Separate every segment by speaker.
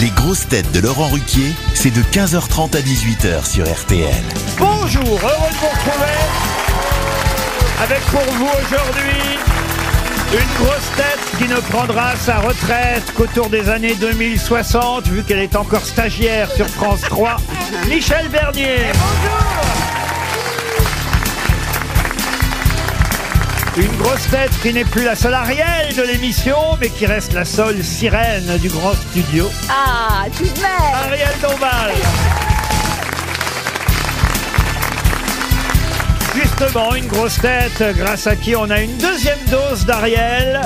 Speaker 1: Les grosses têtes de Laurent Ruquier, c'est de 15h30 à 18h sur RTL.
Speaker 2: Bonjour, heureux de vous retrouver avec pour vous aujourd'hui une grosse tête qui ne prendra sa retraite qu'autour des années 2060 vu qu'elle est encore stagiaire sur France 3, Michel Bernier. Une grosse tête qui n'est plus la seule Ariel de l'émission, mais qui reste la seule sirène du grand studio.
Speaker 3: Ah, tu de même
Speaker 2: Ariel Dombal. Justement, une grosse tête grâce à qui on a une deuxième dose d'Ariel.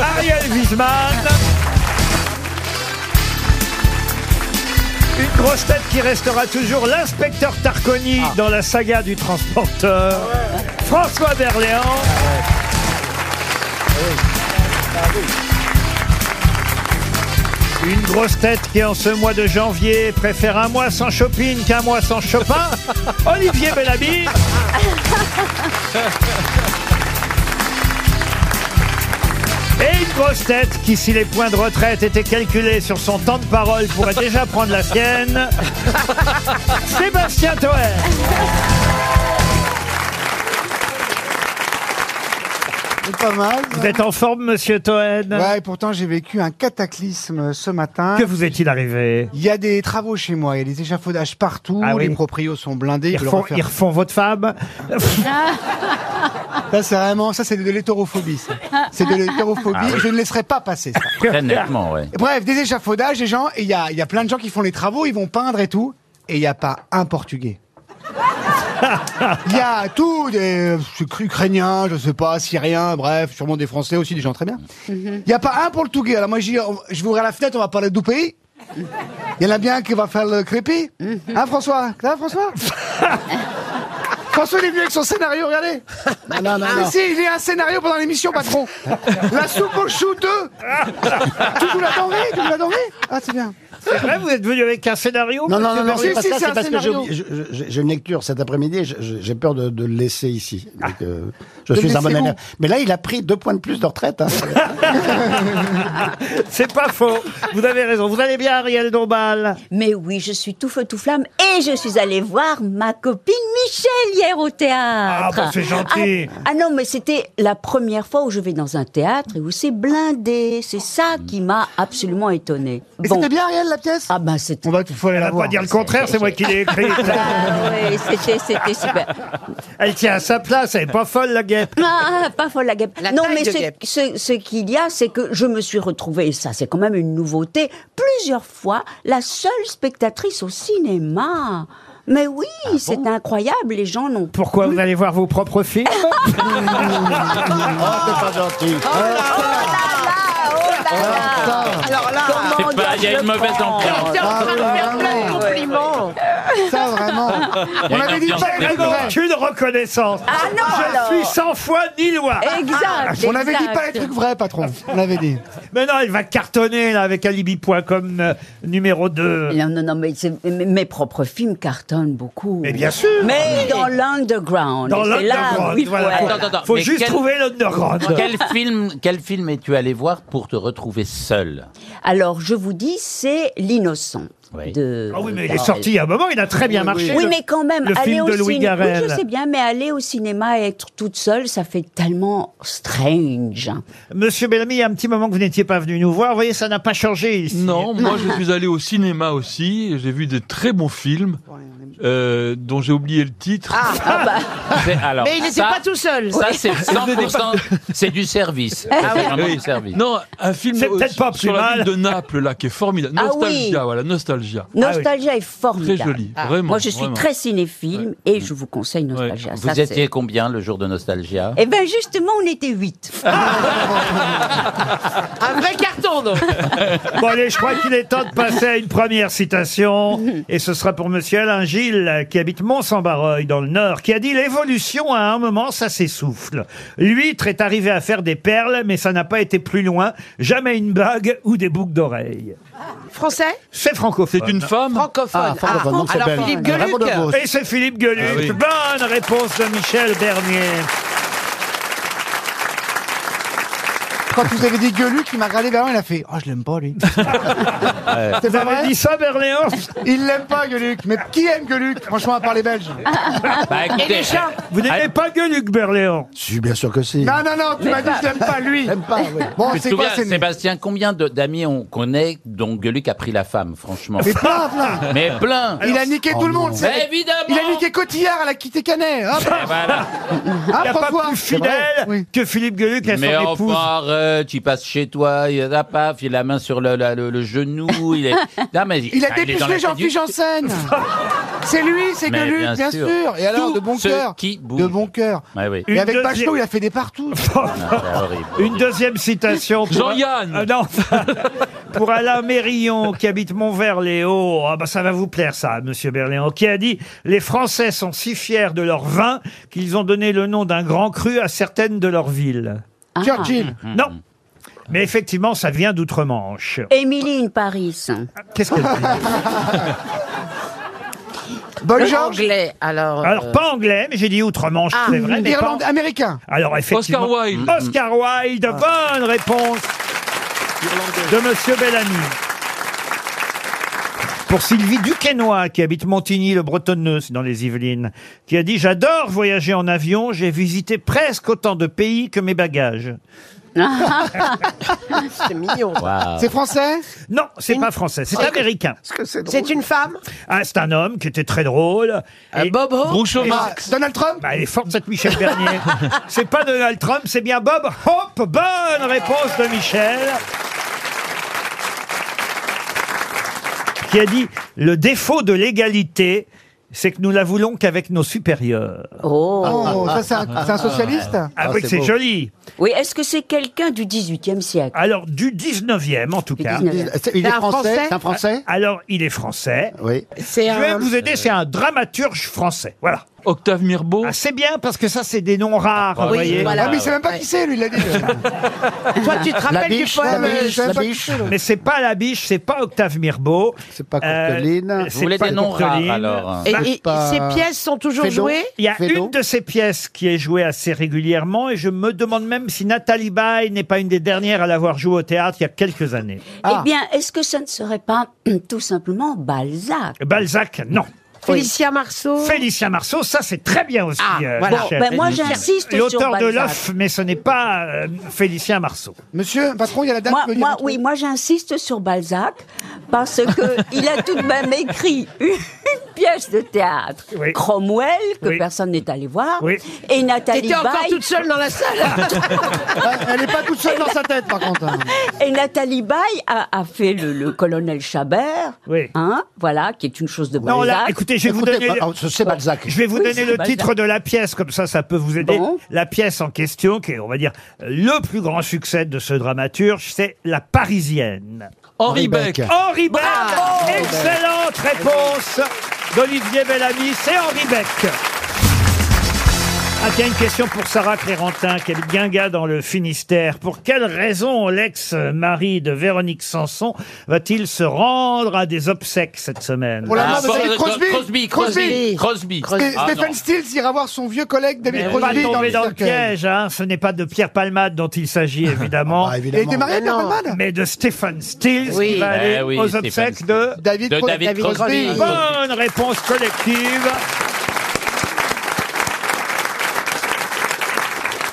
Speaker 2: Ariel Wiesman. Une grosse tête qui restera toujours l'inspecteur Tarconi dans la saga du transporteur. François Berléand. Une grosse tête qui, en ce mois de janvier, préfère un mois sans shopping qu'un mois sans Chopin, Olivier Bellamy. Et une grosse tête qui, si les points de retraite étaient calculés sur son temps de parole, pourrait déjà prendre la sienne, Sébastien Toer.
Speaker 4: C'est pas mal.
Speaker 2: Vous êtes en forme, monsieur Toen
Speaker 4: Ouais, et pourtant j'ai vécu un cataclysme ce matin.
Speaker 2: Que vous est-il arrivé
Speaker 4: Il y a des travaux chez moi, il y a des échafaudages partout,
Speaker 2: Ah oui.
Speaker 4: les proprios sont blindés.
Speaker 2: ils
Speaker 4: ils veulent
Speaker 2: refont,
Speaker 4: refaire.
Speaker 2: ils refont votre femme
Speaker 4: Ça c'est vraiment, ça c'est de l'hétérophobie. ça. C'est de l'hétérophobie,
Speaker 2: Ah
Speaker 4: je ne laisserai pas passer ça.
Speaker 5: Très nettement, ouais.
Speaker 4: Bref, des échafaudages, des gens, et il y a, il y a plein de gens qui font les travaux, ils vont peindre et tout, et il n'y a pas un portugais. Il y a tout des euh, ukrainiens, je sais pas, syriens, bref, sûrement des français aussi, des gens très bien. Il n'y a pas un portugais. Alors moi, j'y- je vais ouvrir la fenêtre, on va parler du pays. Il y en a bien qui va faire le crépi. Hein, François Ça va, François François, il est venu avec son scénario, regardez. Non, non, non. Si, il y a un scénario pendant l'émission, patron. La soupe au chou 2. tu vous la denrée Tu vous la denrée Ah, c'est bien.
Speaker 2: C'est vrai, vous êtes venu avec un scénario
Speaker 6: Non, non, non, non,
Speaker 4: Si,
Speaker 6: c'est pas
Speaker 4: si,
Speaker 6: ça,
Speaker 4: c'est un
Speaker 6: c'est parce que j'ai
Speaker 4: scénario.
Speaker 6: oublié- je- je- j'ai une lecture cet après-midi, et je- je- j'ai peur de, de le laisser ici. Donc, euh, je
Speaker 4: le
Speaker 6: suis un bon
Speaker 4: laissez-vous.
Speaker 6: élève. Mais là, il a pris deux points de plus de retraite. hein.
Speaker 4: Ah,
Speaker 2: C'est pas faux. Vous avez raison. Vous allez bien, Ariel Dombal
Speaker 3: Mais oui, je suis tout feu, tout flamme et je suis allée voir ma copine Michel hier au théâtre.
Speaker 2: Ah, bah, c'est gentil.
Speaker 3: Ah, ah non, mais c'était la première fois où je vais dans un théâtre et où c'est blindé. C'est ça qui m'a absolument étonnée.
Speaker 4: Et c'était bien, Ariel, la pièce
Speaker 3: Ah ben c'était...
Speaker 4: On va tout faut aller
Speaker 2: Elle
Speaker 4: la
Speaker 2: va
Speaker 4: voir.
Speaker 2: pas dire le contraire, c'est moi qui l'ai écrite.
Speaker 3: Ah, ouais, c'était, c'était super.
Speaker 2: Elle tient à sa place, elle est pas folle, la guêpe.
Speaker 3: Ah, pas folle la guêpe.
Speaker 7: La
Speaker 3: non,
Speaker 7: taille
Speaker 3: mais
Speaker 7: de
Speaker 3: ce,
Speaker 7: guêpe.
Speaker 3: ce- ce qu'il y a, c'est que je me suis retrouvée, et ça c'est quand même une nouveauté, plusieurs fois la seule spectatrice au cinéma. Mais oui, c'est incroyable, les gens n'ont pas.
Speaker 2: Ah Pourquoi vous allez voir vos propres films
Speaker 6: Oh,
Speaker 4: Ah,
Speaker 6: t'es pas gentil.
Speaker 5: Oh,
Speaker 7: Alors là,
Speaker 3: Comment
Speaker 5: pas- il y a
Speaker 3: dois-je
Speaker 5: une
Speaker 3: le
Speaker 5: mauvaise
Speaker 3: prendre
Speaker 5: ambiance.
Speaker 7: on est en train de faire plein de
Speaker 3: Ouais,
Speaker 7: compliments.
Speaker 4: Ça, vraiment.
Speaker 5: Il y a
Speaker 4: On
Speaker 5: une
Speaker 4: avait dit
Speaker 5: ambiance
Speaker 4: pas
Speaker 2: Elle
Speaker 4: être
Speaker 2: n'a
Speaker 4: vrai.
Speaker 2: aucune reconnaissance.
Speaker 3: Ah non,
Speaker 2: Je
Speaker 3: alors.
Speaker 2: suis 100 fois ni loin.
Speaker 3: Exact.
Speaker 4: Ah, On avait dit
Speaker 3: exact.
Speaker 4: pas les trucs vrais, patron. On l'avait dit.
Speaker 2: Mais non, elle va cartonner là, avec Alibi.com euh, numéro 2.
Speaker 3: Non, non, non, mais c'est- mes, mes propres films cartonnent beaucoup.
Speaker 2: Mais bien sûr.
Speaker 3: Mais dans l'underground.
Speaker 2: Dans
Speaker 3: et c'est là
Speaker 2: l'underground.
Speaker 3: où il faut
Speaker 2: voilà. Faut,
Speaker 3: être.
Speaker 5: Attends, attends,
Speaker 2: faut
Speaker 5: mais
Speaker 2: juste
Speaker 5: quel-
Speaker 2: trouver l'underground.
Speaker 5: Quel film, quel film es-tu allé voir pour te retrouver seul
Speaker 3: Alors, Ah, je vous dis, c'est L'innocent.
Speaker 5: Oui.
Speaker 3: De...
Speaker 2: Ah oui, mais il est sorti il y a un moment, il a très bien marché.
Speaker 3: Oui,
Speaker 2: le-
Speaker 3: mais quand même,
Speaker 2: le
Speaker 3: aller
Speaker 2: film
Speaker 3: au
Speaker 2: de Louis
Speaker 3: ciné-
Speaker 2: Garrel.
Speaker 3: Oui, je sais bien, mais aller au cinéma et être toute seule, ça fait tellement strange.
Speaker 2: Monsieur Bellamy, il y a un petit moment que vous n'étiez pas venu nous voir. Vous voyez, ça n'a pas changé ici.
Speaker 8: Non, moi je suis allé au cinéma aussi, et j'ai vu de très bons films euh, dont j'ai oublié le
Speaker 3: Ah,
Speaker 8: titre.
Speaker 2: Ah.
Speaker 3: bah.
Speaker 5: C'est- alors,
Speaker 7: Ah, bah. Mais il n'était
Speaker 5: ça-
Speaker 7: pas tout seul. Ah
Speaker 5: Ça, c'est 100%, c'est du service. Ça, C'est vraiment
Speaker 8: Oui.
Speaker 5: du service.
Speaker 8: Non, un film
Speaker 2: C'est
Speaker 8: au-
Speaker 2: peut-être pas plus
Speaker 8: sur la
Speaker 2: mal.
Speaker 8: ville de Naples là qui est formidable.
Speaker 3: Ah
Speaker 8: Nostalgia,
Speaker 3: oui.
Speaker 8: voilà,
Speaker 7: Ah
Speaker 8: Nostalgia.
Speaker 2: Ah
Speaker 3: Nostalgia est
Speaker 8: Très
Speaker 3: formidable.
Speaker 8: joli, vraiment.
Speaker 3: Moi, je suis
Speaker 8: vraiment.
Speaker 3: très cinéphile et je vous conseille Nostalgia.
Speaker 5: Vous
Speaker 3: Ça, c'est-
Speaker 5: étiez combien le jour de Nostalgia
Speaker 3: Eh bien, justement, on était huit.
Speaker 7: Un vrai carton, donc.
Speaker 2: Bon, allez, je crois qu'il est temps de passer à une première citation. Et ce sera pour monsieur Alain Gilles, qui habite Mont-Saint-Barreuil, dans le Nord, qui a dit L'évolution, à un moment, ça s'essouffle. L'huître est arrivée à faire des perles, mais ça n'a pas été plus loin. Jamais une bague ou des boucles d'oreilles.
Speaker 7: Français
Speaker 2: C'est francophone.
Speaker 8: C'est une femme
Speaker 7: Eh Francophone.
Speaker 6: Ah, francophone, donc c'est
Speaker 7: alors
Speaker 6: belge.
Speaker 7: Philippe
Speaker 6: Bravo de Vos.
Speaker 7: Gueluc.
Speaker 2: Et c'est Philippe Gueluc.
Speaker 8: Ah oui.
Speaker 2: Bonne réponse de Michel Bernier.
Speaker 4: quand vous avez dit gueulu, qui m'a regardé vers moi, il a fait Oh, je l'aime pas, lui. C'est
Speaker 2: Vous
Speaker 4: pas vrai
Speaker 2: avez dit ça, Berléand
Speaker 4: Il l'aime pas, Gueuluc. Mais qui aime Gueuluc Franchement, à part les Belges.
Speaker 5: Bah, écoutez,
Speaker 7: Ah, Et les chats
Speaker 2: Vous n'aimez pas Gueuluc Berléand
Speaker 6: Si, bien sûr que si.
Speaker 4: Non, non, non, tu m'as
Speaker 7: bah.
Speaker 4: dit, je l'aime pas, lui.
Speaker 6: J'aime pas, oui.
Speaker 4: Bon,
Speaker 5: tu te
Speaker 4: c'est quoi,
Speaker 5: souviens,
Speaker 4: c'est nul.
Speaker 5: Sébastien, combien de- d'amis on connaît dont Gueluc a pris la femme, franchement
Speaker 4: Mais pas, plein.
Speaker 5: Mais plein
Speaker 4: Il a niqué tout le monde.
Speaker 5: Bah,
Speaker 4: c'est-
Speaker 5: Évidemment
Speaker 4: Il a niqué Cotillard, elle a quitté Canet. Hop,
Speaker 5: Eh,
Speaker 2: Ah.
Speaker 5: voilà.
Speaker 4: hein,
Speaker 2: Il n'y a pas
Speaker 4: François
Speaker 2: plus
Speaker 4: C'est vrai.
Speaker 2: fidèle
Speaker 4: Oui.
Speaker 2: que Philippe Gueluc à son
Speaker 5: Mais
Speaker 2: épouse.
Speaker 5: enfin, arrête, tu passes chez toi, il a pas, il a la main sur le, la- le- le genou, il est... Non, mais,
Speaker 4: Il a
Speaker 5: ah, est dans la
Speaker 4: dépucelé
Speaker 5: tête du-
Speaker 4: Jean-Philippe Janssen. C'est lui, c'est
Speaker 5: Mais
Speaker 4: Gueuluc,
Speaker 5: bien
Speaker 4: bien,
Speaker 5: sûr.
Speaker 4: sûr. Et alors,
Speaker 5: Tous
Speaker 4: de bon
Speaker 5: ceux
Speaker 4: cœur.
Speaker 5: qui
Speaker 4: De
Speaker 5: bougent.
Speaker 4: bon cœur.
Speaker 5: Ouais, oui.
Speaker 4: Et
Speaker 2: Une
Speaker 4: avec
Speaker 2: deuxième-
Speaker 4: Bachelot, il a fait des partout.
Speaker 5: C'est horrible.
Speaker 2: Une deuxième citation. pour-
Speaker 8: Jean-Yann.
Speaker 2: Euh, non. Pour Alain Mérillon, qui habite Montvert-les-Hauts. Ah bah ça va vous plaire, ça, monsieur Berléand, qui a dit Les Français sont si fiers de leur vin qu'ils ont donné le nom d'un grand cru à certaines de leurs villes.
Speaker 3: Ah.
Speaker 4: Churchill.
Speaker 2: Non. Mais effectivement, ça vient d'outre-Manche.
Speaker 3: Émilie in Paris.
Speaker 2: Qu'est-ce qu'elle dit
Speaker 4: Boy George.
Speaker 7: Anglais, alors. euh,
Speaker 2: Alors, pas anglais, mais j'ai dit outre-Manche,
Speaker 7: Ah,
Speaker 2: c'est vrai. Mais pas-
Speaker 4: Irlande, américain.
Speaker 2: Alors, effectivement. Mm.
Speaker 8: Oscar Wilde. Ah.
Speaker 2: Oscar Wilde, bonne réponse de Monsieur Bellamy. Pour Sylvie Duquesnoy, qui habite Montigny, le Bretonneux, c'est dans les Yvelines, qui a dit J'adore voyager en avion, j'ai visité presque autant de pays que mes bagages.
Speaker 7: C'est mignon.
Speaker 5: Waouh.
Speaker 4: C'est français
Speaker 2: Non, c'est pas français, c'est américain.
Speaker 7: C'est une femme
Speaker 2: Ah, c'est un homme qui était très drôle. Et-
Speaker 7: Bob Hope
Speaker 8: Groucho
Speaker 4: Ah,
Speaker 8: Marx.
Speaker 4: Donald Trump
Speaker 2: Bah, elle est forte, cette Michel Bernier. c'est pas Donald Trump, c'est bien Bob Hope. Bonne réponse de Michel. Qui a dit Le défaut de l'égalité, c'est que nous la voulons qu'avec nos supérieurs.
Speaker 3: Oh.
Speaker 4: Oh, ça, c'est un, c'est un socialiste
Speaker 2: Ah,
Speaker 6: Ah,
Speaker 2: oui,
Speaker 6: c'est
Speaker 2: c'est
Speaker 6: beau.
Speaker 2: joli.
Speaker 3: Oui, est-ce que c'est quelqu'un du 18e siècle
Speaker 2: Alors, du 19e, en tout
Speaker 3: Du
Speaker 2: cas. Euh,
Speaker 3: 19e.
Speaker 6: Il est- Il est
Speaker 7: un Français
Speaker 6: français C'est un français
Speaker 2: Alors, il est français.
Speaker 6: Oui.
Speaker 7: C'est
Speaker 2: Je vais
Speaker 7: un.
Speaker 2: vous aider, c'est un dramaturge français. Voilà.
Speaker 8: Octave Mirbeau.
Speaker 2: Ah, c'est bien parce que ça, c'est des noms rares. vous voyez.
Speaker 7: voilà.
Speaker 4: Ah, mais il sait même pas qui c'est, lui, il l'a dit.
Speaker 7: Toi, tu te
Speaker 6: La
Speaker 7: rappelles du
Speaker 6: biche, la
Speaker 7: poème euh,
Speaker 6: biche, la biche.
Speaker 2: Mais c'est pas la biche, c'est pas Octave Mirbeau.
Speaker 6: C'est pas
Speaker 2: Euh,
Speaker 6: Coqueline.
Speaker 2: c'est
Speaker 5: Vous voulez
Speaker 2: pas
Speaker 5: des noms rares,
Speaker 2: Coqueline.
Speaker 5: alors
Speaker 7: Et,
Speaker 6: Bah,
Speaker 7: et-
Speaker 6: c'est pas-
Speaker 7: ces pièces sont toujours
Speaker 6: Fais donc.
Speaker 7: jouées
Speaker 2: Il y a
Speaker 6: Fais
Speaker 2: une
Speaker 6: donc.
Speaker 2: de ces pièces qui est jouée assez régulièrement et je me demande même si Nathalie Baye n'est pas une des dernières à l'avoir jouée au théâtre il y a quelques années.
Speaker 4: Ah.
Speaker 3: Eh bien, est-ce que ça ne serait pas tout simplement Balzac
Speaker 2: Balzac, non.
Speaker 7: Félicia Marceau
Speaker 2: Félicien Marceau, ça c'est très bien aussi.
Speaker 7: Ah,
Speaker 2: euh,
Speaker 7: voilà.
Speaker 2: Michel.
Speaker 3: Ben, moi, j'insiste sur
Speaker 2: L'auteur de
Speaker 3: Balzac.
Speaker 2: l'œuf, mais ce n'est pas euh, Félicien Marceau.
Speaker 4: Monsieur, patron, il y a la date
Speaker 3: Moi,
Speaker 4: que
Speaker 3: moi, oui, moi j'insiste sur Balzac parce que il a tout de même écrit une pièce de théâtre,
Speaker 2: Oui.
Speaker 3: Cromwell, que
Speaker 2: Oui.
Speaker 3: personne n'est allé voir,
Speaker 2: Oui.
Speaker 3: et Nathalie
Speaker 7: T'étais encore
Speaker 3: Baye.
Speaker 7: toute seule dans la salle
Speaker 4: Ah, Elle est pas toute seule dans sa tête, par contre. hein.
Speaker 3: Et Nathalie Baye a, a fait le, le colonel Chabert,
Speaker 2: Oui.
Speaker 3: hein, voilà, qui est une chose de
Speaker 2: Non, là,
Speaker 3: Balzac. bah, oh,
Speaker 2: écoutez, je vais vous
Speaker 6: Écoutez,
Speaker 4: bah,
Speaker 2: donner.
Speaker 6: ah, c'est Balzac.
Speaker 2: Je vais vous
Speaker 3: Oui,
Speaker 2: donner
Speaker 3: c'est
Speaker 2: le
Speaker 3: Balzac.
Speaker 2: titre de la pièce, comme ça, ça peut vous aider.
Speaker 3: Bon.
Speaker 2: La pièce en question, qui est, on va dire, le plus grand succès de ce dramaturge, c'est La Parisienne.
Speaker 8: Henri Beck.
Speaker 2: Henri Beck Excellente réponse d'Olivier Bellamy, c'est Henri Beck ah tiens, une question pour Sarah Clérentin, qui habite Guinga dans le Finistère. Pour quelle raison l'ex-mari de Véronique Sanson va-t-il se rendre à des obsèques cette semaine
Speaker 4: Pour la mort de
Speaker 5: Ah,
Speaker 4: David Crosby.
Speaker 5: Crosby, Crosby, Crosby.
Speaker 4: Sté-
Speaker 5: Ah,
Speaker 4: Stephen
Speaker 5: non.
Speaker 4: Stills ira voir son vieux collègue David
Speaker 2: On va
Speaker 4: Crosby dans
Speaker 2: tomber
Speaker 4: le euh,
Speaker 2: dans le
Speaker 4: cercueil.
Speaker 2: piège, hein. ce n'est pas de Pierre Palmade dont il s'agit évidemment,
Speaker 6: Ah,
Speaker 4: bah, Il a été
Speaker 6: évidemment.
Speaker 4: marié avec
Speaker 7: Mais non.
Speaker 4: Norman
Speaker 2: mais de Stephen Stills
Speaker 7: Oui.
Speaker 2: qui va
Speaker 5: Eh
Speaker 2: aller
Speaker 5: oui,
Speaker 2: aux
Speaker 5: Stephen
Speaker 2: obsèques
Speaker 5: Stills.
Speaker 2: de
Speaker 4: David,
Speaker 5: De
Speaker 4: Cros-
Speaker 5: David
Speaker 4: David
Speaker 5: Crosby.
Speaker 4: Crosby.
Speaker 2: Bonne réponse collective.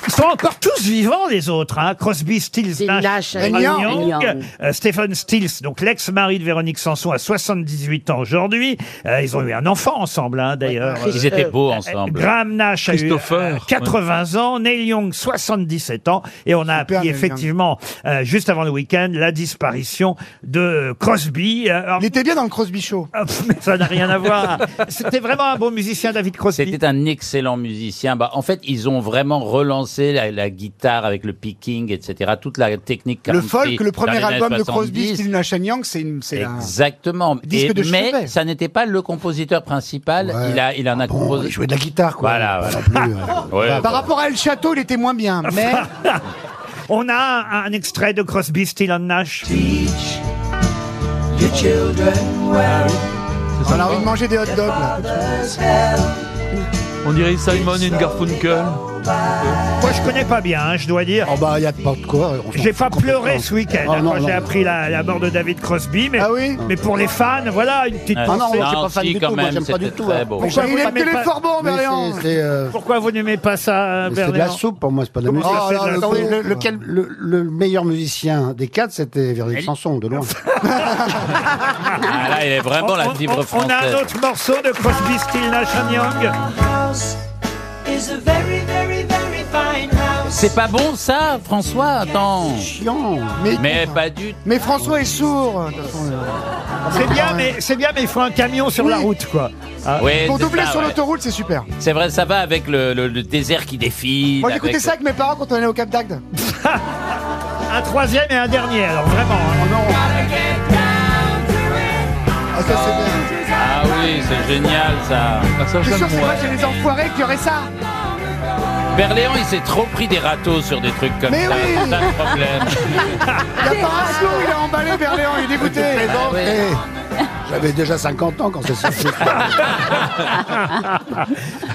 Speaker 2: Ils sont encore tous vivants, les autres. Hein. Crosby, Stills,
Speaker 7: C'est
Speaker 2: Nash,
Speaker 7: Nash,
Speaker 2: Young.
Speaker 4: Young.
Speaker 3: Young.
Speaker 2: Euh, Stephen Stills, donc l'ex-mari de Véronique Sanson, a 78 ans aujourd'hui. Euh, ils ont eu un enfant ensemble, hein, d'ailleurs. Euh,
Speaker 5: Ah, Ils étaient beaux
Speaker 2: euh,
Speaker 5: ensemble.
Speaker 2: Graham Nash a eu
Speaker 8: Christopher,
Speaker 2: euh, 80 ans, Neil Young 77 ans, et on a
Speaker 4: Super,
Speaker 2: appris
Speaker 4: Neil Young.
Speaker 2: effectivement, euh, juste avant le week-end, la disparition de Crosby. Euh, alors,
Speaker 4: Il était bien dans le Crosby Show.
Speaker 2: ah, pff, mais ça n'a rien à voir. C'était vraiment un bon musicien, David Crosby.
Speaker 5: C'était un excellent musicien. Bah, en fait, ils ont vraiment relancé la, la guitare avec le picking, etc. Toute la technique.
Speaker 4: Le
Speaker 5: country
Speaker 4: folk, le
Speaker 5: dans les
Speaker 4: premier
Speaker 5: années
Speaker 4: album de Crosby,
Speaker 5: 70.
Speaker 4: Stills, Nash Young, c'est une- c'est un...
Speaker 5: Exactement.
Speaker 4: Disque de chevet. Ah
Speaker 5: mais ça n'était pas le compositeur principal.
Speaker 6: Ouais.
Speaker 5: Il, a, il en a
Speaker 6: Bon,
Speaker 5: composé.
Speaker 6: il jouait de la guitare, quoi.
Speaker 5: Voilà,
Speaker 6: Pas
Speaker 5: voilà.
Speaker 6: non plus, euh.
Speaker 5: Ouais.
Speaker 4: Par rapport à El Château, il était moins bien, mais...
Speaker 2: On a un, un extrait de Crosby, Still and Nash. Ah
Speaker 4: On a envie de manger des hot dogs, là.
Speaker 8: On dirait Simon and Garfunkel.
Speaker 2: Moi, je connais pas bien, hein, je dois dire.
Speaker 6: Oh bah, il y a pas de quoi. on s'en
Speaker 2: J'ai
Speaker 6: fout
Speaker 2: pas
Speaker 6: complètement.
Speaker 2: pleuré ce week-end
Speaker 6: Ah
Speaker 2: hein,
Speaker 6: non,
Speaker 2: quand
Speaker 6: non.
Speaker 2: j'ai appris la, la mort de David Crosby, mais,
Speaker 4: Ah oui
Speaker 2: mais pour les fans, voilà une petite
Speaker 5: Ah
Speaker 6: Ah non,
Speaker 2: pensée.
Speaker 6: moi, je suis pas fan
Speaker 5: si,
Speaker 6: du
Speaker 5: quand
Speaker 6: tout, moi,
Speaker 5: même,
Speaker 6: j'aime pas
Speaker 5: c'était
Speaker 6: du tout.
Speaker 5: très
Speaker 6: hein.
Speaker 5: beau.
Speaker 6: Mais
Speaker 2: Pourquoi
Speaker 4: Il
Speaker 2: vous
Speaker 4: aime que
Speaker 2: n'aimez
Speaker 4: les
Speaker 2: pas-
Speaker 4: formants,
Speaker 6: c'est-
Speaker 4: Berléand.
Speaker 6: c'est, euh,
Speaker 2: Pourquoi vous n'aimez pas ça,
Speaker 6: c'est de la
Speaker 2: Berléand
Speaker 6: soupe pour moi, c'est pas de la musique. Ah,
Speaker 2: ça
Speaker 4: Oh
Speaker 2: fait de
Speaker 4: là
Speaker 2: la
Speaker 4: là,
Speaker 2: soupe
Speaker 6: Attendez,
Speaker 4: le-
Speaker 6: le, lequel, le, le meilleur musicien des quatre, c'était Véronique Sanson, de loin.
Speaker 5: Ah, là, il est vraiment la
Speaker 2: on,
Speaker 5: fibre
Speaker 2: on- on
Speaker 5: française.
Speaker 2: a un autre morceau de Oh, Crosby, Still, Nash and Young.
Speaker 5: C'est pas bon ça, François Attends.
Speaker 6: Chiant.
Speaker 4: Mais,
Speaker 5: Mais pas du tout.
Speaker 4: mais François est sourd.
Speaker 2: C'est bien, mais c'est bien, mais il faut un camion sur la
Speaker 4: Oui.
Speaker 2: route, quoi. Ah,
Speaker 5: Ouais,
Speaker 4: Pour
Speaker 5: c'est
Speaker 4: doubler
Speaker 5: ça,
Speaker 4: sur
Speaker 5: ouais.
Speaker 4: l'autoroute, c'est super.
Speaker 5: C'est vrai, ça va avec le, le- le désert qui défile.
Speaker 4: Moi, j'écoutais
Speaker 5: avec-
Speaker 4: ça avec mes parents quand on allait au Cap d'Agde.
Speaker 2: Un troisième et un dernier, alors vraiment. hein.
Speaker 4: Oh, Ah, ça, c'est bien.
Speaker 5: Ah oui, c'est génial ça.
Speaker 8: Ah, ça,
Speaker 4: T'es
Speaker 8: ça
Speaker 4: sûr,
Speaker 8: me
Speaker 4: c'est
Speaker 8: voit.
Speaker 4: pas chez les enfoirés qu'il y aurait ça
Speaker 5: Berléand, il s'est trop pris des râteaux sur des trucs comme
Speaker 4: Mais
Speaker 5: ça.
Speaker 4: oui.
Speaker 5: C'est ça le problème.
Speaker 4: Il y a pas un sou, il est emballé, Berléand, il est dégoûté.
Speaker 6: Eh, J'avais déjà 50 ans quand c'est sorti.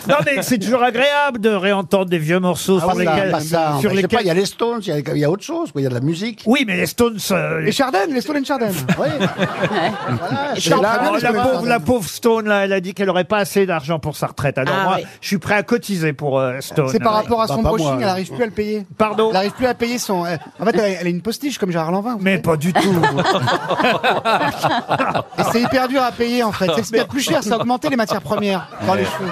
Speaker 2: Non, mais c'est toujours agréable de réentendre des vieux morceaux
Speaker 6: Ah
Speaker 2: sur
Speaker 6: ouais,
Speaker 2: lesquels.
Speaker 6: pas ça.
Speaker 2: sur
Speaker 6: Je sais
Speaker 2: lesquels-
Speaker 6: pas, il y a les Stones, il y a- il y, a autre chose, quoi, il y a de la musique.
Speaker 2: Oui, mais les Stones. euh, les-
Speaker 4: Les Chardennes, les Stolen Chardennes.
Speaker 6: Oui.
Speaker 4: Ah,
Speaker 6: Voilà, c'est
Speaker 2: Oh,
Speaker 6: là-
Speaker 4: bien, mais je
Speaker 2: la,
Speaker 4: connais
Speaker 2: pauvre,
Speaker 4: pas.
Speaker 2: la pauvre Stone, là, elle a dit qu'elle n'aurait pas assez d'argent pour sa retraite. Alors
Speaker 7: Ah,
Speaker 2: moi,
Speaker 7: ouais.
Speaker 2: je suis prêt à cotiser pour euh, Stone.
Speaker 4: C'est par rapport à
Speaker 6: Bah,
Speaker 4: son
Speaker 6: pas moi,
Speaker 4: brushing, elle
Speaker 6: alors.
Speaker 4: n'arrive plus à le payer.
Speaker 2: Pardon
Speaker 4: Elle n'arrive plus à payer son. euh, En fait, elle est- elle est une postiche comme Gérard Lanvin.
Speaker 2: Mais pas du tout.
Speaker 4: Et c'est hyper dur à payer en fait. C'est ce qu'il y a de plus cher, ça a augmenté les matières premières dans les cheveux.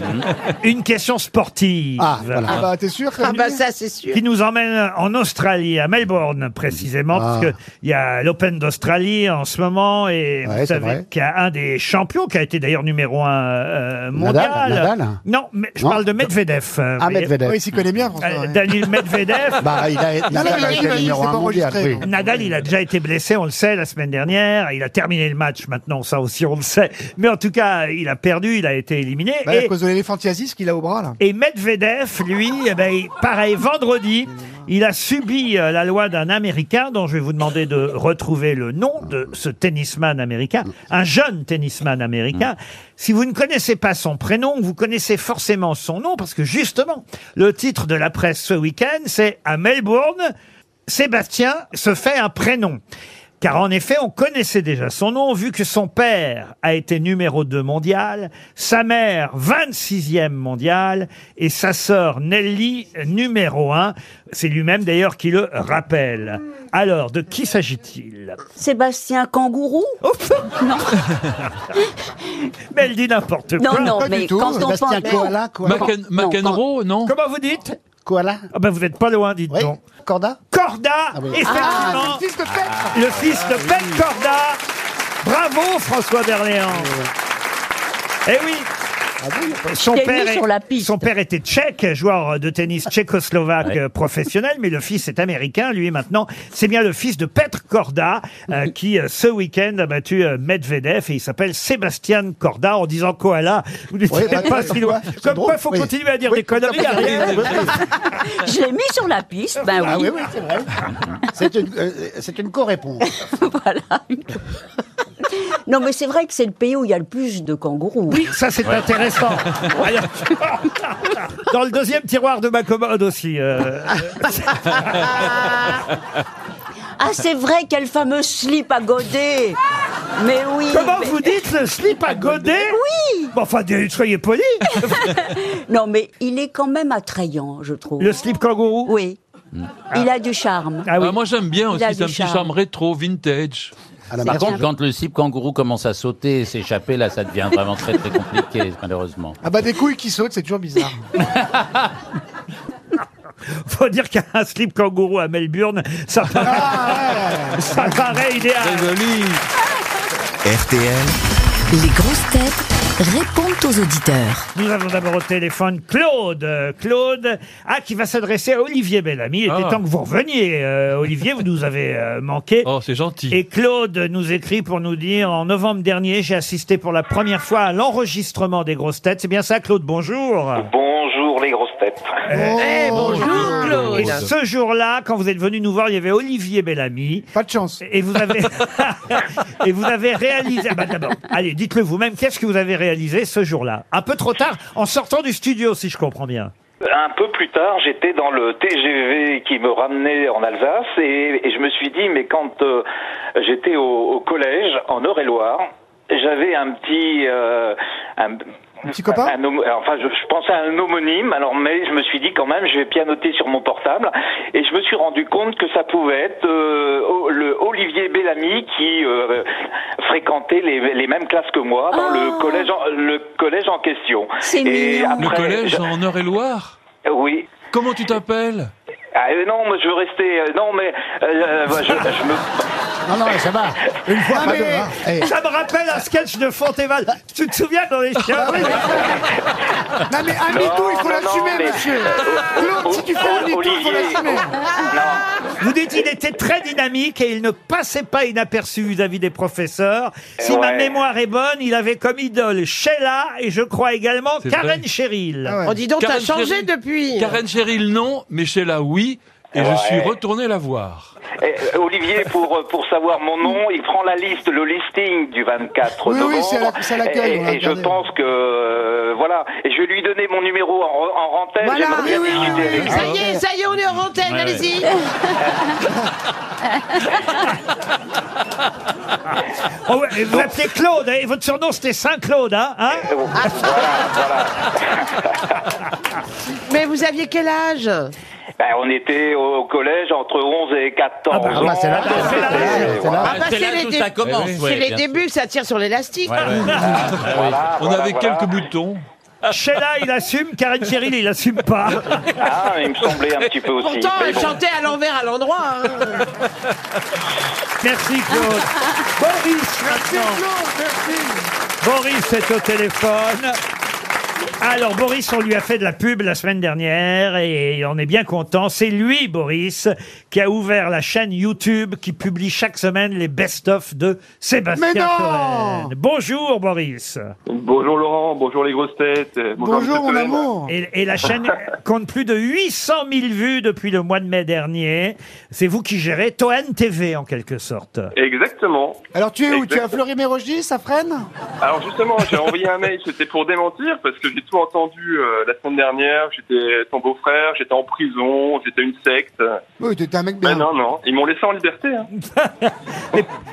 Speaker 2: Une question sportive.
Speaker 6: Ah, voilà.
Speaker 4: Ah bah, t'es sûr
Speaker 7: Ah
Speaker 4: Camille
Speaker 7: bah ça, c'est sûr.
Speaker 2: Qui nous emmène en Australie, à Melbourne précisément, parce
Speaker 6: Ah.
Speaker 2: parce qu'il y a l'Open d'Australie en ce moment, et
Speaker 6: Ouais,
Speaker 2: vous
Speaker 6: c'est
Speaker 2: savez
Speaker 6: vrai.
Speaker 2: qu'il y a un des champions qui a été d'ailleurs numéro un euh, mondial.
Speaker 6: Nadal, Nadal
Speaker 2: Non, mais je
Speaker 6: Non.
Speaker 2: parle de Medvedev. euh,
Speaker 6: Ah,
Speaker 2: mais-
Speaker 6: Medvedev.
Speaker 4: Oui, il s'y connaît bien, François.
Speaker 2: euh,
Speaker 4: ouais.
Speaker 2: Daniil Medvedev.
Speaker 6: Bah, il a, il a,
Speaker 4: non, mais
Speaker 6: été
Speaker 4: il a dit,
Speaker 6: numéro
Speaker 4: c'est
Speaker 6: un
Speaker 4: pas
Speaker 6: mondial,
Speaker 4: enregistré.
Speaker 6: oui.
Speaker 2: Nadal, il a déjà été blessé, on le sait, la semaine dernière. Il a terminé le match maintenant, ça aussi, on le sait. Mais en tout cas, il a perdu, il a été éliminé.
Speaker 4: Bah,
Speaker 2: et,
Speaker 4: À cause de l'éléphantiasis qu'il a au bras là.
Speaker 2: et Medvedev, lui, eh ben, il- pareil, vendredi, il a subi euh, la loi d'un Américain dont je vais vous demander de retrouver le nom de ce tennisman américain, un jeune tennisman américain. Si vous ne connaissez pas son prénom, vous connaissez forcément son nom parce que justement, le titre de la presse ce week-end, c'est à Melbourne, Sébastien se fait un prénom. Car en effet, on connaissait déjà son nom, vu que son père a été numéro 2 mondial, sa mère 26e mondiale, et sa sœur Nelly numéro 1. C'est lui-même d'ailleurs qui le rappelle. Alors, de qui s'agit-il
Speaker 3: Sébastien Kangourou
Speaker 2: Oh.
Speaker 3: Non,
Speaker 2: Mais elle dit n'importe quoi.
Speaker 3: non, non,
Speaker 4: Pas du
Speaker 3: mais
Speaker 4: tout,
Speaker 3: quand on
Speaker 6: Bastien
Speaker 3: pense.
Speaker 6: Koala, quoi.
Speaker 8: Macken-
Speaker 3: Non,
Speaker 8: McEnroe, non
Speaker 2: Comment vous dites
Speaker 6: Koala
Speaker 2: Ah ben vous n'êtes pas loin, dites
Speaker 6: Oui.
Speaker 2: donc.
Speaker 6: Corda
Speaker 2: Corda,
Speaker 6: oui.
Speaker 2: effectivement,
Speaker 4: Fils de fête
Speaker 2: le fils de Pet Corda. Bravo François Berléand. Eh oui.
Speaker 7: Ah
Speaker 2: Son
Speaker 3: Je t'ai
Speaker 2: père,
Speaker 3: mis
Speaker 2: est-
Speaker 3: sur la piste.
Speaker 2: son père était tchèque, joueur de tennis tchécoslovaque euh, professionnel, mais le fils est américain, lui maintenant. C'est bien le fils de Petr Korda euh, qui, euh, ce week-end, a battu euh, Medvedev et il s'appelle Sébastien Korda en disant koala. Vous n'étiez
Speaker 6: Oui, bah,
Speaker 2: pas
Speaker 6: tu
Speaker 2: si
Speaker 6: vois,
Speaker 2: loin.
Speaker 6: c'est
Speaker 2: Comme
Speaker 6: drôle,
Speaker 2: quoi, il faut
Speaker 6: oui.
Speaker 2: continuer à dire des conneries. euh, Ariel.
Speaker 3: Je l'ai mis sur la piste, ben oui.
Speaker 6: Ah oui, oui, c'est vrai. C'est une, euh, c'est une co-réponse.
Speaker 3: voilà. non, mais c'est vrai que c'est le pays où il y a le plus de kangourous.
Speaker 2: Oui, ça c'est intéressant. Alors, Dans le deuxième tiroir de ma commode aussi. euh,
Speaker 3: Ah, c'est vrai, quel fameux slip à godet Mais oui
Speaker 2: Comment
Speaker 3: mais-
Speaker 2: vous dites le slip à godet Oui Enfin, des- soyez poli
Speaker 3: Non, mais il est quand même attrayant, je trouve.
Speaker 2: Le slip kangourou Hmm.
Speaker 3: Oui. Il a du charme.
Speaker 2: Ah oui.
Speaker 8: Ah, Moi, j'aime bien
Speaker 3: Il
Speaker 8: aussi,
Speaker 3: a
Speaker 8: c'est
Speaker 3: du
Speaker 8: un petit
Speaker 3: charme.
Speaker 8: charme rétro, vintage.
Speaker 6: À la
Speaker 5: Par
Speaker 6: merci.
Speaker 5: contre, quand le cible kangourou commence à sauter et s'échapper, là, ça devient vraiment très très compliqué, malheureusement.
Speaker 4: Ah bah, des couilles qui sautent, c'est toujours bizarre.
Speaker 2: Faut dire qu'un slip kangourou à Melbourne, ça
Speaker 7: Ah,
Speaker 2: paraît, ça paraît idéal.
Speaker 8: joli.
Speaker 1: RTL,
Speaker 9: Les grosses têtes répondent aux auditeurs.
Speaker 2: Nous avons d'abord au téléphone Claude. Euh, Claude, ah, qui va s'adresser à Olivier Bellamy. Il était
Speaker 8: Ah.
Speaker 2: temps que vous reveniez, euh, Olivier, vous nous avez euh, manqué.
Speaker 8: Oh, c'est gentil.
Speaker 2: Et Claude nous écrit pour nous dire en novembre dernier, j'ai assisté pour la première fois à l'enregistrement des grosses têtes. C'est bien ça, Claude, bonjour.
Speaker 10: Bonjour les grosses têtes.
Speaker 4: Oh,
Speaker 7: Eh, bonjour
Speaker 2: Et
Speaker 7: Claude.
Speaker 2: ce jour-là, quand vous êtes venu nous voir, il y avait Olivier Bellamy.
Speaker 4: Pas de chance.
Speaker 2: Et vous avez, et vous avez réalisé. Ah bah d'abord, allez, dites-le vous-même, qu'est-ce que vous avez réalisé ce jour-là Un peu trop tard, en sortant du studio, si je comprends bien.
Speaker 11: Un peu plus tard, j'étais dans le TGV qui me ramenait en Alsace et, et je me suis dit, mais quand euh, j'étais au, au collège en Eure-et-Loire, j'avais un petit... euh, un, petit copain Enfin, je, je pensais à un homonyme, alors mais je me suis dit quand même, je vais pianoter sur mon portable et je me suis rendu compte que ça pouvait être euh, o- le Olivier Bellamy qui euh, fréquentait les, les mêmes classes que moi dans le collège en, le collège en question.
Speaker 8: C'est
Speaker 11: Et
Speaker 8: Le
Speaker 11: après-
Speaker 8: collège en Eure-et-Loire
Speaker 11: Oui.
Speaker 8: Comment tu t'appelles
Speaker 11: ah, euh, non, mais je veux rester. euh, non, mais euh, euh, je, je me.
Speaker 6: Non, non, mais ça va.
Speaker 2: Une fois,
Speaker 11: pas deux, hein. Eh.
Speaker 2: ça me rappelle un sketch de Fontéval. Tu te souviens dans les chiens
Speaker 4: Non, mais un mytho, il faut l'assumer, monsieur. Claude, si tu fais un mytho, il faut l'assumer.
Speaker 2: Vous dites qu'il était très dynamique et il ne passait pas inaperçu vis-à-vis des professeurs. Si
Speaker 11: Eh
Speaker 2: ma
Speaker 12: Ouais.
Speaker 2: mémoire est bonne, il avait comme idole Sheila et je crois également
Speaker 8: C'est
Speaker 2: Karen
Speaker 8: vrai.
Speaker 2: Cheryl.
Speaker 8: Ah ouais. Oh, dis donc, Karen t'as changé Cheryl- depuis. Karen Cheryl, non, mais Sheila, oui. Et
Speaker 11: Ouais.
Speaker 8: je suis retourné la voir.
Speaker 11: Eh, Olivier, pour, euh, pour savoir mon nom, il prend la liste, le listing du 24
Speaker 4: Oui, oui,
Speaker 11: novembre.
Speaker 4: c'est à la- c'est à l'accueil,
Speaker 11: Et-
Speaker 4: on l'a
Speaker 11: Et, et je
Speaker 4: regardé.
Speaker 11: pense que, euh, voilà, et je vais lui donner mon numéro en, re- en rentaine.
Speaker 7: Voilà,
Speaker 11: J'aimerais bien
Speaker 7: oui, oui,
Speaker 11: discuter avec
Speaker 7: Ça
Speaker 11: lui.
Speaker 7: y est, ça y est, on est en antenne,
Speaker 11: Ouais,
Speaker 7: allez-y.
Speaker 2: Oh, ouais, et vous appelez Claude hein, et votre surnom c'était Saint-Claude, hein, hein
Speaker 11: Eh,
Speaker 8: Ah,
Speaker 7: Mais vous aviez quel âge
Speaker 11: Ben, on était au collège entre 11 et 14
Speaker 12: Ah, bah,
Speaker 11: ans.
Speaker 6: c'est là- c'est là-
Speaker 11: Et
Speaker 6: c'est là-
Speaker 11: voilà.
Speaker 6: Ah bah,
Speaker 7: C'est les, dé- Eh c'est les débuts, ça tire sur l'élastique.
Speaker 8: Ah On avait quelques boutons.
Speaker 2: Sheila, il assume, Karen Cheryl, il assume pas.
Speaker 11: Ah, il me semblait un petit peu aussi.
Speaker 7: Pourtant,
Speaker 11: mais
Speaker 7: elle
Speaker 11: bon.
Speaker 7: chantait à l'envers, à l'endroit. hein.
Speaker 2: Merci Claude. Boris maintenant. Boris est au téléphone. Alors Boris, on lui a fait de la pub la semaine dernière et on est bien content. C'est lui, Boris, qui a ouvert la chaîne YouTube qui publie chaque semaine les best-of de Sébastien
Speaker 4: Mais non
Speaker 2: Thorel. Bonjour Boris.
Speaker 13: Bonjour Laurent, bonjour les grosses têtes. euh, Monsieur Toen.
Speaker 2: Et, et la chaîne compte plus de 800 000 vues depuis le mois de mai dernier. C'est vous qui gérez Toen TV en quelque sorte.
Speaker 13: Exactement.
Speaker 4: Alors, tu es où Tu es à
Speaker 13: Exact-
Speaker 4: Fleury-Mérogis, ça freine
Speaker 13: Alors justement, j'ai envoyé un mail, c'était pour démentir, parce que j'ai tout entendu euh, la semaine dernière. J'étais ton beau-frère, j'étais en prison, j'étais une secte.
Speaker 4: Oui, t'es un mec
Speaker 13: Mais
Speaker 4: bien.
Speaker 13: non, non, ils m'ont laissé en liberté. hein.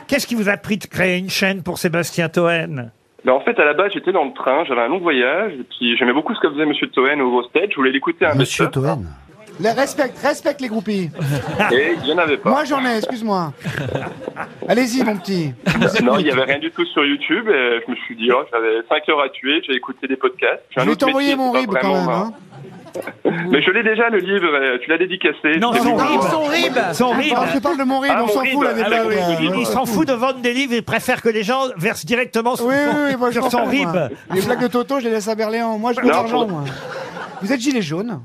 Speaker 2: Qu'est-ce qui vous a pris de créer une chaîne pour Sébastien Toen
Speaker 13: Ben, en fait, à la base, j'étais dans le train, j'avais un long voyage, et puis j'aimais beaucoup ce que faisait Monsieur Toen au grosses têtes. Je voulais l'écouter un
Speaker 6: Monsieur
Speaker 13: best-of,
Speaker 6: Toen.
Speaker 4: Les respecte, respecte les groupies.
Speaker 13: Et il n'y en avait pas.
Speaker 4: Moi, j'en ai, excuse-moi. Allez-y, mon petit.
Speaker 13: Non, il n'y avait rien du tout sur YouTube. Et je me suis dit, oh, j'avais 5 heures à tuer, j'ai écouté des podcasts. J'ai un
Speaker 4: Je vais
Speaker 13: autre
Speaker 4: t'envoyer
Speaker 13: métier,
Speaker 4: mon
Speaker 13: c'est pas
Speaker 4: rib quand même.
Speaker 13: vraiment,
Speaker 4: hein.
Speaker 13: hein. Mais je l'ai déjà, le livre, euh, tu l'as dédicacé.
Speaker 4: Oh,
Speaker 2: Non,
Speaker 13: C'était
Speaker 2: son
Speaker 13: mon-
Speaker 2: rib. Son rib. Son rib.
Speaker 4: Ah, je parle de mon rib,
Speaker 13: Ah,
Speaker 4: on
Speaker 13: mon
Speaker 4: s'en
Speaker 13: rib,
Speaker 4: fout, là, n'est
Speaker 13: ah,
Speaker 4: pas.
Speaker 13: d'accord,
Speaker 4: ouais,
Speaker 13: oui,
Speaker 4: ouais.
Speaker 2: Il s'en fout de vendre des livres, il préfère que les gens versent directement sur
Speaker 4: Oui,
Speaker 2: son,
Speaker 4: oui, oui, moi, je
Speaker 2: Oh, sur
Speaker 4: m'en
Speaker 2: son
Speaker 4: fous,
Speaker 2: RIB.
Speaker 4: moi. Les blagues de Toto, je les laisse à Berléand. Moi, je veux
Speaker 13: Non,
Speaker 4: l'argent,
Speaker 13: faut-
Speaker 4: moi. Vous êtes gilet jaune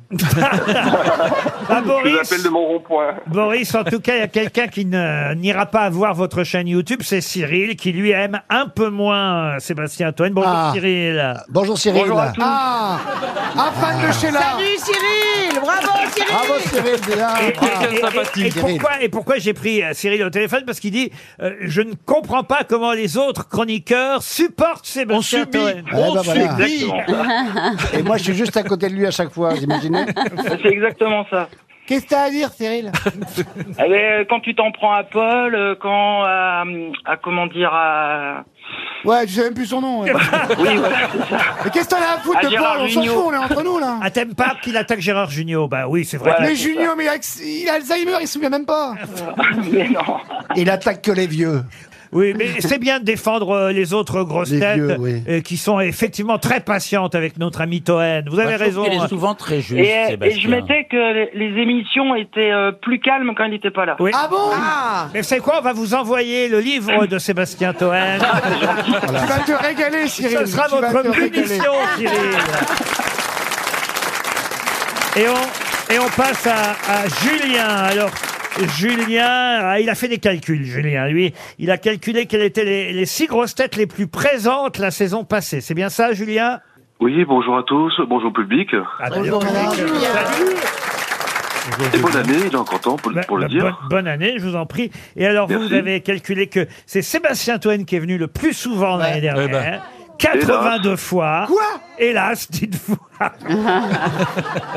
Speaker 2: Ah,
Speaker 13: Je vous
Speaker 2: Boris,
Speaker 13: appelle de mon rond-point.
Speaker 2: Boris, en tout cas, il y a quelqu'un qui ne- n'ira pas voir votre chaîne YouTube, c'est Cyril, qui lui aime un peu moins euh, Sébastien Toen. Bonjour
Speaker 6: Ah.
Speaker 2: Cyril.
Speaker 6: Bonjour Cyril.
Speaker 4: Ah Un fan de Sheila Ah,
Speaker 7: Salut Cyril Bravo Cyril
Speaker 6: Bravo Cyril, bien.
Speaker 2: Et,
Speaker 6: Ah,
Speaker 2: et- et- et pourquoi, et pourquoi j'ai pris euh, Cyril au téléphone Parce qu'il dit euh, Je ne comprends pas comment les autres chroniqueurs supportent Sébastien
Speaker 8: subit.
Speaker 2: Toen.
Speaker 6: Ah, bah, voilà.
Speaker 13: Exactement.
Speaker 6: Et moi, je suis juste à côté de lui à chaque fois, vous imaginez
Speaker 12: Ah, C'est exactement ça.
Speaker 4: Qu'est-ce que t'as à dire, Cyril
Speaker 12: Eh ben, quand tu t'en prends à Paul, euh, quand à, à comment dire à
Speaker 4: Ouais, je sais même plus son nom. ouais.
Speaker 12: oui voilà c'est ça.
Speaker 4: Mais qu'est-ce que t'en as à foutre
Speaker 12: À
Speaker 4: de
Speaker 12: Gérard
Speaker 4: Paul On s'en
Speaker 12: Jugnot.
Speaker 4: fout, on est entre nous, là.
Speaker 2: Ah, t'aimes pas qu'il attaque Gérard Junior Bah oui, c'est vrai.
Speaker 12: Ouais.
Speaker 4: mais
Speaker 12: c'est
Speaker 4: Junio, mais il a, il a Alzheimer, il se souvient même pas.
Speaker 12: Mais non.
Speaker 6: Il attaque que les vieux.
Speaker 2: Oui, mais c'est bien de défendre euh, les autres grosses
Speaker 6: Les
Speaker 2: têtes
Speaker 6: vieux, oui.
Speaker 2: euh, qui sont effectivement très patientes avec notre ami Toen. Vous avez
Speaker 14: Moi, je trouve
Speaker 2: raison.
Speaker 14: Bah, qu'il
Speaker 2: hein.
Speaker 14: est souvent très juste,
Speaker 12: Et, euh, et
Speaker 14: Sébastien.
Speaker 12: je mettais que les, les émissions étaient euh, plus calmes quand il n'était pas là.
Speaker 2: Oui.
Speaker 4: Ah bon
Speaker 2: Mais c'est quoi On va vous envoyer le livre de Sébastien Toen.
Speaker 4: Tu vas te régaler, Cyril.
Speaker 2: Ce sera
Speaker 4: Tu vas
Speaker 2: votre
Speaker 4: te régaler.
Speaker 2: punition, Cyril. Et on, et on passe à, à Julien. Alors. Julien, ah, il a fait des calculs, Julien, lui. Il a calculé quelles étaient les, les six grosses têtes les plus présentes la saison passée. C'est bien ça, Julien
Speaker 13: Oui, bonjour à tous, bonjour public.
Speaker 2: Ah, d'ailleurs,
Speaker 13: Et bonne année, il est encore temps pour,
Speaker 2: Bah,
Speaker 13: pour le
Speaker 2: bah,
Speaker 13: dire.
Speaker 2: Bonne, bonne année, je vous en prie. Et alors, vous,
Speaker 13: Merci.
Speaker 2: vous avez calculé que c'est Sébastien Toen qui est venu le plus souvent l'année
Speaker 8: Eh
Speaker 15: Hein?
Speaker 2: dernière.
Speaker 8: ben.
Speaker 2: 82 fois.
Speaker 4: Quoi
Speaker 2: Hélas, dites-vous.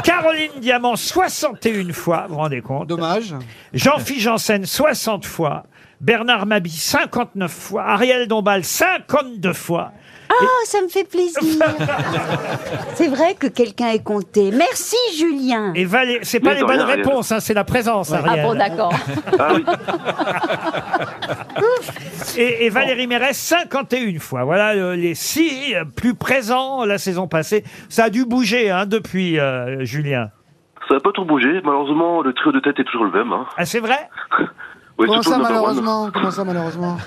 Speaker 2: Caroline Diamant, 61 fois, vous vous rendez compte
Speaker 4: Dommage.
Speaker 2: Jean-Philippe Janssen, 60 fois. Bernard Mabi, 59 fois. Ariel Dombal, 52 fois.
Speaker 3: Ah, ça me fait plaisir. c'est vrai que quelqu'un est compté. Merci Julien.
Speaker 2: Et Valé- c'est pas
Speaker 3: Mais
Speaker 2: les
Speaker 3: de
Speaker 2: bonnes
Speaker 3: rien, Ariel.
Speaker 2: réponses, hein, c'est la présence, Ariel.
Speaker 3: Ah bon, d'accord.
Speaker 2: Et, et Valérie Mérès, 51 fois. Voilà euh, les six euh, plus présents la saison passée. Ça a dû bouger hein, depuis, euh, Julien.
Speaker 16: Ça n'a pas trop bougé. Malheureusement, le trio de tête est toujours le même. hein.
Speaker 2: Ah, c'est vrai
Speaker 16: Ouais,
Speaker 4: Comment
Speaker 16: surtout
Speaker 4: ça,
Speaker 16: le number one.
Speaker 4: malheureusement Comment ça, malheureusement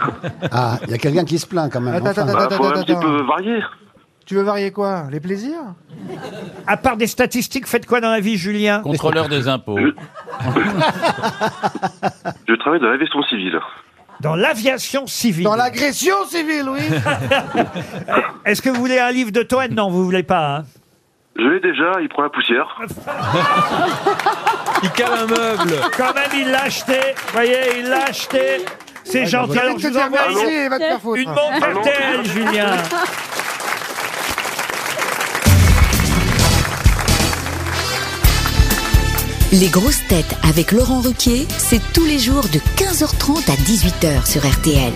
Speaker 6: Ah, il y a quelqu'un qui se plaint quand même.
Speaker 4: Attends,
Speaker 6: enfin.
Speaker 4: attends,
Speaker 16: Bah,
Speaker 4: attends,
Speaker 16: faut un petit
Speaker 4: attends.
Speaker 16: peu varier.
Speaker 4: Tu veux varier quoi Les plaisirs
Speaker 2: À part des statistiques, faites quoi dans la vie, Julien
Speaker 5: Contrôleur des impôts.
Speaker 16: Je travaille dans l'aviation civile.
Speaker 2: Dans l'aviation civile.
Speaker 4: Dans l'agression civile, oui
Speaker 2: Est-ce que vous voulez un livre de Toen Non, vous voulez pas. hein.
Speaker 16: Je l'ai déjà, il prend la poussière.
Speaker 2: Il cale un meuble. Quand même, il l'a acheté. Vous voyez, il l'a acheté. C'est
Speaker 4: Ouais,
Speaker 2: gentil.
Speaker 4: bah,
Speaker 2: Alors, je
Speaker 4: je vais
Speaker 2: vous
Speaker 4: te dire
Speaker 2: envoie
Speaker 4: merci et va te faire foutre.
Speaker 2: une montre
Speaker 4: Allô
Speaker 2: RTL, Julien.
Speaker 9: Les grosses têtes avec Laurent Ruquier, c'est tous les jours de 15h30 à 18h sur RTL.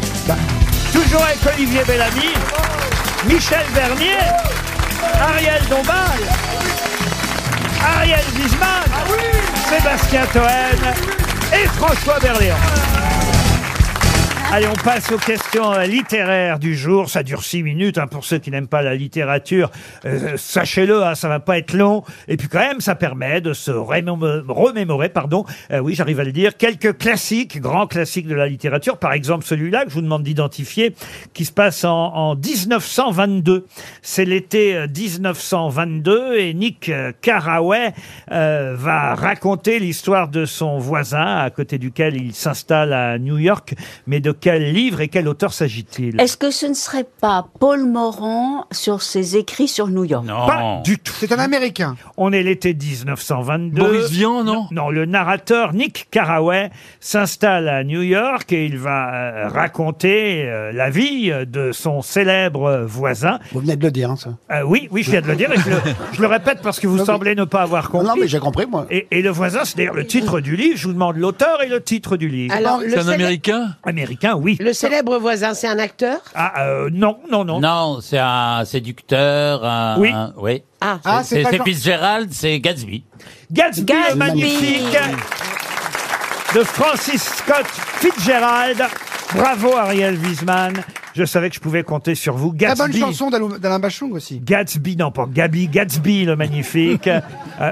Speaker 2: Toujours avec Olivier Bellamy, Michel Vernier, Ariel Dombal, Ariel Wiesmann, Sébastien Toen et François Berléand. Allez, on passe aux questions euh, littéraires du jour. Ça dure six minutes hein, pour ceux qui n'aiment pas la littérature. euh, Sachez-le, hein, ça va pas être long. Et puis quand même, ça permet de se rémem- remémorer, pardon. euh, oui, j'arrive à le dire. Quelques classiques, grands classiques de la littérature. Par exemple, celui-là que je vous demande d'identifier, qui se passe en, en 1922. C'est l'été euh, 1922 et Nick euh, Carraway euh, va raconter l'histoire de son voisin à côté duquel il s'installe à New York. Mais de quel livre et quel auteur s'agit-il
Speaker 3: Est-ce que ce ne serait pas Paul Morand sur ses écrits sur New York
Speaker 2: Pas du tout. C'est un Américain. On est l'été 1922.
Speaker 8: Boris Vian, non
Speaker 2: Non, le narrateur Nick Carraway s'installe à New York et il va euh, raconter euh, la vie euh, de son célèbre voisin.
Speaker 6: Vous venez de le dire, hein, ça.
Speaker 2: Euh, oui, oui, je viens de le dire et je le, je le répète parce que vous semblez ne pas avoir compris.
Speaker 6: Non, mais j'ai compris, moi.
Speaker 2: Et, et le voisin, c'est d'ailleurs le titre du livre. Je vous demande l'auteur et le titre du livre.
Speaker 7: Alors, C'est le un célèbre-
Speaker 2: Américain Américain, oui.
Speaker 7: Le célèbre voisin, c'est un acteur
Speaker 2: Ah, euh, non, non, non.
Speaker 5: Non, c'est un séducteur. un-
Speaker 2: Oui.
Speaker 5: un- oui.
Speaker 7: Ah.
Speaker 2: Ah, c'est
Speaker 5: c'est
Speaker 2: pas
Speaker 5: c'est
Speaker 2: Jean-
Speaker 5: Fitzgerald, c'est Gatsby.
Speaker 2: Gatsby,
Speaker 5: Gatsby.
Speaker 2: le Ah, magnifique de Francis Scott Fitzgerald. Bravo Ariel Wiesman. Je savais que je pouvais compter sur vous.
Speaker 4: La
Speaker 2: Gatsby.
Speaker 4: bonne chanson d'Alou- d'Alain Bachung aussi.
Speaker 2: Gatsby, non pas Gabi, Gatsby le magnifique. Euh,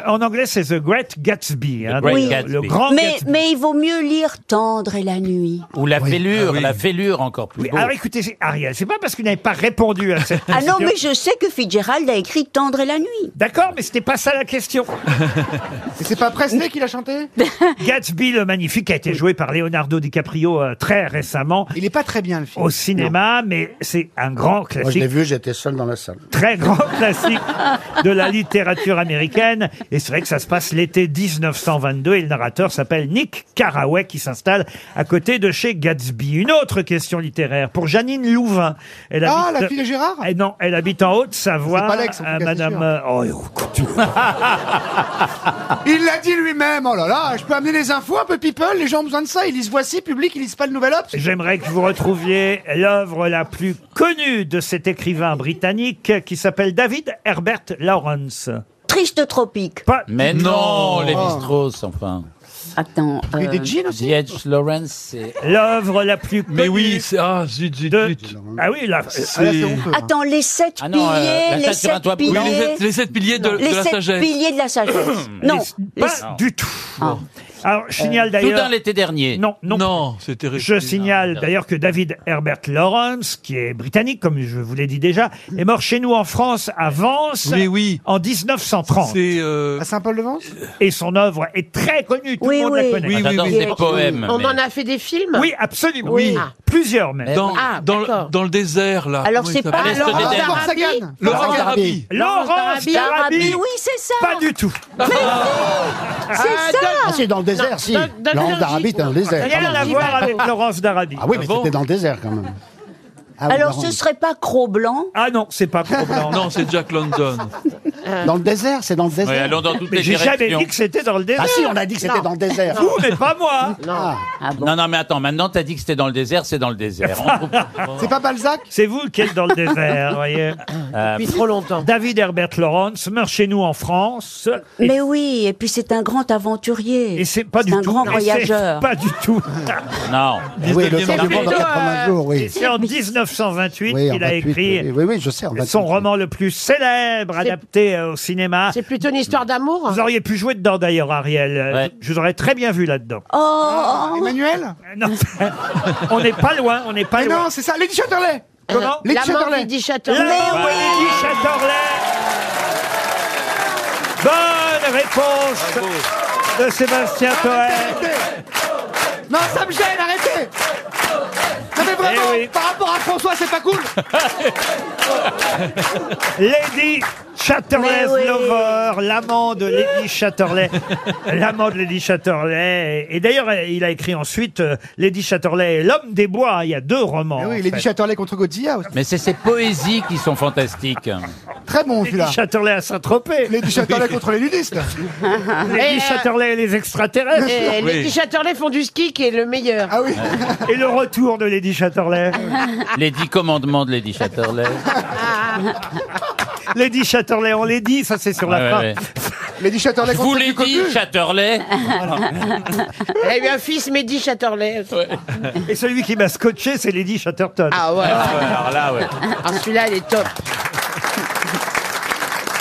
Speaker 2: en anglais, c'est The Great Gatsby. hein,
Speaker 5: Great
Speaker 2: donc,
Speaker 5: Gatsby.
Speaker 2: Le grand
Speaker 3: mais,
Speaker 2: Gatsby.
Speaker 3: mais il vaut mieux lire Tendre et la nuit.
Speaker 5: Ou la fêlure, la fêlure encore plus
Speaker 2: Ah Oui,
Speaker 5: beau.
Speaker 2: alors écoutez, c'est- Ariel, c'est pas parce que vous n'avez pas répondu à cette
Speaker 3: Ah
Speaker 2: question.
Speaker 3: non, mais je sais que Fitzgerald a écrit Tendre et la nuit.
Speaker 2: D'accord, mais c'était pas ça la question.
Speaker 4: Et c'est pas Presley qui l'a chanté
Speaker 2: Gatsby le magnifique a été joué par Leonardo DiCaprio euh, très récemment
Speaker 4: Il est pas très bien, le film.
Speaker 2: au cinéma, mais c'est un grand
Speaker 6: Moi, je l'ai
Speaker 2: classique.
Speaker 6: vu, j'étais seul dans la salle.
Speaker 2: très grand classique de la littérature américaine. Et c'est vrai que ça se passe l'été 1922 et le narrateur s'appelle Nick Carraway qui s'installe à côté de chez Gatsby. Une autre question littéraire pour Janine Louvain. Elle
Speaker 4: Ah, la fille de Gérard
Speaker 2: Eh non, elle habite en Haute-Savoie.
Speaker 4: C'est pas Lex, en tout
Speaker 2: à
Speaker 4: cas, c'est
Speaker 2: Madame.
Speaker 4: sûr.
Speaker 2: euh, oh, oh,
Speaker 4: Il l'a dit lui-même, oh là là, je peux amener les infos un peu people, les gens ont besoin de ça, ils lisent Voici, public, ils lisent pas le Nouvel Obs.
Speaker 2: J'aimerais que vous retrouviez l'œuvre la plus connue de cet écrivain britannique qui s'appelle David Herbert Lawrence.
Speaker 3: Triste tropique.
Speaker 2: Pas-
Speaker 5: Mais non,
Speaker 2: Oh.
Speaker 5: les strauss enfin.
Speaker 3: Attends. euh,
Speaker 5: D.H. Lawrence, c'est...
Speaker 2: L'œuvre la plus connue.
Speaker 8: Mais oui, c'est. Ah, zut, zut,
Speaker 2: de-
Speaker 8: zut.
Speaker 2: Ah oui, là. hein.
Speaker 8: C'est- Euh,
Speaker 3: Attends, les sept
Speaker 5: Ah
Speaker 3: piliers,
Speaker 5: non, euh, la
Speaker 3: les
Speaker 5: tête sur un
Speaker 3: sept
Speaker 5: toit
Speaker 3: piliers.
Speaker 5: brûlant.
Speaker 8: Oui, les sept, les sept piliers de,
Speaker 3: les
Speaker 8: de la
Speaker 3: sept
Speaker 8: sagesse.
Speaker 3: piliers de la sagesse. non,
Speaker 2: Les-
Speaker 3: Hmm. les-
Speaker 2: Pas du tout.
Speaker 3: Ah.
Speaker 2: Alors, je signale d'ailleurs.
Speaker 5: Soudain l'été dernier.
Speaker 2: Non, non.
Speaker 8: Non, c'était
Speaker 2: Je signale d'ailleurs que David Herbert Lawrence, qui est britannique, comme je vous l'ai dit déjà, est mort chez nous en France à Vence
Speaker 8: Oui, oui.
Speaker 2: en 1930.
Speaker 8: C'est. euh,
Speaker 4: À Saint-Paul-de-Vence
Speaker 2: Et son œuvre est très connue, tout
Speaker 3: Oui,
Speaker 2: le monde
Speaker 3: oui.
Speaker 2: la connaît.
Speaker 7: Ah,
Speaker 8: Oui, oui,
Speaker 5: J'adore
Speaker 8: oui.
Speaker 5: ses poèmes.
Speaker 7: On
Speaker 5: mais-
Speaker 7: en a fait des films
Speaker 2: Oui, absolument.
Speaker 3: Oui.
Speaker 2: Ah. Plusieurs même.
Speaker 8: Dans,
Speaker 7: Ah,
Speaker 8: dans, le,
Speaker 7: d'accord.
Speaker 8: dans le désert, là.
Speaker 3: Alors,
Speaker 8: Comment
Speaker 3: c'est
Speaker 8: il
Speaker 3: pas
Speaker 8: s'appelle
Speaker 3: Laurent
Speaker 5: Laurent
Speaker 3: Darabi.
Speaker 4: Laurent Sagan
Speaker 8: Laurent Ah,
Speaker 6: Laurence
Speaker 8: Darabi.
Speaker 2: Laurence
Speaker 3: Darabi,
Speaker 2: Darabi,
Speaker 3: oui, c'est ça.
Speaker 2: pas du tout.
Speaker 3: C'est ça.
Speaker 6: Ah, si, dans le désert, si.
Speaker 7: dans- dans
Speaker 6: Laurence
Speaker 7: l'énergie.
Speaker 6: Darabi, dans le désert.
Speaker 2: Rien
Speaker 6: pardon.
Speaker 2: à voir avec Laurence Darabi.
Speaker 6: Ah oui, mais
Speaker 8: Ah bon
Speaker 6: c'était dans le désert quand même.
Speaker 3: Alors, ce serait pas Cro-Blanc
Speaker 2: Ah non, c'est pas Cro-Blanc.
Speaker 8: non, c'est Jack London.
Speaker 3: Euh.
Speaker 6: Dans le désert, c'est dans le désert.
Speaker 8: Ouais, allons dans toutes
Speaker 2: Mais
Speaker 8: les
Speaker 2: j'ai jamais
Speaker 8: directions.
Speaker 2: dit que c'était dans le désert.
Speaker 6: Ah si, on a dit que c'était dans le désert.
Speaker 2: Vous, mais pas moi.
Speaker 6: Ah.
Speaker 5: Non, non, mais attends, maintenant t'as dit que c'était dans le désert, c'est dans le désert. On trouve-
Speaker 4: C'est pas Balzac
Speaker 2: C'est vous qui êtes Ah, dans le désert, voyez.
Speaker 5: Depuis
Speaker 2: trop longtemps. Euh, David Herbert Lawrence meurt chez nous en France. Et-
Speaker 3: Mais oui, et puis c'est un grand aventurier.
Speaker 2: Et c'est pas du
Speaker 3: un
Speaker 2: tout.
Speaker 3: grand
Speaker 2: et c'est
Speaker 3: voyageur.
Speaker 2: Pas du tout.
Speaker 5: Non.
Speaker 6: Oui, le temps du monde en 80 jours,
Speaker 2: Et
Speaker 6: oui.
Speaker 2: C'est en 1928
Speaker 6: euh, Oui, en
Speaker 2: qu'il a
Speaker 6: 28,
Speaker 2: écrit
Speaker 6: oui, oui, oui, je sais, en 28.
Speaker 2: son roman le plus célèbre adapté euh, au cinéma.
Speaker 7: C'est plutôt une histoire d'amour
Speaker 2: Vous auriez pu jouer dedans d'ailleurs, Ariel. Euh, Je vous aurais très bien vu là-dedans.
Speaker 4: Oh Emmanuel
Speaker 2: Euh, Non, on n'est pas loin, on n'est pas
Speaker 4: Mais
Speaker 2: loin.
Speaker 4: non, c'est ça, Lady Chatterley
Speaker 2: Comment
Speaker 4: Lady Eh
Speaker 7: La mort
Speaker 4: Chatterley.
Speaker 7: d'Eddie
Speaker 2: La
Speaker 7: Chatterley.
Speaker 2: mort d'Eddie Chatterley Bonne réponse de Sébastien Toer.
Speaker 4: Non, ça me gêne, arrêtez Non mais vraiment,
Speaker 2: Eh oui.
Speaker 4: par rapport à François, c'est pas cool
Speaker 2: Lady Chatterley's
Speaker 3: Mais oui.
Speaker 2: Lover, l'amant de Lady Chatterley. l'amant de Lady Chatterley. Et d'ailleurs, il a écrit ensuite euh, Lady Chatterley et l'homme des bois. Il y a deux romans.
Speaker 4: Eh oui,
Speaker 2: Ah, en
Speaker 4: Lady
Speaker 2: fait.
Speaker 4: Chatterley contre Godzilla aussi.
Speaker 5: Mais c'est ces poésies qui sont fantastiques.
Speaker 4: Très bon celui-là
Speaker 2: Lady Chatterley à Saint-Tropez.
Speaker 4: Lady Chatterley contre les nudistes
Speaker 2: Lady
Speaker 7: euh,
Speaker 2: Chatterley et les extraterrestres.
Speaker 7: Et
Speaker 8: Oui.
Speaker 7: Lady Chatterley font du ski qui est le meilleur.
Speaker 4: Ah oui
Speaker 2: Et le retour de Lady Chatterley.
Speaker 5: Les dix commandements de Lady Chatterley.
Speaker 2: Lady Chatterley, on les dit, ça c'est sur la
Speaker 5: Ouais,
Speaker 2: fin.
Speaker 5: ouais, ouais.
Speaker 4: Lady Chatterley
Speaker 5: Je vous
Speaker 4: contre
Speaker 5: l'ai
Speaker 4: du
Speaker 5: dit,
Speaker 4: cocu
Speaker 5: Chatterley.
Speaker 2: Ah,
Speaker 7: Elle a eu un Eh fils, Mehdi Chatterley.
Speaker 2: Et celui qui m'a scotché, c'est Lady Chatterton.
Speaker 7: Ah ouais.
Speaker 5: Ah ouais, alors là, ouais.
Speaker 7: Ah, celui-là, il est top.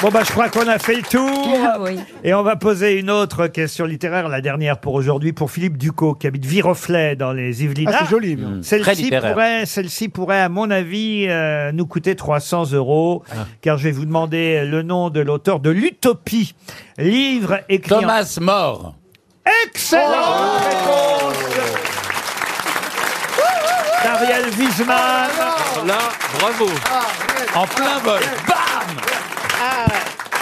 Speaker 2: Bon bah je crois qu'on a fait le tour.
Speaker 3: Ah oui.
Speaker 2: Et on va poser une autre question littéraire, la dernière pour aujourd'hui, pour Philippe Ducot, qui habite Viroflay dans les Yvelines.
Speaker 4: Ah, c'est joli mais.
Speaker 5: Très
Speaker 2: Hmm. Celle-ci
Speaker 5: littéraire.
Speaker 2: pourrait, celle-ci pourrait, à mon avis, euh, nous coûter 300 euros,
Speaker 5: Ah.
Speaker 2: car je vais vous demander le nom de l'auteur de l'Utopie, livre écrit. en-
Speaker 5: Thomas More.
Speaker 2: Excellente réponse d'Ariel Wiesmann.
Speaker 8: Là, bravo.
Speaker 5: En plein vol.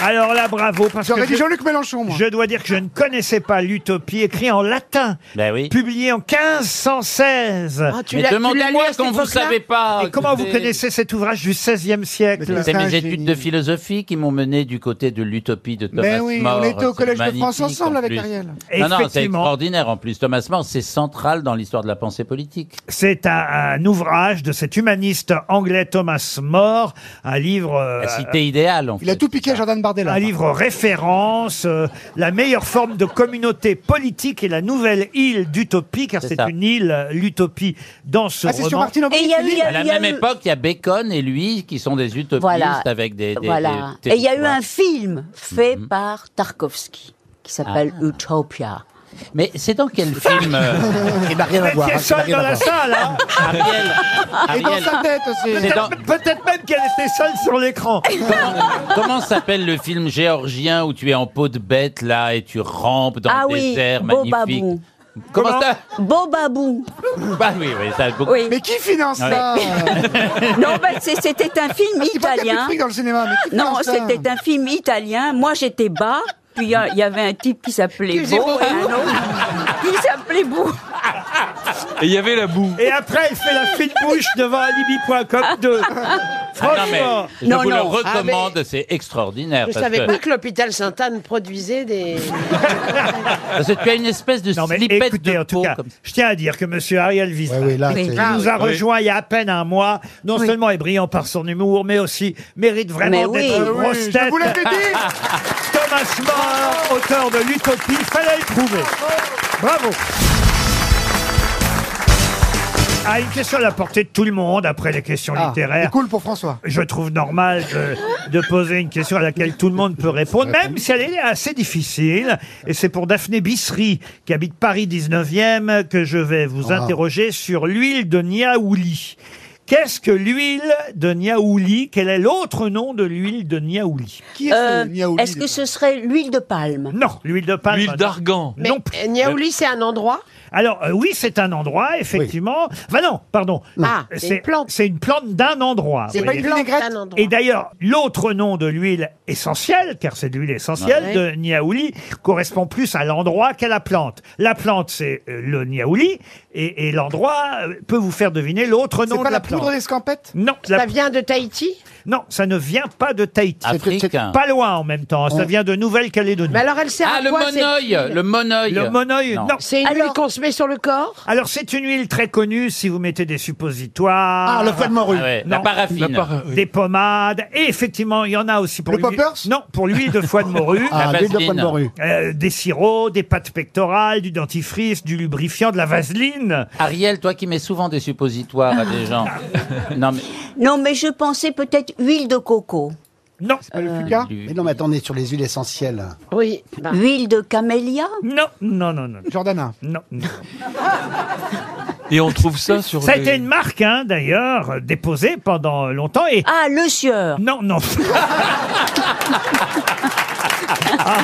Speaker 2: Alors là, bravo, parce que
Speaker 4: J'aurais dit
Speaker 2: je,
Speaker 4: Jean-Luc Mélenchon, moi
Speaker 2: je dois dire que je ne connaissais pas l'Utopie, écrit en latin,
Speaker 5: Ben oui.
Speaker 2: publié en 1516.
Speaker 7: Ah, tu
Speaker 5: Mais
Speaker 7: l'as- tu l'as lu à
Speaker 5: demandez-moi
Speaker 7: cette
Speaker 5: quand vous
Speaker 7: époque-là
Speaker 5: savez pas.
Speaker 2: Et comment vous
Speaker 5: écoutez.
Speaker 2: connaissez cet ouvrage du XVIe siècle
Speaker 4: Mais
Speaker 5: C'est
Speaker 4: C'est un
Speaker 5: mes
Speaker 4: génie.
Speaker 5: études de philosophie qui m'ont mené du côté de l'utopie de Thomas
Speaker 4: Mais oui, on
Speaker 5: More.
Speaker 4: était au
Speaker 5: C'est
Speaker 4: Collège de France
Speaker 5: magnifique,
Speaker 4: ensemble
Speaker 5: en
Speaker 4: avec
Speaker 5: plus.
Speaker 4: Ariel.
Speaker 5: Non, non, c'est
Speaker 2: Effectivement.
Speaker 5: extraordinaire en plus. Thomas More, c'est central dans l'histoire de la pensée politique.
Speaker 2: C'est un, un ouvrage de cet humaniste anglais Thomas More, un livre, euh,
Speaker 5: La cité idéale, en fait.
Speaker 4: Il a tout piqué à Jordan Bardella
Speaker 2: un livre référence, euh, la meilleure forme de communauté politique et la nouvelle île d'utopie, car
Speaker 5: C'est
Speaker 2: c'est
Speaker 5: ça.
Speaker 2: une île, euh, l'utopie, dans ce
Speaker 4: Ah c'est sur
Speaker 2: roman.
Speaker 4: Martine
Speaker 3: Et il y a eu, il y
Speaker 5: À
Speaker 3: a,
Speaker 5: la
Speaker 3: il y a
Speaker 5: même
Speaker 3: eu-
Speaker 5: époque, il y a Bacon et lui qui sont des utopistes
Speaker 3: Voilà.
Speaker 5: avec des. des-
Speaker 3: voilà.
Speaker 5: des
Speaker 3: Et il y a eu
Speaker 5: territoires.
Speaker 3: un film fait par Tarkovsky qui s'appelle Utopia.
Speaker 5: Mais c'est dans quel film euh,
Speaker 6: Il n'a rien
Speaker 2: Vous
Speaker 6: à voir.
Speaker 2: étiez
Speaker 6: hein, il n'a
Speaker 2: seul
Speaker 6: rien
Speaker 2: dans
Speaker 6: à
Speaker 2: la
Speaker 6: voir.
Speaker 2: salle, hein
Speaker 4: Ah,
Speaker 5: Ariel,
Speaker 4: Et dans
Speaker 5: Ariel,
Speaker 4: sa tête aussi
Speaker 5: c'est dans-
Speaker 2: Peut-être même qu'elle était seule sur l'écran.
Speaker 5: Comment s'appelle le film géorgien où tu es en peau de bête là et tu rampes dans
Speaker 3: ah
Speaker 5: le
Speaker 3: oui,
Speaker 5: désert magnifique
Speaker 3: Bobabou.
Speaker 5: Comment ça
Speaker 3: Bobabou.
Speaker 5: Bah oui, oui, ça a beaucoup.
Speaker 3: Oui.
Speaker 4: Mais qui finance
Speaker 5: Ouais.
Speaker 4: ça Ah,
Speaker 3: non, ben, c'est- c'était un film
Speaker 4: C'est pas qu'il y
Speaker 3: italien.
Speaker 4: a plus de fric dans le cinéma, mais qui
Speaker 3: Non,
Speaker 4: finance ça
Speaker 3: c'était un film italien. Moi, j'étais bas. Puis il y a- il y avait un type qui s'appelait
Speaker 7: faisait
Speaker 3: Beau et
Speaker 4: ah,
Speaker 7: Bobabou.
Speaker 3: un autre qui s'appelait Beau.
Speaker 8: Et il y avait la boue.
Speaker 2: Et après, elle fait la fine bouche devant alibi.com 2.
Speaker 5: Ah non, mais
Speaker 2: Franchement.
Speaker 5: je
Speaker 3: Non,
Speaker 5: vous le
Speaker 3: non.
Speaker 7: Ah,
Speaker 3: Ah,
Speaker 5: recommande, c'est extraordinaire.
Speaker 7: Je
Speaker 5: Parce
Speaker 7: savais
Speaker 5: que,
Speaker 7: pas que l'hôpital Sainte-Anne produisait des.
Speaker 5: parce que tu as une espèce de
Speaker 2: Non, mais
Speaker 5: slipette
Speaker 2: écoutez,
Speaker 5: de
Speaker 2: en tout
Speaker 5: peau
Speaker 2: cas,
Speaker 5: comme ça. Ah,
Speaker 2: je tiens à dire que monsieur Ariel
Speaker 6: Ouais,
Speaker 2: Wiesmann,
Speaker 6: oui, là,
Speaker 3: Oui.
Speaker 6: c'est-
Speaker 2: qui nous a
Speaker 8: oui.
Speaker 2: rejoint il y a à peine un mois, non
Speaker 3: Oui.
Speaker 2: seulement est brillant par son humour, mais aussi mérite
Speaker 3: Mais
Speaker 2: vraiment
Speaker 3: oui.
Speaker 2: d'être
Speaker 3: Ah
Speaker 2: une
Speaker 4: Oui,
Speaker 2: grosse
Speaker 4: je
Speaker 2: tête.
Speaker 4: vous l'avais dit
Speaker 2: Thomas More, auteur de l'Utopie, fallait le trouver. Bravo. Ah, une question à la portée de tout le monde après les questions
Speaker 4: Ah,
Speaker 2: littéraires.
Speaker 4: C'est cool pour François
Speaker 2: Je trouve normal de, de poser une question à laquelle tout le monde peut répondre, même si elle est assez difficile. Et c'est pour Daphné Bissery, qui habite Paris 19e, que je vais vous
Speaker 4: Ah.
Speaker 2: interroger sur l'huile de Niaouli. Qu'est-ce que l'huile de Niaouli Quel est l'autre nom de l'huile de Niaouli
Speaker 4: Qui est
Speaker 3: Euh,
Speaker 4: ce Niaouli
Speaker 3: Est-ce que ce serait l'huile de palme
Speaker 2: Non, l'huile de palme.
Speaker 8: L'huile d'argan.
Speaker 7: Mais
Speaker 2: Non. plus.
Speaker 7: euh, Niaouli, c'est un endroit.
Speaker 2: Alors euh, oui, c'est un endroit, effectivement. Enfin non, pardon.
Speaker 7: Ah, c'est une plante.
Speaker 2: C'est une plante d'un endroit.
Speaker 7: C'est
Speaker 2: vous
Speaker 7: pas
Speaker 2: voyez.
Speaker 7: une plante,
Speaker 4: vinaigrette.
Speaker 7: c'est un endroit.
Speaker 2: Et d'ailleurs, l'autre nom de l'huile essentielle, car c'est de l'huile essentielle,
Speaker 7: Ouais.
Speaker 2: de niaouli, correspond plus à l'endroit qu'à la plante. La plante, c'est euh, le niaouli, et, et l'endroit euh, peut vous faire deviner l'autre nom
Speaker 4: pas
Speaker 2: de la,
Speaker 4: la
Speaker 2: poudre
Speaker 7: d'escampette
Speaker 2: Non.
Speaker 7: Ça vient de Tahiti
Speaker 2: Non, ça ne vient pas de Tahiti.
Speaker 5: Afrique.
Speaker 2: C'est- c'est Pas loin en même temps. Ça
Speaker 5: On-
Speaker 2: vient de Nouvelle-Calédonie.
Speaker 7: Mais alors elle sert
Speaker 5: Ah,
Speaker 7: à
Speaker 5: le
Speaker 7: quoi
Speaker 5: monoï,
Speaker 7: cette huile
Speaker 5: le monoï.
Speaker 2: Le monoï, non.
Speaker 7: C'est une huile qu'on se met sur le corps
Speaker 2: Alors, c'est une huile très connue si vous mettez des suppositoires.
Speaker 5: Ah, le foie de morue. Ah ouais, la
Speaker 2: Non.
Speaker 5: paraffine. La para-
Speaker 2: Des pommades. Et effectivement, il y en a aussi pour
Speaker 4: Le
Speaker 2: l'huile- Non, pour l'huile de foie de morue.
Speaker 6: Ah, La l'huile de vaseline. foie de morue.
Speaker 2: Euh, des sirops, des pâtes pectorales, du dentifrice, du lubrifiant, de la Ah, vaseline.
Speaker 5: Ariel, toi qui mets souvent des suppositoires à des gens. non, mais
Speaker 3: Non, mais je pensais peut-être huile de coco. Euh,
Speaker 2: Non,
Speaker 6: c'est pas le fuca Ah. Mais non, mais attendez, sur les huiles essentielles.
Speaker 7: Oui.
Speaker 3: bah. Huile de camélia
Speaker 2: Non, non, non, non.
Speaker 4: Jordana
Speaker 2: Non. non.
Speaker 8: Et on trouve ça sur.
Speaker 2: Ça a
Speaker 8: les-
Speaker 2: été une marque, hein, d'ailleurs, euh, déposée pendant longtemps. Et...
Speaker 3: Ah, le sieur
Speaker 2: Non, non.
Speaker 5: Ah,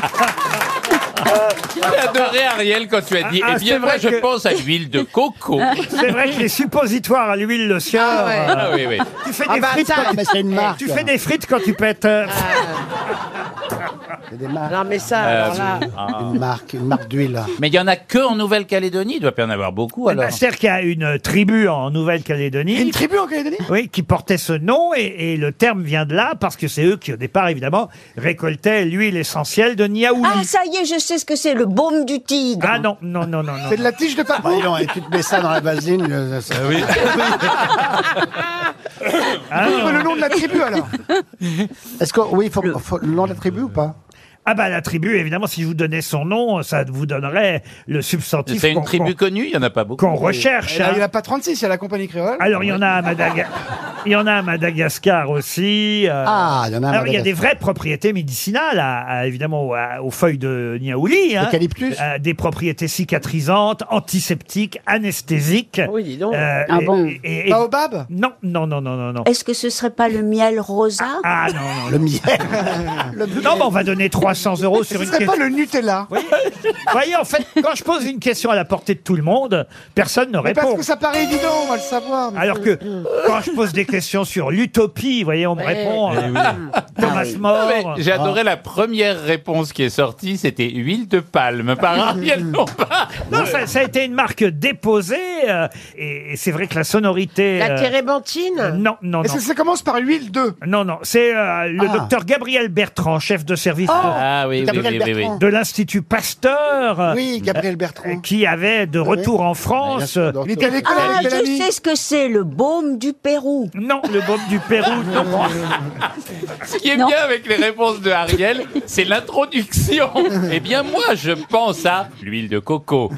Speaker 5: J'ai adoré Ariel quand tu as dit.
Speaker 2: Ah,
Speaker 5: eh bien,
Speaker 2: c'est
Speaker 5: moi,
Speaker 2: vrai
Speaker 5: je
Speaker 2: que-
Speaker 5: pense à l'huile de coco.
Speaker 2: C'est vrai que les suppositoires à l'huile de sieur. euh,
Speaker 5: Ah ouais. Ah oui, oui.
Speaker 2: Tu fais
Speaker 5: Ah
Speaker 2: des
Speaker 5: bah,
Speaker 2: frites
Speaker 5: ça,
Speaker 2: quand
Speaker 5: mais c'est une marque.
Speaker 2: Tu fais des frites quand tu pètes. euh,
Speaker 7: Non mais ça,
Speaker 5: Euh,
Speaker 7: alors là...
Speaker 5: Une marque, une marque d'huile. Ah. Mais il y en a que en Nouvelle-Calédonie. Il doit pas y en avoir beaucoup alors.
Speaker 2: Bah, C'est-à-dire qu'il y a une tribu en Nouvelle-Calédonie. Une
Speaker 4: tribu en Calédonie
Speaker 2: Oui, qui portait ce nom et, et le terme vient de là parce que c'est eux qui, au départ, évidemment, récoltaient l'huile essentielle de Niaouli.
Speaker 3: Ah, ça y est, je sais ce que c'est, le baume du tigre.
Speaker 2: Ah non, non, non, non. non.
Speaker 3: C'est de
Speaker 4: la tige de
Speaker 6: Bah, dis donc, et tu te mets ça dans la vaseline. euh, ça-
Speaker 2: Ah, non.
Speaker 4: le nom de la tribu alors
Speaker 6: Est-ce que oui, il faut, faut le nom de la tribu ou pas
Speaker 2: Ah bah la tribu, évidemment, si je vous donnais son nom, ça vous donnerait le substantif.
Speaker 5: C'est une
Speaker 2: qu'on-
Speaker 5: tribu
Speaker 2: qu'on-
Speaker 5: connue. Il y en a pas beaucoup.
Speaker 2: qu'on recherche.
Speaker 4: Il
Speaker 2: hein.
Speaker 4: n'y en a pas 36, il y a la compagnie créole.
Speaker 2: Alors, il y en a à Madagascar. Il y en a à Madagascar aussi. euh.
Speaker 6: Ah, il y en a à
Speaker 2: Alors, il y a
Speaker 6: Madagascar.
Speaker 2: des vraies propriétés médicinales, à- à- évidemment, à- aux feuilles de Niaouli. hein.
Speaker 6: Eucalyptus.
Speaker 2: Euh, des propriétés cicatrisantes, antiseptiques, anesthésiques.
Speaker 7: Oui, dis donc.
Speaker 2: Euh,
Speaker 3: Ah
Speaker 2: et-
Speaker 3: bon.
Speaker 2: et- et-
Speaker 4: Baobab
Speaker 2: Non, non, non, non, non, non.
Speaker 3: Est-ce que ce serait pas le miel rosa
Speaker 2: Ah non, non.
Speaker 6: Le miel.
Speaker 2: Non, mais on va donner 300 euros oh, sur
Speaker 4: Ce
Speaker 2: une
Speaker 4: serait
Speaker 2: question.
Speaker 4: pas le Nutella
Speaker 2: Vous voyez, en fait, quand je pose une question à la portée de tout le monde, personne ne
Speaker 4: Mais parce
Speaker 2: répond.
Speaker 4: que ça paraît évident, on va le savoir. mais-
Speaker 2: Alors que quand je pose des questions sur l'utopie, vous voyez, on me répond.
Speaker 5: Eh
Speaker 2: euh, Thomas
Speaker 5: Ah Non, mais
Speaker 2: More.
Speaker 5: J'ai adoré la première réponse qui est sortie, c'était huile de palme par Ariel Lombard.
Speaker 2: Non, Ah. ça, ça a été une marque déposée, euh, et, et c'est vrai que la sonorité.
Speaker 7: La
Speaker 2: euh,
Speaker 7: térébenthine
Speaker 2: euh, non, non, non.
Speaker 4: Est-ce que ça commence par huile 2
Speaker 2: Non, non, c'est euh, le
Speaker 4: Ah.
Speaker 2: docteur Gabriel Bertrand, chef de service
Speaker 5: Ah oui, oui,
Speaker 6: Gabriel
Speaker 5: oui, oui, oui.
Speaker 6: Bertrand.
Speaker 2: de, de l'Institut Pasteur,
Speaker 6: Oui, Gabriel Bertrand.
Speaker 2: euh, qui avait de
Speaker 6: oui.
Speaker 2: retour en
Speaker 6: Bien
Speaker 2: France. euh,
Speaker 6: sûr, dans-
Speaker 4: Il était à l'école
Speaker 3: Ah,
Speaker 4: avec
Speaker 3: je
Speaker 4: Bellamy
Speaker 3: sais ce que c'est, le baume du Pérou. Ah,
Speaker 2: Non, le baume du Pérou, non.
Speaker 5: Ce qui est bien avec les réponses de Ariel, c'est l'introduction. Eh bien, moi, je pense à l'huile de coco.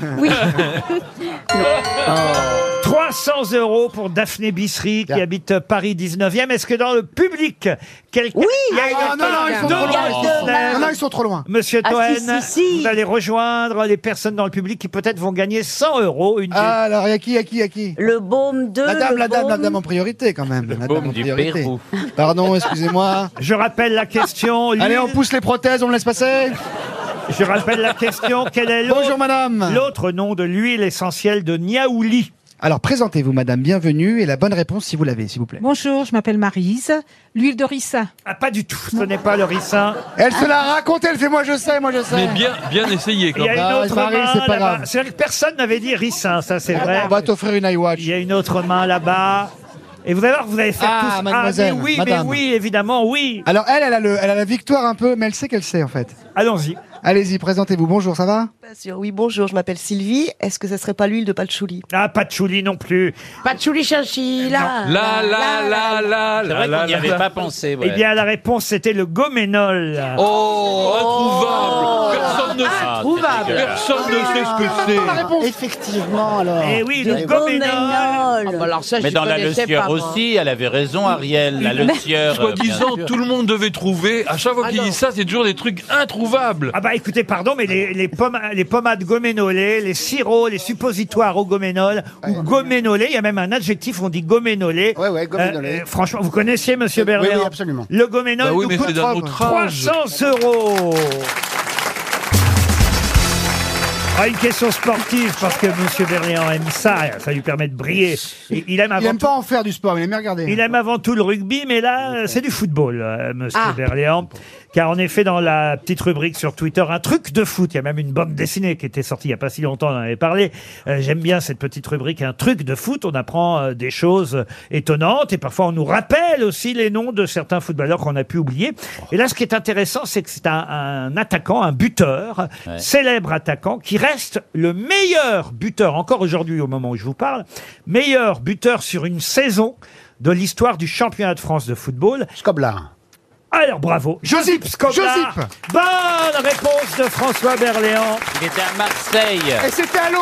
Speaker 2: 300 Oh. euros pour Daphné Bissery qui habite Paris 19e. Est-ce que dans le public, quelqu'un...
Speaker 3: Oui,
Speaker 2: Il y a
Speaker 4: Ah, non, non, ils sont
Speaker 2: Non,
Speaker 4: trop loin.
Speaker 2: non,
Speaker 4: ils sont-
Speaker 2: non.
Speaker 4: Non, non, ils sont trop loin.
Speaker 2: Monsieur
Speaker 3: Ah,
Speaker 2: Toen,
Speaker 3: si, si, si.
Speaker 2: vous allez rejoindre les personnes dans le public qui peut-être vont gagner 100 euros. Une
Speaker 4: Ah, alors, il y a qui, il y a qui, il y a qui
Speaker 3: Le baume de...
Speaker 4: La dame,
Speaker 3: le
Speaker 4: la dame, la
Speaker 3: baume-
Speaker 4: dame en priorité quand même. La dame
Speaker 5: baume
Speaker 4: en
Speaker 5: du
Speaker 4: priorité.
Speaker 5: Pérou.
Speaker 4: Pardon, excusez-moi.
Speaker 2: Je rappelle la question. l'huile-
Speaker 4: Allez, on pousse les prothèses, on me laisse passer.
Speaker 2: Je rappelle la question. Quel est l'autre-
Speaker 4: Bonjour madame.
Speaker 2: l'autre nom de l'huile essentielle de Niaouli
Speaker 4: Alors présentez-vous madame, bienvenue et la bonne réponse si vous l'avez s'il vous plaît.
Speaker 17: Bonjour, je m'appelle Marise. L'huile de ricin.
Speaker 2: Ah, pas du tout. Ce n'est pas le ricin.
Speaker 4: Elle se la raconte, elle fait moi je sais, moi je sais.
Speaker 8: Mais bien, bien essayé
Speaker 2: Il
Speaker 8: quand
Speaker 2: y a
Speaker 8: même.
Speaker 2: une
Speaker 4: Ah,
Speaker 2: autre
Speaker 4: Marie,
Speaker 2: main
Speaker 4: c'est pas
Speaker 2: là-bas.
Speaker 4: grave.
Speaker 2: Bah, C'est vrai que personne n'avait dit ricin, ça c'est vrai.
Speaker 4: On va t'offrir une
Speaker 2: Il
Speaker 4: iWatch.
Speaker 2: y a une autre main là-bas. Et vous allez voir que vous allez faire
Speaker 4: Ah,
Speaker 2: tous...
Speaker 4: mademoiselle,
Speaker 2: mais oui,
Speaker 4: madame.
Speaker 2: mais oui, évidemment, oui.
Speaker 4: Alors elle, elle a, le, elle a la victoire un peu, mais elle sait qu'elle sait en fait.
Speaker 2: Allons-y.
Speaker 4: Allez-y, présentez-vous. Bonjour, ça va
Speaker 18: Pas sûr. Oui, bonjour, je m'appelle Sylvie. Est-ce que ça serait pas l'huile de patchouli
Speaker 2: Ah, pas de chouli non plus.
Speaker 7: Patchouli chanchi, là
Speaker 2: Ah,
Speaker 8: La la la la
Speaker 5: C'est vrai
Speaker 8: la
Speaker 5: qu'on
Speaker 8: la
Speaker 5: n'y
Speaker 8: la.
Speaker 5: avait
Speaker 8: la.
Speaker 5: pas pensé. ouais.
Speaker 2: Eh bien, la réponse, c'était le goménol.
Speaker 8: Oh, introuvable. Personne ne sait.
Speaker 5: Ah,
Speaker 7: Trouvable.
Speaker 5: c'est dégueulasse.
Speaker 8: Personne ne
Speaker 7: Ah,
Speaker 8: sait ce que c'est.
Speaker 6: Effectivement, alors.
Speaker 2: Eh oui,
Speaker 3: Le
Speaker 2: le goménol.
Speaker 7: Ah, bah
Speaker 3: goménol
Speaker 7: alors ça,
Speaker 5: Mais
Speaker 7: je
Speaker 5: dans la
Speaker 7: connaissais
Speaker 5: lecière
Speaker 7: pas, moi.
Speaker 5: aussi, elle avait raison, Ariel. La lecière. euh,
Speaker 8: Soit
Speaker 5: bien
Speaker 8: disant,
Speaker 5: sûr.
Speaker 8: tout le monde devait trouver. À chaque fois qu'il dit ça, c'est toujours des trucs introuvables.
Speaker 2: Ah bah écoutez, pardon, mais les, les, pommes, les pommades goménolées, les sirops, les suppositoires au goménol ou goménolé, il y a même un adjectif, on dit goménolé.
Speaker 6: Ouais, ouais, goménolé.
Speaker 2: Euh, euh, franchement, vous connaissiez Monsieur
Speaker 6: Oui, oui,
Speaker 2: Berléand
Speaker 6: absolument.
Speaker 2: Le goménol
Speaker 8: Bah oui,
Speaker 2: nous
Speaker 8: mais
Speaker 2: coûte
Speaker 8: c'est d'un autre âge.
Speaker 2: 300 euros. Ah, une question sportive, parce que Monsieur Berléand aime ça, ça lui permet de briller. Et il aime
Speaker 4: Il
Speaker 2: avant
Speaker 4: aime
Speaker 2: tout,
Speaker 4: pas en faire du sport, il aime bien regarder.
Speaker 2: il aime avant tout le rugby, mais là, c'est du football, euh, Monsieur
Speaker 7: Ah.
Speaker 2: Berléand. Car en effet, dans la petite rubrique sur Twitter, un truc de foot, il y a même une bande dessinée qui était sortie il n'y a pas si longtemps, on en avait parlé. Euh, J'aime bien cette petite rubrique, un truc de foot, on apprend euh, des choses étonnantes et parfois on nous rappelle aussi les noms de certains footballeurs qu'on a pu oublier. Et là, ce qui est intéressant, c'est que c'est un, un attaquant, un buteur, célèbre attaquant, qui reste le meilleur buteur, encore aujourd'hui au moment où je vous parle, meilleur buteur sur une saison de l'histoire du championnat de France de football. Scoblar. Alors bravo. Josip Scoblar.
Speaker 4: Josip.
Speaker 2: Bonne réponse de François Berléand.
Speaker 5: Il était à Marseille.
Speaker 4: Et c'était à l'OM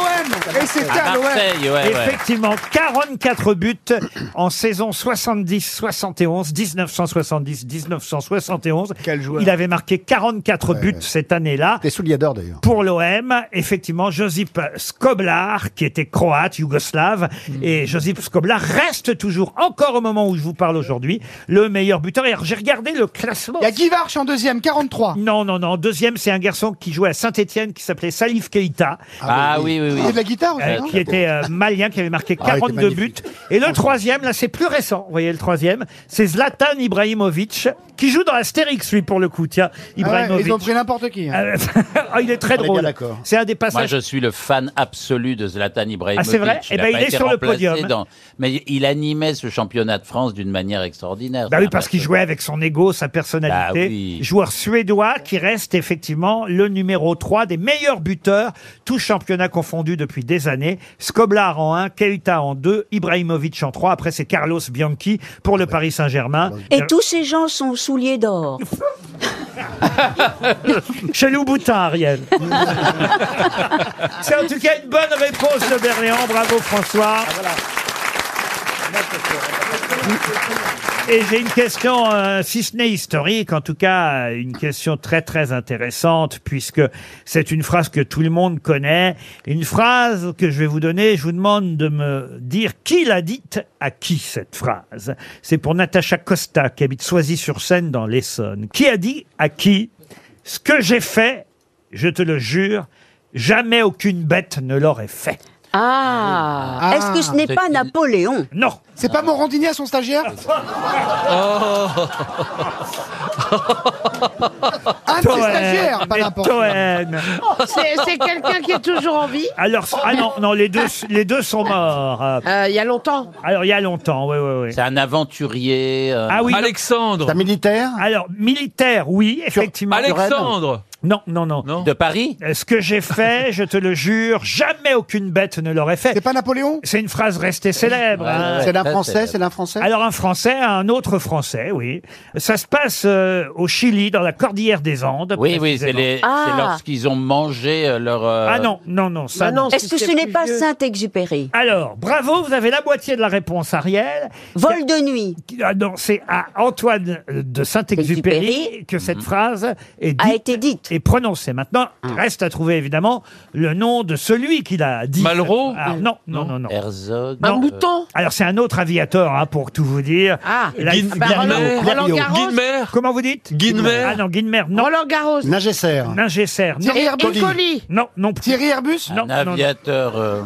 Speaker 4: Et c'était
Speaker 5: À
Speaker 4: à l'OM
Speaker 5: Marseille, ouais, ouais.
Speaker 2: Effectivement, 44 buts en saison 70-71, 1970-1971. Il avait marqué 44 buts cette année-là.
Speaker 6: Des souliers d'or d'ailleurs.
Speaker 2: Pour l'OM, effectivement, Josip Skoblar, qui était croate, yougoslave, et Josip Skoblar reste toujours, encore au moment où je vous parle aujourd'hui, le meilleur buteur. Et alors, j'ai regardé le classement. Il y a Guivarch en deuxième, 43. Non, non, non. Deuxième, c'est un garçon qui jouait à Saint-Etienne, qui s'appelait Salif Keita.
Speaker 5: Ah oui, oui, oui.
Speaker 4: de la guitare aussi, non
Speaker 2: Qui était euh, malien, qui avait marqué
Speaker 4: Ah, il était
Speaker 2: 42 buts.
Speaker 4: magnifique.
Speaker 2: Et le troisième, là, c'est plus récent. Vous voyez, le troisième, c'est Zlatan Ibrahimovic, qui joue dans Astérix, lui, pour le coup. Tiens,
Speaker 4: Ah ouais,
Speaker 2: Ibrahimovic.
Speaker 4: Ils ont pris n'importe qui. hein.
Speaker 2: Euh, ah, il est très
Speaker 4: On est bien
Speaker 2: drôle.
Speaker 4: d'accord.
Speaker 2: C'est un des passages.
Speaker 5: Moi, je suis le fan absolu de Zlatan
Speaker 2: Ah,
Speaker 5: Ibrahimovic.
Speaker 2: c'est vrai Eh
Speaker 5: a
Speaker 2: ben,
Speaker 5: pas
Speaker 2: il est
Speaker 5: été
Speaker 2: sur le
Speaker 5: remplacé
Speaker 2: podium.
Speaker 5: dans- Mais il animait ce championnat de France d'une manière extraordinaire.
Speaker 2: Bah oui, parce qu'il jouait avec son ego, sa personnalité.
Speaker 5: Ah Bah oui.
Speaker 2: Joueur suédois qui reste effectivement le numéro 3 des meilleurs buteurs, tout championnat confondu depuis des années. Skoblar en 1, Keita en 2, Ibrahimovic en 3. Après, c'est Carlos Bianchi pour le Paris Saint-Germain. Euh,
Speaker 3: Et tous ces gens sont souliers d'or.
Speaker 2: Chez Louboutin, Ariel. c'est en tout cas une bonne réponse de Berléand. Bravo, François. Et j'ai une question, euh, si ce n'est historique, en tout cas, euh, une question très très intéressante, puisque c'est une phrase que tout le monde connaît. Une phrase que je vais vous donner, je vous demande de me dire qui l'a dite à qui cette phrase. C'est pour Natacha Costa, qui habite Soisy-sur-Seine dans l'Essonne. Qui a dit à qui ce que j'ai fait, je te le jure, jamais aucune bête ne l'aurait fait.
Speaker 3: Ah, Est-ce que ce n'est pas Napoléon
Speaker 2: Non. Ah.
Speaker 4: C'est pas Morandini à son stagiaire Ah,
Speaker 2: Un
Speaker 4: de ses stagiaires, Ah, pas n'importe
Speaker 7: C'est c'est quelqu'un qui est toujours en vie
Speaker 2: Alors, ah non, non, les deux, les deux sont morts. Euh,
Speaker 7: Euh, Il y a longtemps.
Speaker 2: Alors, il y a longtemps, oui, oui, oui.
Speaker 5: C'est un aventurier. euh,
Speaker 2: Ah oui.
Speaker 5: Alex-
Speaker 8: Alexandre.
Speaker 2: un militaire Alors, militaire, oui, effectivement.
Speaker 8: Alexandre.
Speaker 2: Non, non, non.
Speaker 5: De Paris
Speaker 2: Euh, Ce que j'ai fait, je te le jure, jamais aucune bête ne l'aurait fait. C'est pas Napoléon C'est une phrase restée célèbre.
Speaker 6: Ouais,
Speaker 2: hein.
Speaker 6: ouais, C'est d'un très Français, célèbre. c'est d'un Français
Speaker 2: Alors un Français, un autre Français, oui. Ça se passe euh, au Chili, dans la Cordillère des Andes.
Speaker 5: Oui, oui, c'est
Speaker 2: précisément.
Speaker 5: les- c'est lorsqu'ils ont mangé euh, leur. euh,
Speaker 2: Ah non, non, non,
Speaker 7: Bah
Speaker 2: ça non.
Speaker 3: Est-ce que ce n'est pas Saint-Exupéry
Speaker 2: Alors, bravo, vous avez la moitié de la réponse, Ariel.
Speaker 3: Vol de nuit.
Speaker 2: Ah non, c'est à Antoine de Saint-Exupéry
Speaker 3: Exupéry.
Speaker 2: que
Speaker 5: Mmh.
Speaker 2: cette phrase est dite, a été dite et prononcée. Maintenant,
Speaker 7: Ah.
Speaker 2: reste à trouver évidemment le nom de celui qui l'a dit.
Speaker 8: Malraux
Speaker 2: Ah, Non, non, non, non.
Speaker 5: Herzog.
Speaker 2: Non. Euh, Alors c'est un autre aviateur, hein, pour tout vous dire.
Speaker 7: Ah,
Speaker 2: Là,
Speaker 7: Guin-
Speaker 2: il-
Speaker 7: bah, Roland-
Speaker 2: Guillemot.
Speaker 7: Roland
Speaker 2: Guillemot.
Speaker 7: Garros.
Speaker 8: Guinmer.
Speaker 2: Comment vous dites
Speaker 8: Guinmer.
Speaker 2: Ah non, Guinmer, non.
Speaker 7: Roland Garros.
Speaker 2: Ningesser. Ningesser. non.
Speaker 7: Thierry Herboli. Ercoli.
Speaker 2: Non, non plus. Thierry Airbus
Speaker 5: Un aviateur. euh,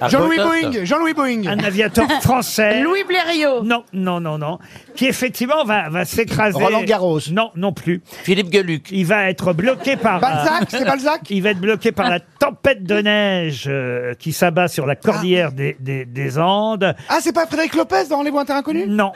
Speaker 5: à
Speaker 4: Jean-Louis
Speaker 5: Potos.
Speaker 4: Boeing Jean-Louis Boeing
Speaker 2: Un aviateur français.
Speaker 7: Louis Blériot.
Speaker 2: Non, non, non, non. Qui effectivement va, va s'écraser.
Speaker 6: Roland Garros.
Speaker 2: Non, non plus.
Speaker 5: Philippe Gueluc.
Speaker 2: Il va être bloqué par. euh,
Speaker 4: Balzac, c'est Balzac
Speaker 2: Il va être bloqué par la tempête de neige euh, qui s'abat sur la cordillère des, des- des Andes.
Speaker 4: Ah, c'est pas Frédéric Lopez dans Les Lointains Inconnus
Speaker 2: Non.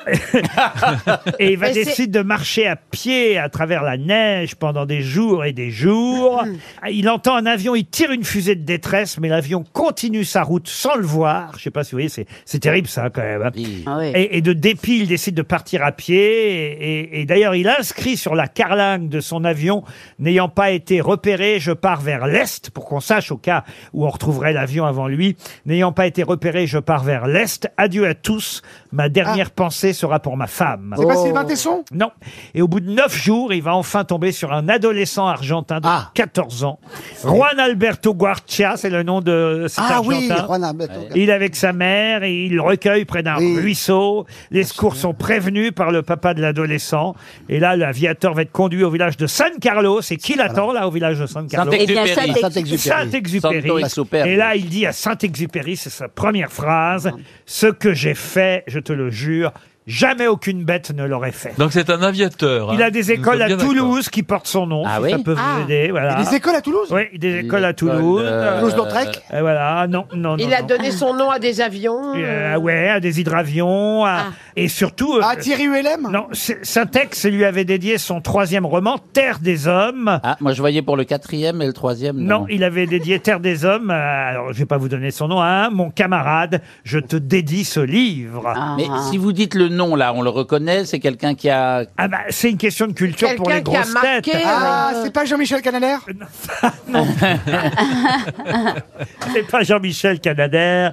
Speaker 2: Et il va
Speaker 4: Et c'est-
Speaker 2: décider de marcher à pied à travers la neige pendant des jours et des jours. Il entend un avion, il tire une fusée de détresse, mais l'avion continue sa route sans le voir. Je sais pas si vous voyez, c'est, c'est terrible ça quand même. hein.
Speaker 4: Ah
Speaker 2: et, et de dépit, il décide de partir à pied. Et, et- et d'ailleurs, il inscrit sur la carlingue de son avion, n'ayant pas été repéré, je pars vers l'est, pour qu'on sache au cas où on retrouverait l'avion avant lui. N'ayant pas été repéré, je pars vers l'est. Adieu à tous. Ma dernière pensée sera pour ma femme.
Speaker 4: Ah. C'est pas
Speaker 8: Oh.
Speaker 4: Sylvain Tesson
Speaker 2: Non. Et au bout de neuf jours, il va enfin tomber sur un adolescent argentin de
Speaker 6: Ah.
Speaker 2: 14 ans. Juan Alberto Guarcia, c'est le nom de cet
Speaker 6: Ah oui,
Speaker 2: argentin.
Speaker 6: Juan Alberto.
Speaker 2: Il est avec sa mère et il le recueille près d'un ruisseau. Les secours sont prévenus par le papa de l'adolescent. Et là, l'aviateur va être conduit au village de San Carlos. Et qui l'attend là au village de San Carlos
Speaker 5: Saint-Exupéry. Eh bien, Saint-Exupéry.
Speaker 2: Saint-Exupéry.
Speaker 5: Saint-Exupéry.
Speaker 2: Et là, il
Speaker 6: Ah.
Speaker 2: dit à Saint-Exupéry, c'est sa première phrase, ce que j'ai fait, je te le jure, Jamais aucune bête ne l'aurait fait.
Speaker 8: Donc c'est un aviateur.
Speaker 2: Il
Speaker 8: hein.
Speaker 2: a des
Speaker 8: Nous
Speaker 2: écoles
Speaker 8: sommes
Speaker 2: à
Speaker 8: bien d'accord.
Speaker 2: Toulouse qui portent son nom, si ça
Speaker 8: oui
Speaker 2: peut vous
Speaker 8: Ah.
Speaker 2: aider. Voilà.
Speaker 8: Il y a des écoles
Speaker 4: à Toulouse
Speaker 2: Oui, des écoles à Toulouse.
Speaker 4: euh, Toulouse-Lautrec
Speaker 2: Et voilà, non, Oh, non, non.
Speaker 7: Il a
Speaker 2: non.
Speaker 7: donné son nom à des avions.
Speaker 2: Euh, ouais, à des hydravions, à- et surtout...
Speaker 7: Ah, Thierry
Speaker 2: ULM Non, c'est- Saint-Ex lui avait dédié son troisième roman, Terre des Hommes.
Speaker 19: Ah, moi je voyais pour le quatrième et le troisième.
Speaker 2: Non, il avait dédié Terre des Hommes, à- alors je vais pas vous donner son nom, à un, mon camarade, je te dédie ce livre.
Speaker 19: Ah. Mais
Speaker 7: Ah.
Speaker 19: si vous dites le nom là, on le reconnaît, c'est quelqu'un qui a.
Speaker 2: Ah bah, c'est une question de culture pour les grosses têtes.
Speaker 3: euh,
Speaker 2: Euh,
Speaker 4: Ah, c'est pas Jean-Michel Canalaire
Speaker 2: C'est pas Jean-Michel Canadair.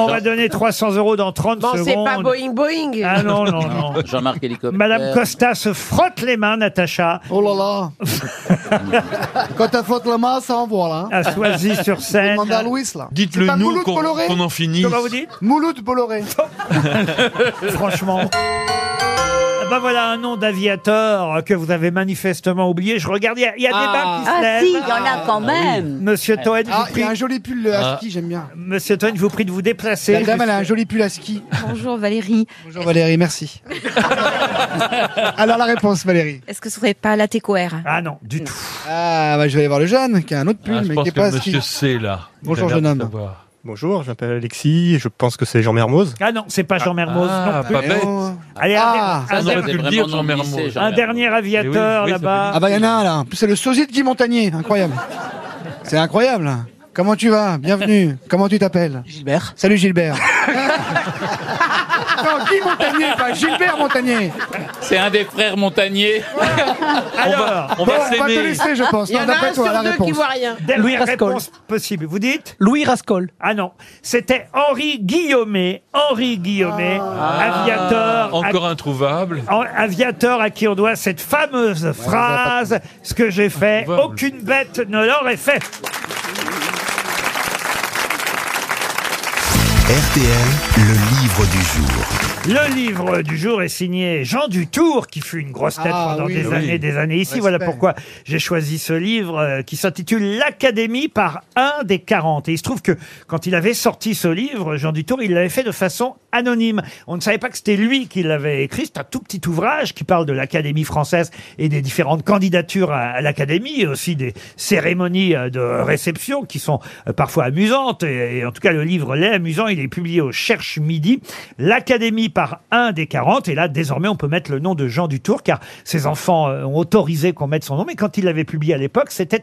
Speaker 2: On va donner 300 euros dans 30
Speaker 7: Bon, c'est
Speaker 2: secondes.
Speaker 7: pas Boeing Boeing.
Speaker 2: Ah non, non, non.
Speaker 19: Jean-Marc Hélicoptère.
Speaker 2: Madame Costa se frotte les mains, Natacha.
Speaker 4: Euh, Oh là là Quand t'as faute la main, ça envoie là. hein.
Speaker 2: À Soisy-sur-Seine.
Speaker 4: Demande à Louis là.
Speaker 8: Dites-le
Speaker 4: C'est pas
Speaker 8: nous
Speaker 4: Mouloud
Speaker 8: qu'on-
Speaker 4: Bolloré
Speaker 8: qu'on en finisse. Comment vous
Speaker 2: dites
Speaker 4: Mouloud Bolloré.
Speaker 2: Franchement. Ah Bah voilà un nom d'aviateur que vous avez manifestement oublié. Je regarde, il y a, il y a des
Speaker 3: Ah.
Speaker 2: bains qui se
Speaker 3: Ah
Speaker 2: lèvent.
Speaker 3: si, il y en a quand Ah oui. même.
Speaker 2: Monsieur Toen, je vous
Speaker 4: Ah, il y a
Speaker 2: prie-
Speaker 4: un joli pull euh, à
Speaker 2: Ah.
Speaker 4: ski, j'aime bien.
Speaker 2: Monsieur Toen, je vous prie de vous déplacer.
Speaker 4: La dame, elle a un joli pull à ski.
Speaker 17: Bonjour Valérie.
Speaker 4: Bonjour Valérie, merci. Alors la réponse, Valérie.
Speaker 17: Est-ce que ce serait pas la TECOR
Speaker 2: Ah non, du tout.
Speaker 4: Ah, bah, je vais aller voir le jeune qui a un autre pull,
Speaker 8: Ah, je
Speaker 4: mais qui
Speaker 8: pense
Speaker 4: n'est pas à
Speaker 8: que
Speaker 4: ski.
Speaker 8: monsieur C, là. Il
Speaker 4: Bonjour,
Speaker 8: a l'air
Speaker 4: jeune
Speaker 8: de
Speaker 4: homme.
Speaker 8: savoir.
Speaker 20: Bonjour, je m'appelle Alexis, et je pense que c'est Jean Mermoz. Eh oh.
Speaker 2: Ah non, c'est pas Jean Mermoz
Speaker 8: Ah,
Speaker 2: non plus.
Speaker 8: pas bête.
Speaker 2: Allez, un
Speaker 4: Ah,
Speaker 2: der- un, der- un dernier aviateur là-bas.
Speaker 4: Ah bah il y en a un là. En plus, c'est le sosie de Guy Montagnier, incroyable. C'est incroyable. Comment tu vas Bienvenue. Comment tu t'appelles Gilbert. Salut Gilbert. non, Guy Montagnier, pas Gilbert Montagnier.
Speaker 5: C'est un des frères Montagnier.
Speaker 2: Alors,
Speaker 4: on va Bon, on va s'aimer. te laisser, je pense.
Speaker 7: Il y en a
Speaker 4: d'après
Speaker 7: un
Speaker 4: toi,
Speaker 7: sur
Speaker 4: la
Speaker 7: deux qui
Speaker 4: réponse.
Speaker 7: voit rien.
Speaker 2: Dernière
Speaker 4: Louis Rascol.
Speaker 2: réponse possible. Vous dites Louis Rascol. Ah non, c'était Henri Guillaumet. Henri Guillaumet,
Speaker 4: Ah.
Speaker 2: aviateur.
Speaker 8: Ah. Encore introuvable.
Speaker 2: En- aviateur à qui on doit cette fameuse phrase Ce que j'ai fait, aucune bête ne l'aurait fait.
Speaker 1: RTL, le livre du jour.
Speaker 2: Le livre du jour est signé Jean Dutour, qui fut une grosse tête
Speaker 4: Ah
Speaker 2: pendant
Speaker 4: oui.
Speaker 2: des
Speaker 4: Oui.
Speaker 2: années des années ici.
Speaker 4: Respect.
Speaker 2: Voilà pourquoi j'ai choisi ce livre euh, qui s'intitule L'Académie par un des 40. Et il se trouve que quand il avait sorti ce livre, Jean Dutour, il l'avait fait de façon anonyme. On ne savait pas que c'était lui qui l'avait écrit. C'est un tout petit ouvrage qui parle de l'Académie française et des différentes candidatures à, à l'Académie et aussi des cérémonies euh, de réception qui sont euh, parfois amusantes. Et, et en tout cas, le livre l'est amusant. Il est publié au Cherche Midi. L'Académie par un des 40. Et là, désormais, on peut mettre le nom de Jean Dutour car ses enfants euh, ont autorisé qu'on mette son nom. Mais quand il l'avait publié à l'époque, c'était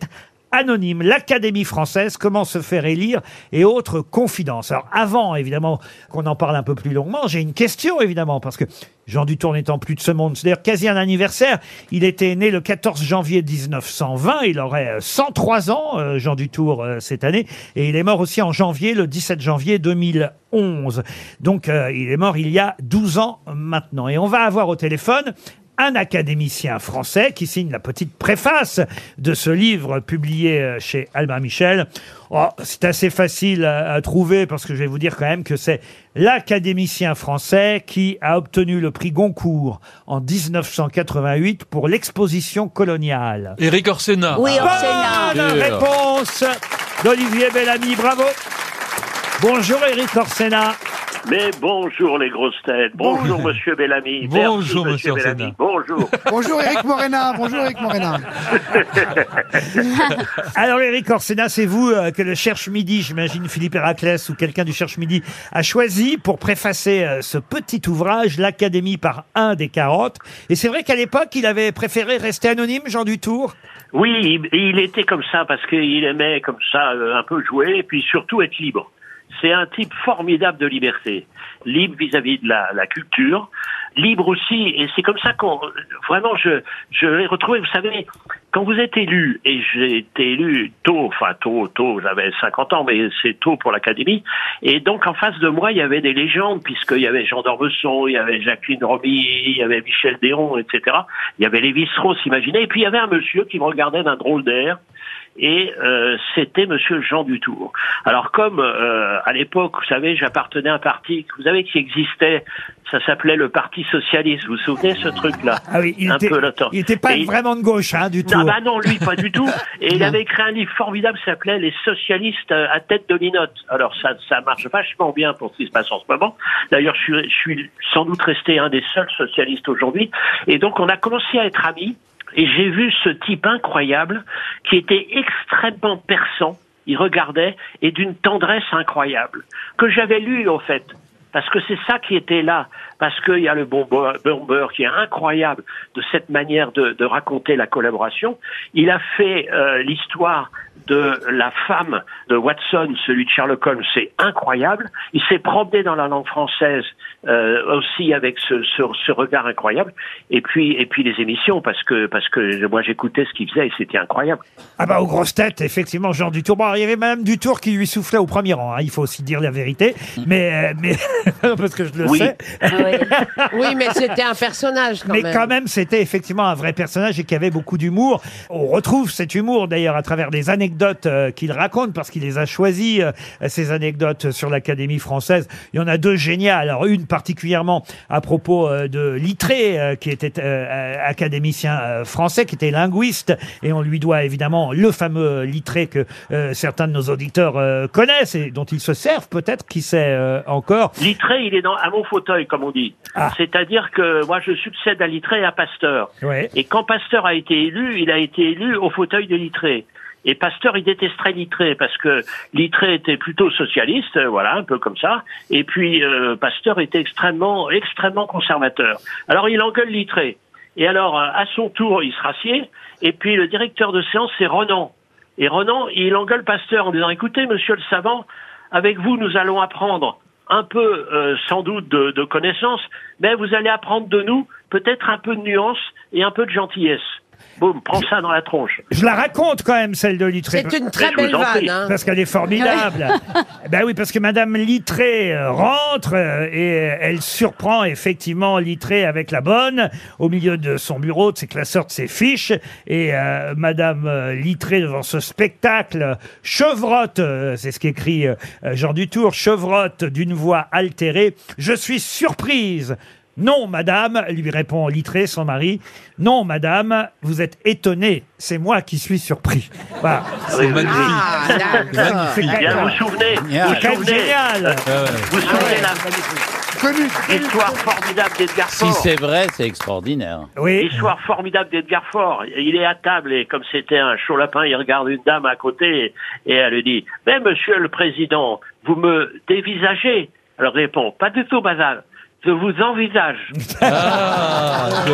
Speaker 2: anonyme, l'Académie française, comment se faire élire et autres confidences. Alors avant, évidemment, qu'on en parle un peu plus longuement, j'ai une question, évidemment, parce que Jean Dutour n'étant plus de ce monde, c'est d'ailleurs quasi un anniversaire, il était né le 14 janvier 1920, il aurait euh, 103 ans, euh, Jean Dutour, euh, cette année, et il est mort aussi en janvier, le 17 janvier 2011. Donc euh, il est mort il y a 12 ans maintenant. Et on va avoir au téléphone un académicien français qui signe la petite préface de ce livre publié euh, chez Albin Michel. Oh, c'est assez facile à, à trouver parce que je vais vous dire quand même que c'est l'académicien français qui a obtenu le prix Goncourt en 1988 pour l'exposition coloniale.
Speaker 8: Éric Orsena.
Speaker 2: Oui, Orsena. Ah. Bonne réponse d'Olivier Bellamy, bravo. Bonjour Éric Orsena.
Speaker 15: Mais bonjour les grosses têtes, bonjour Monsieur Bellamy, Merci,
Speaker 8: Eh. Bonjour, monsieur
Speaker 15: Bellamy, bonjour.
Speaker 4: Bonjour Eric Morena. Bonjour Eric Morena.
Speaker 2: Alors, Eric Orsena, c'est vous euh, que le Cherche Midi, j'imagine Philippe Héraclès ou quelqu'un du Cherche Midi, a choisi pour préfacer euh, ce petit ouvrage, l'Académie par un des 40. Et c'est vrai qu'à l'époque, il avait préféré rester anonyme, Jean Dutour.
Speaker 15: Oui, il, il était comme ça parce qu'il aimait comme ça euh, un peu jouer et puis surtout être libre. C'est un type formidable de liberté, libre vis-à-vis de la, la culture, libre aussi, et c'est comme ça qu'on euh, vraiment je je l'ai retrouvé. Vous savez, quand vous êtes élu et j'ai été élu tôt, enfin tôt, tôt, j'avais 50 ans, mais c'est tôt pour l'académie. Et donc en face de moi, il y avait des légendes puisqu'il y avait Jean d'Ormesson, il y avait Jacqueline Romy, il y avait Michel Déon, etc. Il y avait Lévi Strauss, imaginez. Et puis il y avait un monsieur qui me regardait d'un drôle d'air. Et euh, c'était Monsieur Jean Dutour. Alors comme euh, à l'époque, vous savez, j'appartenais à un parti, vous savez, qui existait Ça s'appelait le Parti Socialiste, vous vous souvenez ce truc-là
Speaker 2: Ah oui, il
Speaker 15: Un
Speaker 2: était-
Speaker 15: peu longtemps.
Speaker 2: il était pas
Speaker 15: Et il-
Speaker 2: vraiment de gauche, hein, du tout.
Speaker 15: non, bah non, lui, pas du tout. Et il avait écrit un livre formidable qui s'appelait Les socialistes euh, à tête de linotte. Alors, ça, ça marche vachement bien pour ce qui se passe en ce moment. D'ailleurs, je suis, je suis sans doute resté un des seuls socialistes aujourd'hui. Et donc, on a commencé à être amis. Et j'ai vu ce type incroyable qui était extrêmement perçant. Il regardait et d'une tendresse incroyable que j'avais lu, en fait. Parce que c'est ça qui était là. Parce qu'il y a le bon bo- bon beurre qui est incroyable de cette manière de, de raconter la collaboration. Il a fait euh, l'histoire de la femme de Watson, celui de Sherlock Holmes, c'est incroyable. Il s'est promené dans la langue française euh, aussi avec ce, ce, ce regard incroyable. Et puis, et puis les émissions, parce que, parce que moi j'écoutais ce qu'il faisait et c'était incroyable.
Speaker 2: Ah bah aux grosses têtes, effectivement, Jean Dutour. Bon, il y avait Madame Dutour qui lui soufflait au premier rang, hein, il faut aussi dire la vérité. Mais, euh, mais parce que je le
Speaker 15: Oui.
Speaker 2: sais.
Speaker 7: Ah Oui, mais c'était un personnage quand
Speaker 2: mais
Speaker 7: même.
Speaker 2: quand même, c'était effectivement un vrai personnage et qui avait beaucoup d'humour. On retrouve cet humour d'ailleurs à travers des anecdotes euh, qu'il raconte parce qu'il les a choisies, euh, ces anecdotes sur l'Académie française. Il y en a deux géniales. Alors une particulièrement à propos euh, de Littré, euh, qui était euh, euh, académicien euh, français, qui était linguiste, et on lui doit évidemment le fameux Littré que euh, certains de nos auditeurs euh, connaissent et dont ils se servent peut-être, qui sait euh, encore.
Speaker 15: Littré, il est dans, à mon fauteuil, comme on dit. C'est-à-dire que moi, je succède à Littré et à Pasteur.
Speaker 2: Ouais.
Speaker 15: Et quand Pasteur a été élu, il a été élu au fauteuil de Littré. Et Pasteur, il détesterait Littré parce que Littré était plutôt socialiste, euh, voilà, un peu comme ça. Et puis euh, Pasteur était extrêmement, extrêmement conservateur. Alors il engueule Littré. Et alors, euh, à son tour, il se rassied. Et puis le directeur de séance, c'est Renan. Et Renan, il engueule Pasteur en disant "Écoutez, Monsieur le savant, avec vous, nous allons apprendre un peu, euh, sans doute, de, de connaissances, mais vous allez apprendre de nous peut-être un peu de nuance et un peu de gentillesse. Boum, prends ça dans la tronche.
Speaker 2: Je la raconte quand même, celle de Littré.
Speaker 15: C'est une très Je vous belle en vanne, prie. hein.
Speaker 2: Parce qu'elle est formidable. ben oui, parce que Madame Littré euh, rentre euh, et euh, elle surprend effectivement Littré avec la bonne au milieu de son bureau, de ses classeurs, de ses fiches. Et euh, Madame euh, Littré, devant ce spectacle, euh, chevrotte, euh, c'est ce qu'écrit euh, Jean Dutour, chevrotte d'une voix altérée. Je suis surprise. Non, madame, lui répond Littré, son mari. Non, madame, vous êtes étonnée. C'est moi qui suis surpris. Voilà.
Speaker 15: Ah, C'est magnifique.
Speaker 2: C'est
Speaker 15: Bien, vous vous souvenez,
Speaker 2: Ah, Génial.
Speaker 15: vous
Speaker 2: C'est quand même
Speaker 15: souvenez,
Speaker 2: génial.
Speaker 19: Ah
Speaker 15: euh, vous souvenez la histoire formidable d'Edgar
Speaker 19: Si
Speaker 15: Faure.
Speaker 19: c'est vrai, c'est extraordinaire.
Speaker 15: Histoire formidable d'Edgar Faure. Il est à table et comme c'était un chaud lapin, il regarde une dame à côté et elle lui dit « Mais monsieur le président, vous me dévisagez ?» Elle répond « Pas du tout, madame. Je vous envisage.
Speaker 2: Ah,
Speaker 15: Ah,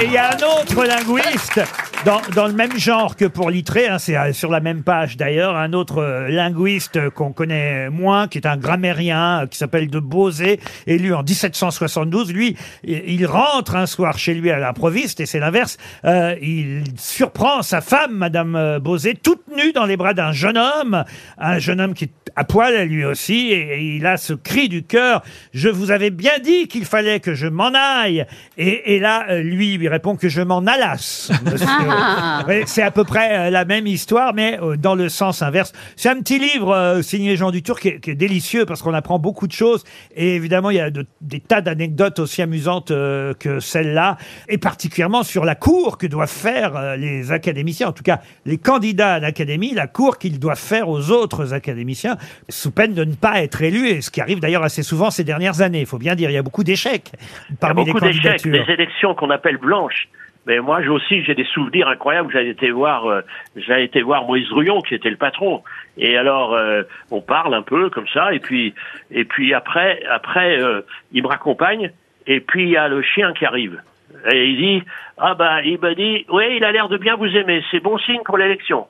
Speaker 2: Et il y a un autre linguiste dans, dans le même genre que pour Littré, hein, c'est euh, sur la même page d'ailleurs, un autre euh, linguiste qu'on connaît moins, qui est un grammairien, euh, qui s'appelle de Beauzé, élu en 1772. Lui, i- il rentre un soir chez lui à l'improviste, et c'est l'inverse. Euh, il surprend sa femme, Madame euh, Beauzé, toute nue dans les bras d'un jeune homme, un jeune homme qui est à poil lui aussi, et et il a ce cri du cœur, je vous avais bien dit qu'il fallait que je m'en aille. Et, et là, euh, lui, lui répond que je m'en allasse. monsieur.
Speaker 21: Ah.
Speaker 2: Oui, c'est à peu près euh, la même histoire, mais euh, dans le sens inverse. C'est un petit livre euh, signé Jean Dutour qui est, qui est délicieux parce qu'on apprend beaucoup de choses. Et évidemment, il y a de- des tas d'anecdotes aussi amusantes euh, que celle-là, et particulièrement sur la cour que doivent faire euh, les académiciens, en tout cas les candidats à l'académie, la cour qu'ils doivent faire aux autres académiciens, sous peine de ne pas être élus, et ce qui arrive d'ailleurs assez souvent ces dernières années. Il faut bien dire, il y a beaucoup d'échecs
Speaker 15: Il y a
Speaker 2: parmi les
Speaker 15: beaucoup d'échecs,
Speaker 2: candidatures.
Speaker 15: des élections qu'on appelle blanches. Mais moi, j'ai aussi, j'ai des souvenirs incroyables. J'avais été voir, euh, j'avais été voir Maurice Ruyon, qui était le patron. Et alors, euh, on parle un peu comme ça, et puis, et puis après, après, euh, il me raccompagne, et puis il y a le chien qui arrive. Et il dit, ah bah, il m'a dit, oui, il a l'air de bien vous aimer. C'est bon signe pour l'élection.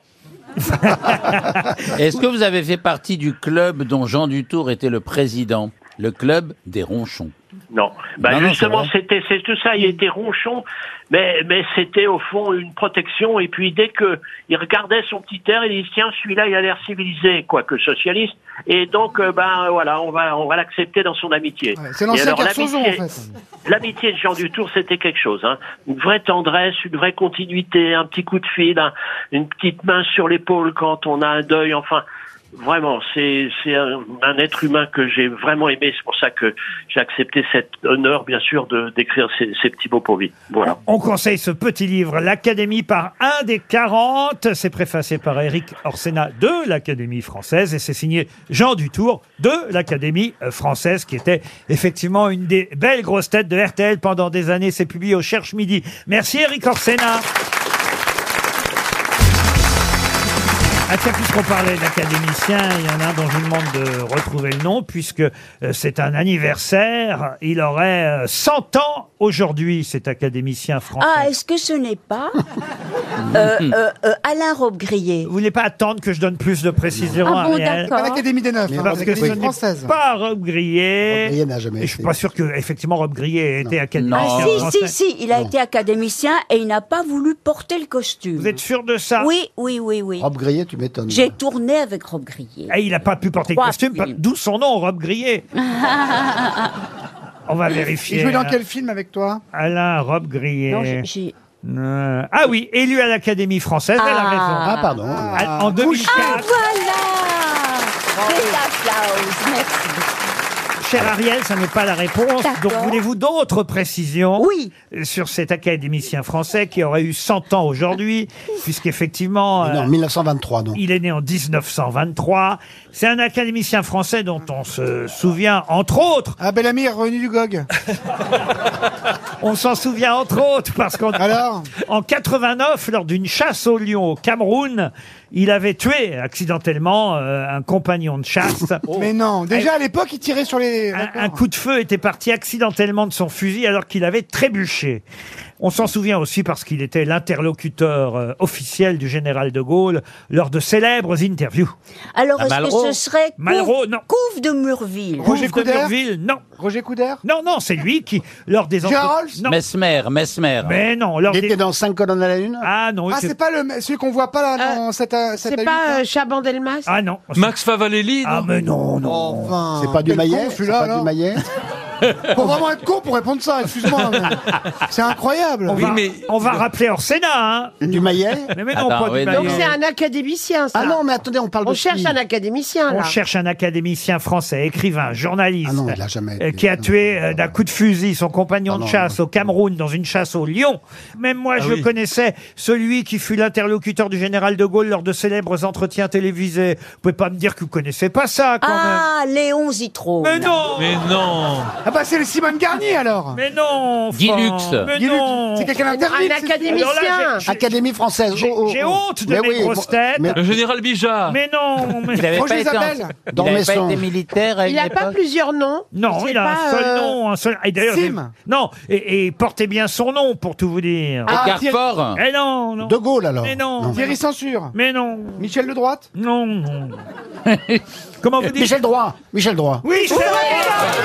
Speaker 19: Est-ce que vous avez fait partie du club dont Jean Dutour était le président Le club des ronchons.
Speaker 15: Non. Bah,
Speaker 19: Non, non,
Speaker 15: justement,
Speaker 19: c'est
Speaker 15: c'était c'est tout ça. Il
Speaker 4: Mm.
Speaker 15: était ronchon, mais mais c'était au fond une protection. Et puis dès que il regardait son petit air, il dit tiens celui-là il a l'air civilisé, quoique socialiste. Et donc euh, ben voilà, on va on va l'accepter dans son amitié.
Speaker 4: C'est
Speaker 15: Et
Speaker 4: l'ancien
Speaker 15: alors,
Speaker 4: Carsozon, en
Speaker 15: l'amitié-
Speaker 4: fait.
Speaker 15: L'amitié de Jean Dutour, c'était quelque chose. Hein. Une vraie tendresse, une vraie continuité, un petit coup de fil, un- une petite main sur l'épaule quand on a un deuil. Enfin, Vraiment, c'est c'est un, un être humain que j'ai vraiment aimé. C'est pour ça que j'ai accepté cet honneur, bien sûr, de d'écrire ces, ces petits mots pour vie. Voilà.
Speaker 2: On conseille ce petit livre, L'Académie par un des 40. C'est préfacé par Eric Orsena de l'Académie française et c'est signé Jean Dutour de l'Académie euh, française qui était effectivement une des belles grosses têtes de RTL pendant des années. C'est publié au Cherche Midi. Merci Eric Orsena. Ah tiens, puisqu'on parlait d'académicien, il y en a un dont je vous demande de retrouver le nom, puisque euh, c'est un anniversaire. Il aurait euh, 100 ans aujourd'hui, cet académicien français.
Speaker 3: Ah, est-ce que ce n'est pas euh, euh, euh, Alain Robbe Grillet
Speaker 2: Vous voulez pas attendre que je donne plus de précisions
Speaker 3: Ah bon,
Speaker 2: Ariel
Speaker 3: d'accord. Pas
Speaker 4: l'Académie des Neufs, hein,
Speaker 2: Parce que
Speaker 4: l'Académie
Speaker 2: ce n'est
Speaker 4: française.
Speaker 2: pas Rob Grillet.
Speaker 6: Robbe Grillet n'a jamais
Speaker 2: Et Je suis pas sûr que effectivement Rob Grillet ait été académicien
Speaker 3: Ah si,
Speaker 2: français.
Speaker 3: si, si, il a été académicien et il n'a pas voulu porter le costume. Vous
Speaker 2: êtes sûr de ça
Speaker 3: Oui, oui, oui, oui.
Speaker 6: Rob Grillet, tu m'étonnes.
Speaker 3: J'ai tourné avec Rob Grillet.
Speaker 2: Et il n'a pas pu porter le
Speaker 3: Trois
Speaker 2: costume,
Speaker 3: films.
Speaker 2: pas- d'où son nom, Rob Grillet. On va vérifier.
Speaker 4: Il jouait dans
Speaker 2: hein.
Speaker 4: quel film avec toi
Speaker 2: Alain Robe Grillet.
Speaker 4: Non, j'ai-
Speaker 2: Euh, ah oui, élu à l'Académie française, elle a
Speaker 3: Ah.
Speaker 2: raison.
Speaker 3: Ah, pardon.
Speaker 2: Ah, En 2004,
Speaker 3: Ah voilà Des applauses, merci.
Speaker 2: cher Ariel, ça n'est pas la réponse. Donc voulez-vous d'autres précisions Oui. Sur cet académicien français qui aurait eu 100 ans aujourd'hui, puisqu'effectivement...
Speaker 6: Non,
Speaker 2: euh,
Speaker 6: 1923, donc.
Speaker 2: Il est né en 1923. C'est un académicien français dont on se souvient, entre autres.
Speaker 4: Ah, bel ami, revenu du GOG.
Speaker 2: on s'en souvient, entre autres, parce qu'en en 89, lors d'une chasse au lion au Cameroun, il avait tué accidentellement euh, un compagnon de chasse.
Speaker 4: Oh. Mais non,
Speaker 2: Eh.
Speaker 4: déjà à l'époque, il tirait sur
Speaker 3: Ah,
Speaker 4: les.
Speaker 2: Ah, Un coup de feu était parti accidentellement de son fusil alors qu'il avait trébuché. On s'en souvient aussi parce qu'il était l'interlocuteur euh, officiel du général de Gaulle lors de célèbres interviews.
Speaker 4: Ah,
Speaker 3: Alors, est-ce que ce serait
Speaker 2: Malraux,
Speaker 3: Couve,
Speaker 2: non.
Speaker 3: Couve de Murville
Speaker 2: Roger Couderville, non. Roger Couder Non, non, c'est lui qui, lors des entre- Non.
Speaker 19: Mesmer, Mesmer.
Speaker 2: Mais non, lors
Speaker 6: Il était dans 5 colonnes à la lune
Speaker 2: Ah non,
Speaker 4: Ah, c'est pas le, celui qu'on voit pas là dans cette.
Speaker 7: Ah,
Speaker 4: euh, cette
Speaker 7: C'est
Speaker 4: à
Speaker 7: pas
Speaker 4: huit,
Speaker 7: euh, Chaban-Delmas
Speaker 2: Ah non.
Speaker 8: Max Favalelli
Speaker 2: Ah mais non, non.
Speaker 4: Enfin,
Speaker 6: C'est pas du
Speaker 4: quel
Speaker 6: Maillet
Speaker 4: con,
Speaker 6: C'est
Speaker 4: celui-là,
Speaker 6: pas
Speaker 4: alors.
Speaker 6: du Maillet
Speaker 4: Faut vraiment être con pour répondre ça, excuse-moi. mais C'est incroyable.
Speaker 2: On, va, on va rappeler hors Sénat. Hein.
Speaker 6: Du Maillet
Speaker 2: Mais, mais non, pas du
Speaker 7: Donc
Speaker 2: Maillet.
Speaker 7: c'est un académicien, ça.
Speaker 6: Ah non, mais attendez, on parle
Speaker 7: On
Speaker 6: de
Speaker 7: cherche
Speaker 6: qui
Speaker 7: un académicien, là.
Speaker 2: On cherche un académicien français, écrivain,
Speaker 4: Ah
Speaker 2: journaliste,
Speaker 6: il a jamais
Speaker 2: euh, qui a tué euh, d'un coup de fusil son
Speaker 4: Ah
Speaker 2: compagnon de chasse au Cameroun dans une chasse au lion. Même moi,
Speaker 8: Ah
Speaker 2: je
Speaker 8: oui.
Speaker 2: connaissais celui qui fut l'interlocuteur du général de Gaulle lors de célèbres entretiens télévisés. Vous pouvez pas me dire que vous connaissez pas ça, quand
Speaker 3: Ah, Léon Zitrone.
Speaker 2: même. Mais non
Speaker 8: Mais non
Speaker 4: Ah bah c'est le Simone Garnier alors.
Speaker 2: Mais non
Speaker 19: Guy
Speaker 2: enfin,
Speaker 19: Lux.
Speaker 2: Mais
Speaker 4: Guy Lux,
Speaker 2: non
Speaker 4: C'est quelqu'un d'interdit.
Speaker 7: Ah, Un
Speaker 4: c'est-
Speaker 7: académicien.
Speaker 2: Alors là, j'ai-
Speaker 6: Académie française.
Speaker 2: J'ai
Speaker 6: oh, oh,
Speaker 2: j'ai
Speaker 6: oh.
Speaker 2: honte de
Speaker 6: Mais
Speaker 2: mes
Speaker 6: oui,
Speaker 2: grosses
Speaker 6: bon,
Speaker 2: têtes.
Speaker 6: mais-
Speaker 8: Le général Bijard
Speaker 2: Mais non mais...
Speaker 19: Il n'avait pas, été en- il
Speaker 6: Dans
Speaker 19: avait
Speaker 6: mes
Speaker 19: pas
Speaker 6: sons.
Speaker 19: été militaire à
Speaker 7: Il
Speaker 19: une
Speaker 7: n'a pas
Speaker 19: époque
Speaker 7: plusieurs noms.
Speaker 2: Non,
Speaker 7: C'est
Speaker 2: il a un
Speaker 7: pas,
Speaker 2: seul
Speaker 7: euh,
Speaker 2: nom, un seul. Et d'ailleurs,
Speaker 4: Sim.
Speaker 2: j'ai- non, et, et portez bien son nom pour tout vous dire.
Speaker 19: Edgar
Speaker 4: Thierry-
Speaker 19: Faure.
Speaker 2: Eh non, non.
Speaker 6: De Gaulle, alors
Speaker 2: Mais non. mais
Speaker 4: Thierry Censure.
Speaker 2: Mais non.
Speaker 4: Michel de droite.
Speaker 2: Non, non. Comment vous dites
Speaker 6: Michel Droit. Michel Droit.
Speaker 2: Oui, c'est vrai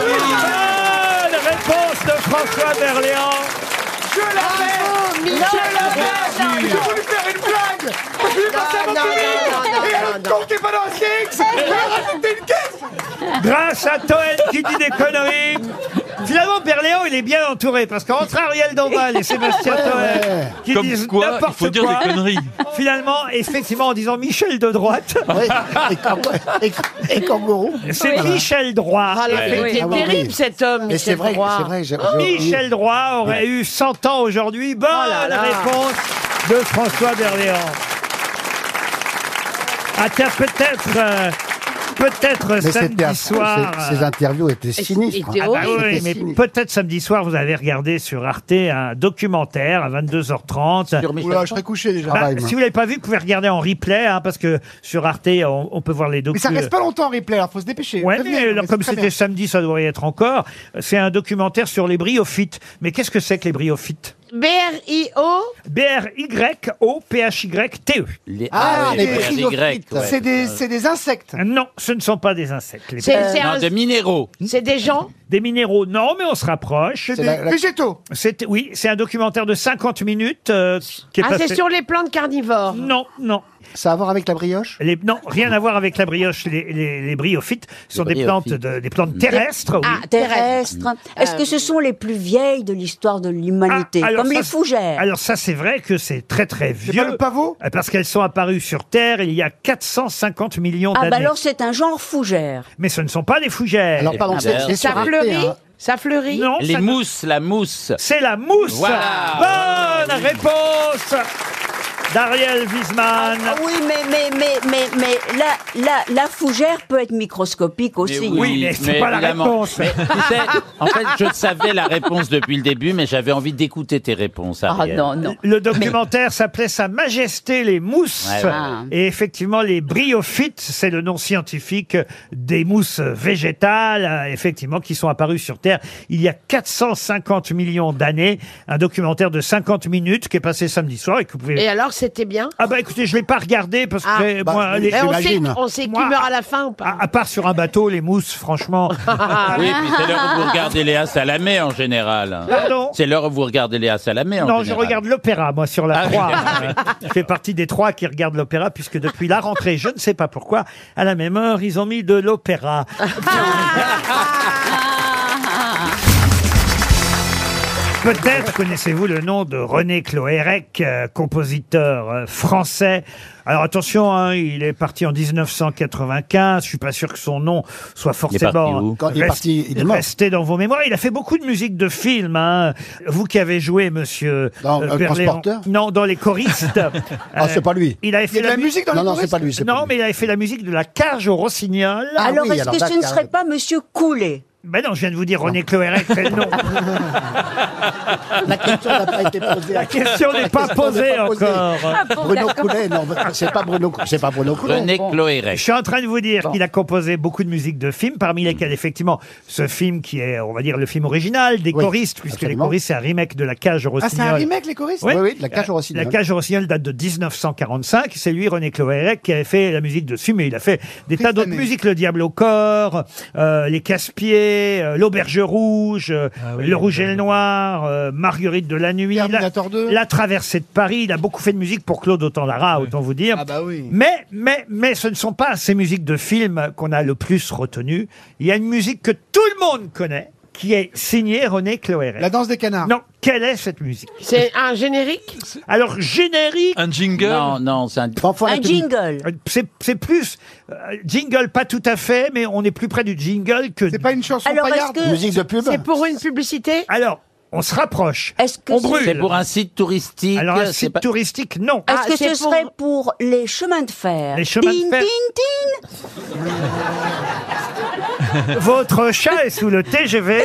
Speaker 2: Bonne réponse de François Berléand.
Speaker 4: Je l'avais Michel l'avais J'ai voulu faire une blague Parce que j'ai passé à mon
Speaker 7: non, non, non,
Speaker 4: public Et
Speaker 7: non,
Speaker 4: le con qui est pas dans la CX Il a rajouté une caisse
Speaker 2: Grâce à Toen qui dit des conneries. Finalement, Berléand, il est bien entouré parce qu'entre Ariel Dombal et Sébastien Toen
Speaker 6: ouais.
Speaker 2: qui
Speaker 8: Comme
Speaker 2: disent
Speaker 8: quoi, il
Speaker 2: n'importe
Speaker 8: faut dire
Speaker 2: quoi,
Speaker 8: des conneries.
Speaker 2: finalement, effectivement, en disant Michel de droite,
Speaker 6: Ouais, et, kan- et- et kangourou.
Speaker 2: c'est Michel droit.
Speaker 7: Ah, là, il
Speaker 6: oui.
Speaker 7: est
Speaker 6: Ah, oui, oui.
Speaker 7: terrible, cet homme.
Speaker 6: Mais c'est
Speaker 7: Michel
Speaker 6: vrai,
Speaker 7: Droit.
Speaker 6: c'est vrai. j'ai- j'ai-
Speaker 2: Michel Droit aurait eu 100 ans aujourd'hui. Bonne
Speaker 7: là là.
Speaker 2: réponse de François Berléand. Ah tiens, peut-être, euh, peut-être
Speaker 6: Mais c'était
Speaker 2: samedi
Speaker 6: affreux,
Speaker 2: soir. euh,
Speaker 6: ces, ces interviews étaient sinistres.
Speaker 7: c'était
Speaker 6: hein.
Speaker 2: Ah bah
Speaker 7: horrible.
Speaker 2: oui, mais peut-être samedi soir, vous avez regardé sur Arte un documentaire à 22h30.
Speaker 19: sur Michel
Speaker 4: Oula, je serais couché déjà.
Speaker 2: Bah,
Speaker 6: travail, moi.
Speaker 2: si vous l'avez pas vu, vous pouvez regarder en replay, hein, parce que sur Arte, on, on peut voir les
Speaker 4: Mais ça
Speaker 2: documents.
Speaker 4: reste pas longtemps en replay, alors faut se dépêcher.
Speaker 2: euh, Ouais,
Speaker 4: Prévenez,
Speaker 2: mais alors,
Speaker 4: c'est
Speaker 2: comme
Speaker 4: très
Speaker 2: c'était
Speaker 4: bien.
Speaker 2: samedi, ça devrait y être encore. C'est un documentaire sur les bryophytes. Mais qu'est-ce que c'est que les bryophytes
Speaker 7: BRIO.
Speaker 2: B-R-Y-O-P-H-Y-T-E.
Speaker 19: Les...
Speaker 4: Ah,
Speaker 19: oui,
Speaker 4: les
Speaker 19: les Grecs. ouais.
Speaker 4: C'est des, c'est des insectes.
Speaker 2: Non, ce ne sont pas des insectes. les
Speaker 7: C'est
Speaker 2: bryophytes.
Speaker 7: c'est
Speaker 19: Non,
Speaker 7: un-
Speaker 19: de minéraux.
Speaker 7: c'est des gens.
Speaker 2: Des minéraux, non, mais on se rapproche.
Speaker 4: C'est la- la- Végétaux.
Speaker 2: C'est- Oui, c'est un documentaire de 50 minutes euh, qui est
Speaker 7: Ah,
Speaker 2: passé-
Speaker 7: c'est sur les plantes carnivores.
Speaker 2: Non, non.
Speaker 6: Ça a à voir avec la brioche
Speaker 2: les- non, rien à voir avec la brioche. Les, les- les bryophytes sont des plantes, de- des plantes terrestres. oui.
Speaker 3: Ah, terrestres. Est-ce que ce sont les plus vieilles de l'histoire de l'humanité
Speaker 2: Ah, alors
Speaker 3: Comme
Speaker 2: ça,
Speaker 3: les
Speaker 2: c'est-
Speaker 3: fougères.
Speaker 2: Alors ça, c'est vrai que c'est très très vieux. C'est pas le pavot Parce qu'elles sont apparues sur Terre il y a 450 millions
Speaker 3: Ah,
Speaker 2: d'années.
Speaker 3: bah alors c'est un genre fougère.
Speaker 2: Mais ce ne sont pas des fougères.
Speaker 19: Alors, pardon, c'est- c'est sur Arte, hein.
Speaker 7: Ça fleurit
Speaker 2: Non,
Speaker 19: Les
Speaker 2: ça ne-
Speaker 19: mousses, la mousse.
Speaker 2: C'est la mousse.
Speaker 19: Voilà.
Speaker 2: Bonne réponse d'Ariel Wiesmann.
Speaker 3: Ah oui, mais, mais, mais, mais, mais la, la, la fougère peut être microscopique aussi.
Speaker 19: évidemment. Mais, tu sais, en fait, je savais la réponse depuis le début, mais j'avais envie d'écouter tes réponses.
Speaker 3: Ah,
Speaker 19: Ariel.
Speaker 2: Le documentaire s'appelait Sa Majesté les mousses.
Speaker 19: Ouais, ouais, ouais.
Speaker 2: Et effectivement, les bryophytes, c'est le nom scientifique des mousses végétales, euh, effectivement, qui sont apparues sur Terre il y a 450 millions d'années. Un documentaire de 50 minutes qui est passé samedi soir et que vous pouvez...
Speaker 7: Et alors, c'était bien
Speaker 2: Ah bah écoutez, je l'ai pas regardé parce que
Speaker 7: Ah.
Speaker 19: bah,
Speaker 2: j'ai- moi, Ah, les-
Speaker 7: Eh, on, sait, on sait qui
Speaker 2: Moi,
Speaker 7: meurt à la fin ou pas
Speaker 2: à part sur un bateau, les mousses, franchement.
Speaker 19: Oui, puis c'est l'heure où vous regardez Léa Salamé en général.
Speaker 2: Pardon
Speaker 19: C'est l'heure où vous regardez Léa Salamé en
Speaker 2: Non, je
Speaker 19: général.
Speaker 2: regarde l'opéra, moi, sur la
Speaker 19: Ah,
Speaker 2: 3.
Speaker 19: oui.
Speaker 2: Euh, je fais partie des trois qui regardent l'opéra, puisque depuis la rentrée, je ne sais pas pourquoi, à la même heure, ils ont mis de l'opéra.
Speaker 7: Ah.
Speaker 2: Peut-être connaissez-vous le nom de René Cloérec, euh, compositeur euh, français. Alors attention, hein, il est parti en 1995. Je suis pas sûr que son nom soit
Speaker 6: Il est parti
Speaker 2: forcément
Speaker 6: où Quand il est
Speaker 2: rest-
Speaker 6: parti, il est mort.
Speaker 2: resté dans vos mémoires. Il a fait beaucoup de musique de film. hein. Vous qui avez joué, Monsieur
Speaker 6: Dans,
Speaker 2: euh,
Speaker 6: euh,
Speaker 2: Berléand.
Speaker 6: Transporteur
Speaker 2: Non, dans les choristes. Euh,
Speaker 6: Ah, c'est pas lui.
Speaker 2: Il avait fait
Speaker 6: Il y a de la musique dans les Non, non, choristes Ah c'est pas lui, c'est
Speaker 2: Non, mais il avait fait la musique de la Carge au Rossignol.
Speaker 3: alors est-ce que ce ne serait pas Monsieur Coulet
Speaker 2: Ben non, je viens de vous dire René Cloérec, c'est le nom.
Speaker 6: La question n'a pas été posée.
Speaker 2: La question n'est
Speaker 6: La
Speaker 2: pas
Speaker 6: question
Speaker 2: posée
Speaker 6: n'est pas posée.
Speaker 2: encore. Ah bon,
Speaker 6: Bruno
Speaker 2: d'accord.
Speaker 6: Coulet, non, c'est pas Bruno, Cou- c'est pas Bruno Coulet. Bon.
Speaker 2: Je suis en train de vous dire qu'il a composé beaucoup de musique de films, parmi lesquels effectivement ce film qui est, on va dire, le film original des choristes, puisque
Speaker 6: absolument.
Speaker 2: les choristes, c'est un remake de La Cage au
Speaker 4: Ah,
Speaker 2: Rossignol.
Speaker 4: c'est un remake, les choristes
Speaker 2: Ouais. Euh,
Speaker 6: au
Speaker 2: La Cage au Rossignol date de 1945. C'est lui, René Cloérec, qui avait fait la musique dessus, mais il a fait des tas d'autres musiques. Le Diable au corps, euh, Les Casse-Pieds, euh, L'Auberge Rouge, euh, Le Rouge et le Noir, euh, Marguerite de la Nuit, la, La Traversée de Paris. Il a beaucoup fait de musique pour Claude Autant-Lara, autant vous dire. Mais, mais, mais ce ne sont pas ces musiques de films qu'on a le plus retenues. Il y a une musique que tout le monde connaît, qui est signée René Cloérec. La danse des canards. Non, quelle est cette musique
Speaker 7: C'est un générique
Speaker 2: alors, générique.
Speaker 19: Un jingle Non, non, c'est un.
Speaker 3: Un jingle.
Speaker 2: C'est c'est plus. euh, jingle, pas tout à fait, mais on est plus près du jingle que. C'est pas une chanson
Speaker 7: Alors, est-ce paillarde. que c'est
Speaker 2: pour une publicité Alors, on se rapproche. Est-ce
Speaker 3: que
Speaker 2: on
Speaker 3: c'est-
Speaker 2: brûle
Speaker 19: C'est pour un site touristique.
Speaker 2: Alors, un
Speaker 19: c'est
Speaker 2: site
Speaker 19: pas- Ah,
Speaker 2: touristique, non.
Speaker 3: Ah, Est-ce que ce serait pour les chemins de fer
Speaker 2: Ah, Les chemins de
Speaker 3: Tin,
Speaker 2: fer.
Speaker 3: tin, tin.
Speaker 2: Votre chat est sous le TGV.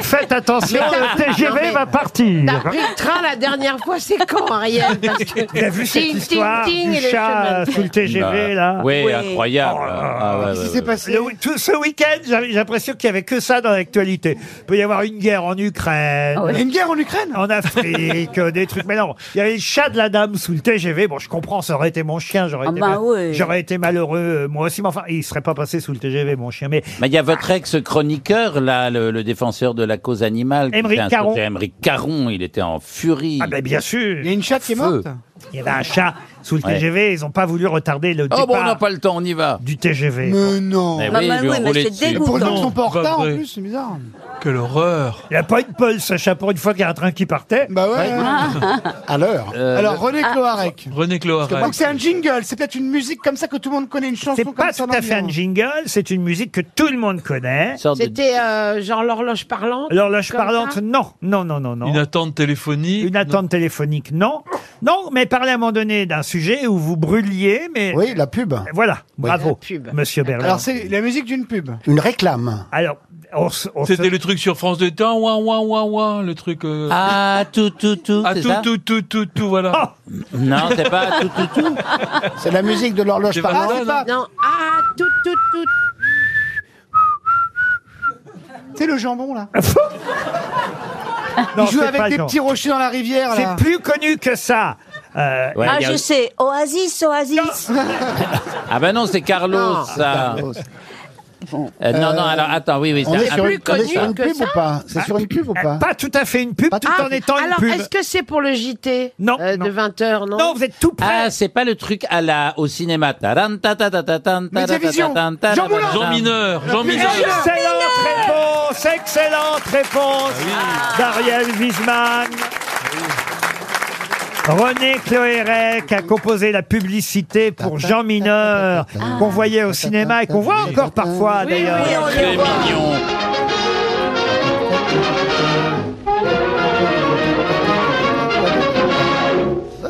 Speaker 2: Faites attention,
Speaker 7: Mais
Speaker 2: le
Speaker 7: t'as-
Speaker 2: TGV
Speaker 7: non, mais
Speaker 2: va partir.
Speaker 7: T'as pris le train la dernière fois, c'est quand, Ariel hein, Parce que-
Speaker 2: Vous avez vu cette
Speaker 7: Ting, ting,
Speaker 2: histoire
Speaker 7: ting
Speaker 2: du
Speaker 7: et le chemin
Speaker 2: chat
Speaker 7: de
Speaker 2: sous le
Speaker 7: fer.
Speaker 2: TGV, là Oh
Speaker 19: Oui, Bah, incroyable. Ah, ouais, ouais, ouais.
Speaker 2: passé Euh, tout Ce week-end, j'avais- j'ai l'impression qu'il n'y avait que ça dans l'actualité. Il peut y avoir une guerre en Ukraine.
Speaker 4: Ah ouais. Une guerre en Ukraine
Speaker 2: En Afrique, euh, des trucs. Mais non, il y avait le chat de la dame sous le TGV. Bon, je comprends, ça aurait été mon chien, j'aurais
Speaker 3: Ah
Speaker 2: été,
Speaker 3: bah
Speaker 2: mal-
Speaker 3: ouais.
Speaker 2: j'aurais été malheureux, euh, moi aussi. Mais enfin, il ne serait pas passé sous le TGV, mon chien. Mais
Speaker 19: Mais il y a votre ex-chroniqueur, là, le, le défenseur de la cause animale. qui
Speaker 2: Émeric
Speaker 19: était un
Speaker 2: Caron.
Speaker 19: sorcier, Émeric Caron, il était en furie.
Speaker 2: Ah ben bien sûr. Il y a une chatte qui
Speaker 19: est morte
Speaker 2: Il y avait un chat sous le
Speaker 19: Ouais.
Speaker 2: TGV, ils n'ont pas voulu retarder le
Speaker 4: Ah
Speaker 19: Oh
Speaker 2: départ
Speaker 19: bon, on n'a pas le temps, on y va.
Speaker 2: du TGV.
Speaker 4: Mais non.
Speaker 19: Eh oui, Maman, lui, oui, on mais roulait c'est dessus. dégoûtant.
Speaker 4: Pour ceux qui
Speaker 19: Non,
Speaker 4: sont pas en
Speaker 19: pas
Speaker 4: retard, en
Speaker 19: vrai.
Speaker 4: plus, c'est bizarre.
Speaker 2: Quelle horreur Il n'y a pas une pole, ce chat, pour une fois qu'il y a un train qui partait.
Speaker 4: Bah ouais.
Speaker 6: À l'heure.
Speaker 19: Euh,
Speaker 4: Alors, René
Speaker 19: Ah.
Speaker 4: Cloarec.
Speaker 8: René Cloarec.
Speaker 4: Donc, c'est un jingle. C'est peut-être une musique comme ça que tout le monde connaît, une chanson
Speaker 2: C'est
Speaker 4: comme
Speaker 2: pas
Speaker 4: ça.
Speaker 2: tout à fait un jingle, c'est une musique que tout le monde connaît.
Speaker 7: C'était euh, genre l'horloge parlante
Speaker 2: hein L'horloge
Speaker 7: comme
Speaker 2: parlante,
Speaker 7: ça
Speaker 2: non, non, non, non, non.
Speaker 8: Une attente téléphonique.
Speaker 2: Une attente téléphonique, non. Non, mais parlez à un moment donné d'un sujet où vous brûliez, mais...
Speaker 6: Oui, la pub.
Speaker 2: Voilà, bravo,
Speaker 6: pub.
Speaker 2: monsieur Berlin.
Speaker 4: Alors, c'est la musique d'une pub.
Speaker 6: Une réclame.
Speaker 2: Alors, on se- on se-
Speaker 8: C'était le truc sur France 2. Ouin, ouin, ouin, ouin, le truc. euh,
Speaker 19: Ah, tout, tout, tout.
Speaker 8: Ah,
Speaker 19: c'est
Speaker 8: tout,
Speaker 19: ça
Speaker 8: tout, tout, tout, tout, voilà.
Speaker 2: Oh
Speaker 19: Non, c'est pas tout, tout, tout.
Speaker 6: C'est la musique de l'horloge
Speaker 8: C'est Valentine.
Speaker 6: parlante. c'est pas-
Speaker 7: Non, ah, tout, tout, tout.
Speaker 4: C'est le jambon, là.
Speaker 2: Non,
Speaker 4: Il
Speaker 2: Ah, c'est
Speaker 4: joue avec
Speaker 2: pas
Speaker 4: des
Speaker 2: Jean.
Speaker 4: petits rochers dans la rivière, là.
Speaker 2: C'est plus connu que ça. Euh,
Speaker 3: ah, je sais. Oasis, Oasis.
Speaker 19: Ah ben non, c'est Carlos,
Speaker 3: Non.
Speaker 19: ça. Euh, non, non, alors attends, oui, oui.
Speaker 6: On
Speaker 19: c'est
Speaker 6: est
Speaker 19: un-
Speaker 6: sur
Speaker 19: un-
Speaker 6: une, on est sur une pub ou pas C'est sur une pub ou pas
Speaker 2: Pas tout à fait une pub, tout
Speaker 7: Ah,
Speaker 2: en étant une
Speaker 7: alors,
Speaker 2: pub.
Speaker 7: est-ce que c'est pour le JT
Speaker 2: Non.
Speaker 7: De 20h, non
Speaker 2: Non, vous êtes tout
Speaker 19: Ah, c'est pas le truc à la, au cinéma. Taran, ta, ta, ta, ta, tan, ta, ta, ta,
Speaker 2: Vision.
Speaker 19: tan, ta,
Speaker 2: Jean
Speaker 19: ta, ta,
Speaker 2: Moulin.
Speaker 19: ta,
Speaker 8: Jean
Speaker 19: ta.
Speaker 8: Mineur, Jean Mineur.
Speaker 2: Excellente réponse, excellente réponse d'Ariel Wiesman. René Cloérec a composé la publicité pour Jean Mineur qu'on voyait au cinéma et qu'on voit encore parfois d'ailleurs.
Speaker 19: C'est mignon.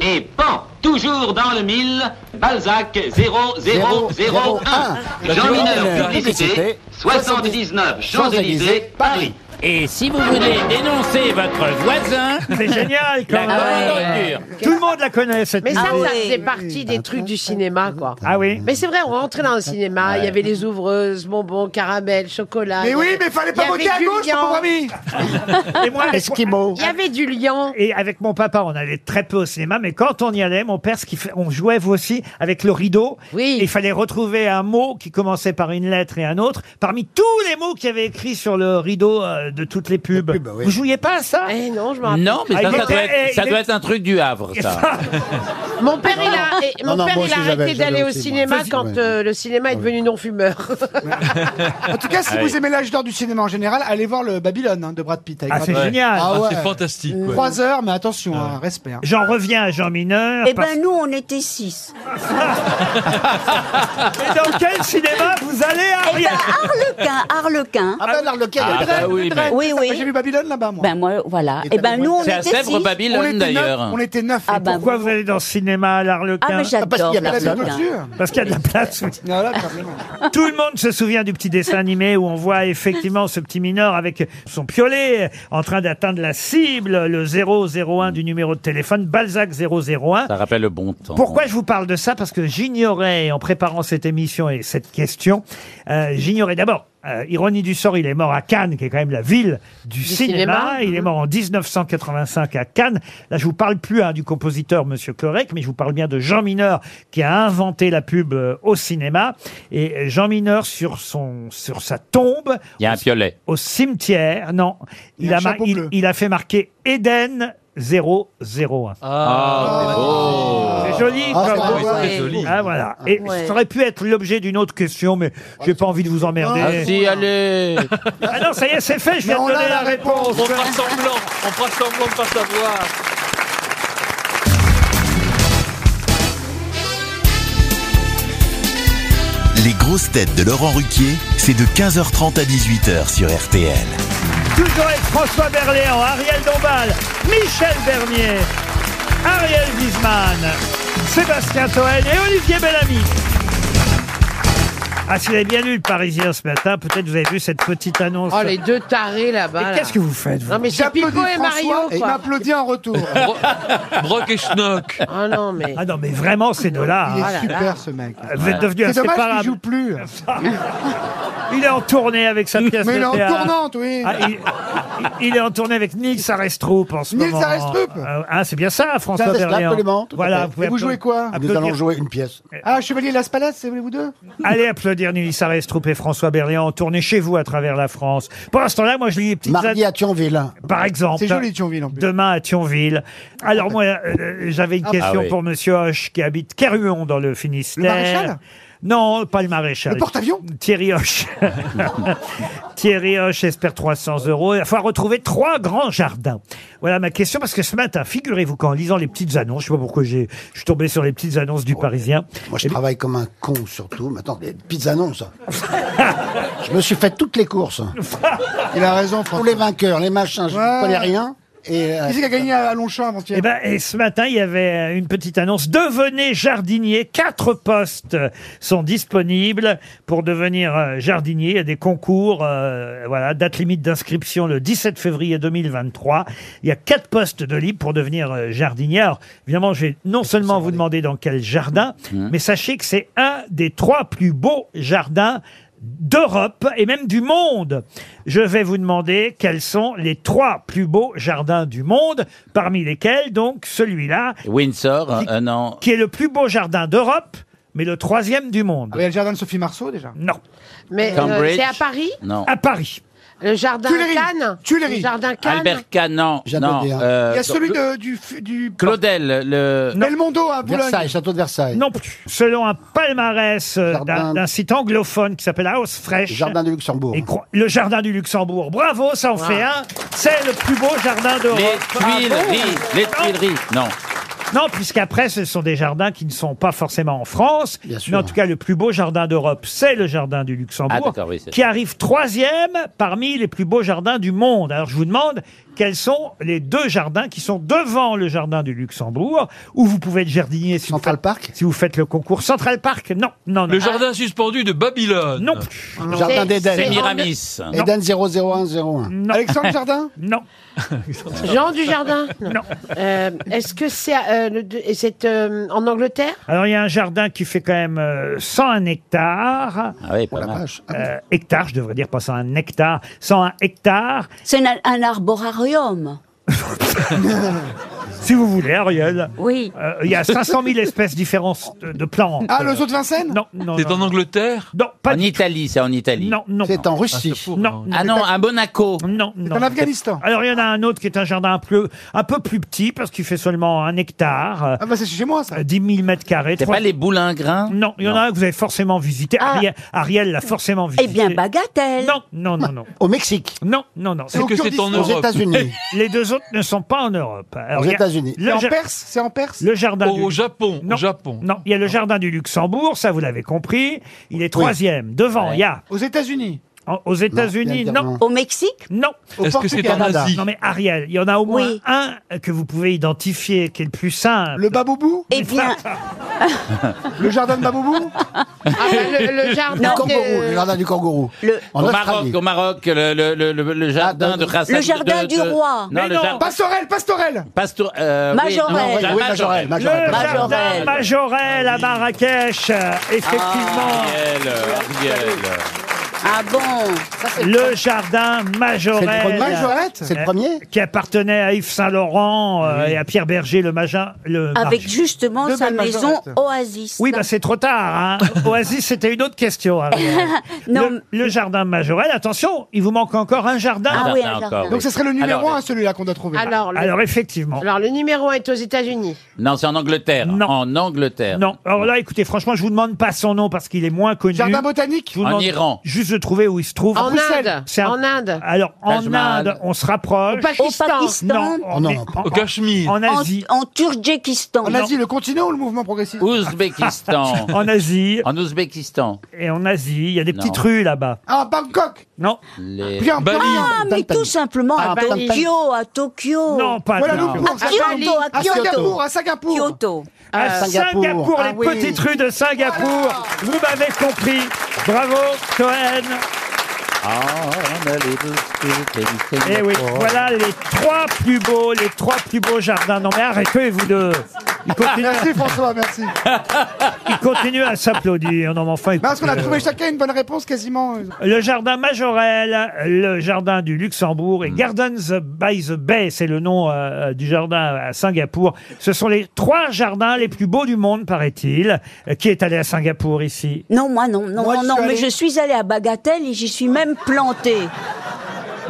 Speaker 21: Et pan, toujours dans le mille, Balzac 0001. Jean Mineur, publicité, 79 Champs-Élysées, Paris.
Speaker 19: Et si vous voulez dénoncer votre voisin,
Speaker 2: C'est génial quand
Speaker 19: La
Speaker 2: même. Ah
Speaker 19: grande ordure.
Speaker 2: Tout le monde la connaît cette
Speaker 7: Mais ça,
Speaker 2: musique.
Speaker 7: ça faisait partie des trucs du cinéma, quoi.
Speaker 2: Ah oui
Speaker 7: Mais c'est vrai, on rentrait dans le cinéma, il y avait les ouvreuses, bonbons, caramel, chocolat.
Speaker 4: Mais oui, mais fallait pas
Speaker 7: il y
Speaker 4: voter
Speaker 7: avait
Speaker 4: à
Speaker 7: du
Speaker 4: gauche,
Speaker 7: liant.
Speaker 4: mon ami
Speaker 2: Et moi,
Speaker 7: Il y avait du lion.
Speaker 2: Et avec mon papa, on allait très peu au cinéma, mais quand on y allait, mon père, ce qu'il fait- on jouait vous aussi avec le rideau. Oui. Il fallait retrouver un mot qui commençait par une lettre et un autre, parmi tous les mots qu'il y avait écrits sur le rideau euh, de toutes les pubs.
Speaker 4: bah
Speaker 2: Vous jouiez pas à ça
Speaker 7: Eh non, je me rappelle.
Speaker 19: Non, mais
Speaker 2: Ah,
Speaker 19: ça, ça,
Speaker 2: il était-
Speaker 19: doit être,
Speaker 2: eh,
Speaker 19: ça
Speaker 2: il
Speaker 19: doit
Speaker 2: est- Ah.
Speaker 19: être un truc du Havre, ça.
Speaker 7: Mon père, il a, et-
Speaker 19: Non,
Speaker 7: mon
Speaker 19: non,
Speaker 7: père,
Speaker 19: moi
Speaker 7: il a
Speaker 19: aussi, j'avais-
Speaker 7: arrêté
Speaker 19: j'avais
Speaker 7: d'aller au
Speaker 19: aussi, moi.
Speaker 7: cinéma
Speaker 19: Vas-y,
Speaker 7: quand
Speaker 19: ouais. Oh,
Speaker 7: euh, le cinéma est devenu non-fumeur.
Speaker 4: En tout cas, si
Speaker 8: Allez.
Speaker 4: vous aimez l'âge d'or du cinéma en général, allez voir le Babylone hein, de Brad Pitt. avec
Speaker 2: Ah,
Speaker 4: Brad
Speaker 2: c'est
Speaker 4: Pitt.
Speaker 2: génial.
Speaker 4: Ah,
Speaker 8: Ah,
Speaker 4: ouais.
Speaker 8: c'est fantastique. ouais.
Speaker 4: Trois heures, mais attention, hein, respect. hein.
Speaker 2: J'en reviens à Jean Mineur.
Speaker 3: Eh
Speaker 2: parce-
Speaker 3: ben, nous, on était six.
Speaker 2: Mais dans quel cinéma vous allez,
Speaker 3: Eh ben,
Speaker 2: Ariel
Speaker 3: Harlequin, Harlequin.
Speaker 4: Ah ben, l'Arlequin, il y a
Speaker 19: Ah, bah
Speaker 4: le train,
Speaker 19: oui,
Speaker 4: le train.
Speaker 19: mais-
Speaker 3: Oui, oui.
Speaker 4: J'ai vu Babylone là-bas, moi.
Speaker 3: Ben, moi, voilà. Eh ben, nous, on
Speaker 19: C'est à
Speaker 3: était
Speaker 19: Sèvres,
Speaker 3: six.
Speaker 4: on était
Speaker 19: Babylone,
Speaker 4: neuf,
Speaker 19: d'ailleurs.
Speaker 4: on était neuf.
Speaker 3: Ah ben,
Speaker 2: Pourquoi bah, vous allez dans le cinéma à l'Arlequin
Speaker 3: Ah, mais j'adore
Speaker 4: la
Speaker 3: l'Arlequin.
Speaker 4: clôture.
Speaker 2: Parce qu'il y a de la place. oui.
Speaker 4: Voilà, quand même.
Speaker 2: Tout le monde se souvient du petit dessin animé où on voit effectivement ce petit mineur avec son piolet en train d'atteindre la cible, le 001 du numéro de téléphone, Balzac 001.
Speaker 19: Ça rappelle le bon temps.
Speaker 2: Pourquoi je vous parle de ça Parce que j'ignorais, en préparant cette émission et cette question, euh, j'ignorais d'abord, euh, ironie du sort, il est mort à Cannes, qui est quand même la ville du, cinéma.
Speaker 7: cinéma.
Speaker 2: Il est mort en 1985 à Cannes. Là, je vous parle plus hein, du compositeur Monsieur Correc, mais je vous parle bien de Jean Mineur, qui a inventé la pub euh, au cinéma. Et euh, Jean Mineur, sur, son, sur sa tombe,
Speaker 19: Il y a un piolet.
Speaker 2: au cimetière, non, il,
Speaker 4: a
Speaker 2: a,
Speaker 4: un
Speaker 2: mar-
Speaker 4: chapeau
Speaker 2: il,
Speaker 4: bleu.
Speaker 2: il a fait marquer Eden 001.
Speaker 19: Ah,
Speaker 2: C'est joli,
Speaker 4: Ah,
Speaker 2: bravo.
Speaker 4: c'est vrai,
Speaker 8: très
Speaker 4: ouais.
Speaker 8: joli.
Speaker 2: Ah voilà. Et
Speaker 3: Ouais.
Speaker 2: ça aurait pu être l'objet d'une autre question, mais j'ai pas envie de vous
Speaker 19: Ah,
Speaker 2: emmerder.
Speaker 19: si, allez.
Speaker 2: Ah non, ça y est, c'est fait, je
Speaker 4: Mais
Speaker 2: viens de
Speaker 4: on a
Speaker 2: donner
Speaker 4: la
Speaker 2: la réponse.
Speaker 8: On fera semblant, on fera semblant de pas savoir.
Speaker 1: Les grosses têtes de Laurent Ruquier, c'est de 15h30 à 18h sur RTL.
Speaker 4: Ah,
Speaker 2: Toujours avec François Berléand, Ariel Dombal, Michel Bernier, Ariel Wiesmann, Sébastien Toen et Olivier Bellamy. Ah, s'il avait bien lu le Parisien ce matin, peut-être vous avez vu cette petite annonce.
Speaker 8: Ah,
Speaker 7: Oh, les deux tarés là-bas.
Speaker 2: Mais
Speaker 7: là.
Speaker 2: qu'est-ce que vous faites, vous
Speaker 7: Non, mais c'est Pipo
Speaker 4: J'applaudis
Speaker 7: et Mario,
Speaker 4: François et il
Speaker 7: quoi.
Speaker 4: m'applaudit en retour.
Speaker 8: Bro- Brock et Schnock.
Speaker 7: Ah non, mais.
Speaker 2: Ah non, mais vraiment, ces deux-là.
Speaker 4: Il est
Speaker 2: hein.
Speaker 7: là là.
Speaker 4: super, ce mec.
Speaker 2: Vous êtes devenus
Speaker 4: C'est dommage qu'il
Speaker 2: inséparables.
Speaker 4: joue plus.
Speaker 2: Il est en tournée avec sa pièce
Speaker 4: Mais
Speaker 2: de
Speaker 4: il est en
Speaker 2: théâtre.
Speaker 4: tournante, oui.
Speaker 2: Ah, il, il- il est en tournée avec Nils Arestrup en ce
Speaker 4: Nils
Speaker 2: moment.
Speaker 4: Arestrup
Speaker 2: Euh, Ah, c'est bien ça, François
Speaker 6: Ça, c'est ça,
Speaker 2: Berléand.
Speaker 6: absolument, tout à
Speaker 2: Voilà,
Speaker 6: fait.
Speaker 2: pouvez
Speaker 4: Et vous
Speaker 2: appla-
Speaker 4: jouez quoi
Speaker 6: Nous
Speaker 2: applaudir-
Speaker 6: allons jouer une pièce.
Speaker 4: Ah, Chevalier Las Palais, c'est vous deux
Speaker 2: Allez applaudir Nils Arestrup et François Berléand en tournée chez vous à travers la France. Pendant ce temps-là, moi, je lis les petites...
Speaker 6: Mardi
Speaker 2: an-
Speaker 6: à Thionville. hein.
Speaker 2: Par exemple,
Speaker 4: C'est joli, Thionville, en plus. Ah
Speaker 2: demain à Thionville. Alors moi, euh, j'avais une question
Speaker 19: oui.
Speaker 2: pour Monsieur Hoche qui habite Caruon dans le Finistère.
Speaker 4: Le maréchal
Speaker 2: Non, pas le maréchal.
Speaker 4: Le porte-avions
Speaker 2: Thierry Hoche. Thierry Hoche espère 300 euros. Il va falloir retrouver trois grands jardins. Voilà ma question, parce que ce matin, figurez-vous qu'en lisant les petites annonces, je sais pas pourquoi j'ai, je suis tombé sur les petites annonces du Parisien. Eh
Speaker 6: Moi, je travaille comme un con, surtout. Mais attends, des petites annonces. je me suis fait toutes les courses.
Speaker 4: Il a raison,
Speaker 6: Tous
Speaker 4: François.
Speaker 6: les vainqueurs, les machins, je
Speaker 4: Ouais.
Speaker 6: ne connais rien. Et euh,
Speaker 4: Qui c'est qui a gagné à Longchamp
Speaker 2: Et,
Speaker 4: avant-hier
Speaker 2: ben, et ce matin, il y avait euh, une petite annonce. Devenez jardinier. Quatre postes euh, sont disponibles pour devenir euh, jardinier. Il y a des concours, euh, voilà, date limite d'inscription le 17 février 2023. Il y a quatre postes de libre pour devenir euh, jardinier. Alors, évidemment, je vais non seulement vous demander dans quel jardin,
Speaker 6: Mmh.
Speaker 2: mais sachez que c'est un des trois plus beaux jardins d'Europe et même du monde. Je vais vous demander quels sont les trois plus beaux jardins du monde, parmi lesquels donc celui-là,
Speaker 19: Windsor, euh, non.
Speaker 2: qui est le plus beau jardin d'Europe, mais le troisième du monde.
Speaker 4: Ah Il y a le jardin de Sophie Marceau déjà
Speaker 2: Non.
Speaker 7: Mais euh,
Speaker 19: Cambridge.
Speaker 7: c'est à Paris
Speaker 19: Non.
Speaker 2: À Paris.
Speaker 7: Le jardin
Speaker 4: Tuileries.
Speaker 7: Cannes
Speaker 4: Tuileries.
Speaker 7: Le jardin Cannes
Speaker 19: Albert Canon. Non.
Speaker 6: J'adore bien.
Speaker 19: euh,
Speaker 4: Il y a celui de, du, du
Speaker 19: Claudel, le.
Speaker 4: Belmondo à Boulogne.
Speaker 6: Versailles, château de Versailles.
Speaker 2: Non plus. Selon un palmarès euh, d'un d'un site anglophone qui s'appelle House Fresh.
Speaker 6: Le jardin du Luxembourg. Ah.
Speaker 2: et cro- le jardin du Luxembourg. Bravo, ça en fait un. C'est le plus beau jardin d'Europe.
Speaker 19: Les
Speaker 2: Bravo.
Speaker 19: Tuileries. Les Tuileries. Non.
Speaker 2: Non, puisqu'après, ce sont des jardins qui ne sont pas forcément en France. Mais en tout cas, le plus beau jardin d'Europe, c'est le jardin du
Speaker 19: Ah,
Speaker 2: Luxembourg,
Speaker 19: d'accord, oui, c'est
Speaker 2: qui
Speaker 19: ça.
Speaker 2: arrive troisième parmi les plus beaux jardins du monde. Alors, je vous demande quels sont les deux jardins qui sont devant le jardin du Luxembourg, où vous pouvez être jardinier. Si Central
Speaker 6: Park
Speaker 2: Si vous faites le concours. Central Park Non, non, non.
Speaker 8: Le jardin suspendu de
Speaker 2: Ah.
Speaker 8: Babylone.
Speaker 2: Non.
Speaker 6: Le Jardin
Speaker 7: C'est-
Speaker 6: d'Éden.
Speaker 7: c'est
Speaker 19: Miramis.
Speaker 6: Eden 00101.
Speaker 2: Non.
Speaker 4: Alexandre Jardin
Speaker 2: Non.
Speaker 7: Jean du Jardin Non.
Speaker 2: Non.
Speaker 7: Euh, Est-ce que c'est euh, le deux- et c'est, euh, en Angleterre
Speaker 2: Alors, il y a un jardin qui fait quand même euh, 101 hectares.
Speaker 19: Ah oui, pas mal.
Speaker 2: Euh, hectares, je devrais dire, pas 101 hectares. 101 hectares,
Speaker 3: C'est un, un arborarium.
Speaker 2: si vous voulez, Ariel.
Speaker 3: Oui.
Speaker 2: Euh, Il y a 500 000 espèces différentes de, de plantes.
Speaker 4: Ah, le zoo de Vincennes
Speaker 2: Non, non,
Speaker 8: C'est
Speaker 2: non,
Speaker 8: en Angleterre
Speaker 2: non, pas
Speaker 19: En
Speaker 2: du-
Speaker 19: Italie, c'est en Italie.
Speaker 2: Non, non.
Speaker 6: C'est en Russie.
Speaker 2: Non,
Speaker 19: Ah non, à Monaco.
Speaker 2: non, non.
Speaker 4: En Afghanistan.
Speaker 2: Alors, il y en a un autre qui est un jardin un peu, un peu plus petit, parce qu'il fait seulement un hectare, euh,
Speaker 4: Ah bah c'est chez moi ça.
Speaker 2: 10 000 mètres carrés.
Speaker 19: C'est
Speaker 2: trois-
Speaker 19: pas les boulingrins
Speaker 2: Non, il y en a un que vous avez forcément visité.
Speaker 3: Ah.
Speaker 2: Ariel, Ariel l'a forcément visité.
Speaker 3: Eh bien, bagatelle.
Speaker 2: Non, non, non, non.
Speaker 6: Au Mexique.
Speaker 2: Non, non, non.
Speaker 8: C'est que c'est en
Speaker 6: Aux
Speaker 8: Europe.
Speaker 6: États-Unis.
Speaker 2: Les deux autres ne sont pas en Europe. Alors,
Speaker 6: Aux
Speaker 2: il y a
Speaker 6: États-Unis.
Speaker 2: Le,
Speaker 4: C'est en
Speaker 2: ja-
Speaker 4: Perse C'est en Perse
Speaker 2: le jardin
Speaker 8: Oh, Au
Speaker 2: du...
Speaker 8: Japon.
Speaker 2: Non.
Speaker 8: Au Japon.
Speaker 2: Non, il y a le jardin du Luxembourg, ça vous l'avez compris. Il est troisième. Devant, il y a
Speaker 4: Aux États-Unis
Speaker 2: en- aux États-Unis.
Speaker 6: il y a
Speaker 2: Non,
Speaker 6: un-
Speaker 2: non,
Speaker 3: Au Mexique
Speaker 4: Au
Speaker 8: Est-ce que c'est en
Speaker 4: Portugal.
Speaker 8: Asie
Speaker 2: Non, mais Ariel, il y en a au moins
Speaker 3: Oui.
Speaker 2: un que vous pouvez identifier, qui est le plus simple.
Speaker 4: Le Baboubou
Speaker 3: Eh bien,
Speaker 4: Le jardin de Baboubou
Speaker 7: Ah, bah, le, le jardin
Speaker 6: Le kangourou,
Speaker 7: de-
Speaker 6: le jardin du kangourou.
Speaker 3: le,
Speaker 6: En
Speaker 19: Au Maroc,
Speaker 6: Australie.
Speaker 19: au Maroc, le, le- le- le- le jardin de Hassan-
Speaker 3: Le jardin
Speaker 19: de-
Speaker 3: du
Speaker 19: de-
Speaker 3: roi.
Speaker 19: Non,
Speaker 2: Mais
Speaker 19: le
Speaker 2: non.
Speaker 19: jardin.
Speaker 4: Pastorel, Pastorel
Speaker 19: Pasteur. euh, oui,
Speaker 3: Majorelle.
Speaker 19: non,
Speaker 6: Oui,
Speaker 19: la
Speaker 6: Majorelle.
Speaker 2: Le jardin
Speaker 3: Majorelle.
Speaker 2: Majorelle à Marrakech, euh, effectivement.
Speaker 19: Ariel, Ariel.
Speaker 3: ah bon
Speaker 2: le jardin Majorelle. Euh,
Speaker 4: Majorette
Speaker 6: C'est le premier
Speaker 2: qui appartenait à Yves Saint-Laurent euh, et à Pierre Berger, le magin. Le
Speaker 3: Avec
Speaker 2: margin.
Speaker 3: justement
Speaker 4: Deux
Speaker 3: sa
Speaker 4: belles
Speaker 3: maison
Speaker 4: majorettes.
Speaker 3: oasis.
Speaker 2: Oui, bah c'est trop tard. Hein. Oasis, c'était une autre question. Ariel.
Speaker 3: Non,
Speaker 2: le, le jardin Majorelle, attention, il vous manque encore un jardin.
Speaker 3: Ah
Speaker 19: Jardin
Speaker 3: oui, un jardin.
Speaker 19: encore, oui.
Speaker 4: Donc ce serait le numéro
Speaker 19: Alors,
Speaker 4: 1 celui-là qu'on doit trouver.
Speaker 7: Alors, le,
Speaker 2: Alors effectivement.
Speaker 7: alors, le numéro 1 est aux États-Unis.
Speaker 19: Non, c'est en Angleterre.
Speaker 2: Non.
Speaker 19: En Angleterre.
Speaker 2: Non, alors là, écoutez, franchement, je vous demande pas son nom parce qu'il est moins connu.
Speaker 4: Jardin
Speaker 2: Je
Speaker 4: botanique
Speaker 2: vous
Speaker 19: En
Speaker 2: demande
Speaker 19: Iran.
Speaker 2: Juste de trouver où il se trouve.
Speaker 7: En
Speaker 4: Bruxelles,
Speaker 7: Inde.
Speaker 2: c'est un-
Speaker 7: En Inde.
Speaker 2: Alors,
Speaker 19: Taj
Speaker 2: en
Speaker 19: Mahal.
Speaker 2: Inde, on se rapproche.
Speaker 7: Au
Speaker 3: Au
Speaker 7: Pakistan.
Speaker 3: Pakistan,
Speaker 2: on
Speaker 6: Non,
Speaker 2: est-
Speaker 6: non,
Speaker 8: Au Cachemire.
Speaker 2: en
Speaker 3: en,
Speaker 2: Asie.
Speaker 3: en Turkestan.
Speaker 4: En Asie, le continent ou le mouvement progressif
Speaker 19: Ouzbékistan.
Speaker 2: En Asie.
Speaker 19: en Ouzbékistan.
Speaker 2: Et en Asie, il y a des
Speaker 19: Non.
Speaker 2: petites rues là-bas.
Speaker 4: Ah, Bangkok
Speaker 2: Non,
Speaker 19: Les-
Speaker 4: Puis en
Speaker 8: Bali.
Speaker 3: Ah, mais tout simplement à
Speaker 7: Ah, bah,
Speaker 3: Tokyo, à Tokyo.
Speaker 2: non, pas
Speaker 4: Voilà
Speaker 2: non.
Speaker 4: nous pour
Speaker 3: Oh. À Kyoto, à
Speaker 4: À
Speaker 3: Kyoto.
Speaker 4: Singapour, à Singapour
Speaker 3: Kyoto.
Speaker 2: à
Speaker 6: Euh,
Speaker 2: Singapour,
Speaker 6: Singapour.
Speaker 2: les
Speaker 6: Ah oui.
Speaker 2: petites rues de Singapour. Vous m'avez compris. Bravo, Cohen.
Speaker 19: Ah,
Speaker 2: Et Eh oui, voilà les trois plus beaux, les trois plus beaux jardins. Non mais arrêtez vous deux. Ils continuent,
Speaker 4: Merci François, merci. Mais
Speaker 2: ils continuent à s'applaudir. Non mais enfin.
Speaker 4: parce qu'on a
Speaker 2: écoutez,
Speaker 4: trouvé chacun une bonne réponse quasiment. euh.
Speaker 2: Le jardin Majorelle, le jardin du Luxembourg et
Speaker 4: Hmm.
Speaker 2: Gardens by the Bay, c'est le nom euh, du jardin à Singapour. Ce sont les trois jardins les plus beaux du monde, paraît-il. Euh, Qui est allé à Singapour ici
Speaker 3: Non, moi non, non,
Speaker 4: Moi,
Speaker 3: non,
Speaker 4: je
Speaker 3: non,
Speaker 4: suis
Speaker 3: mais
Speaker 4: allée-
Speaker 3: je suis allée à Bagatelle et j'y suis même plantée.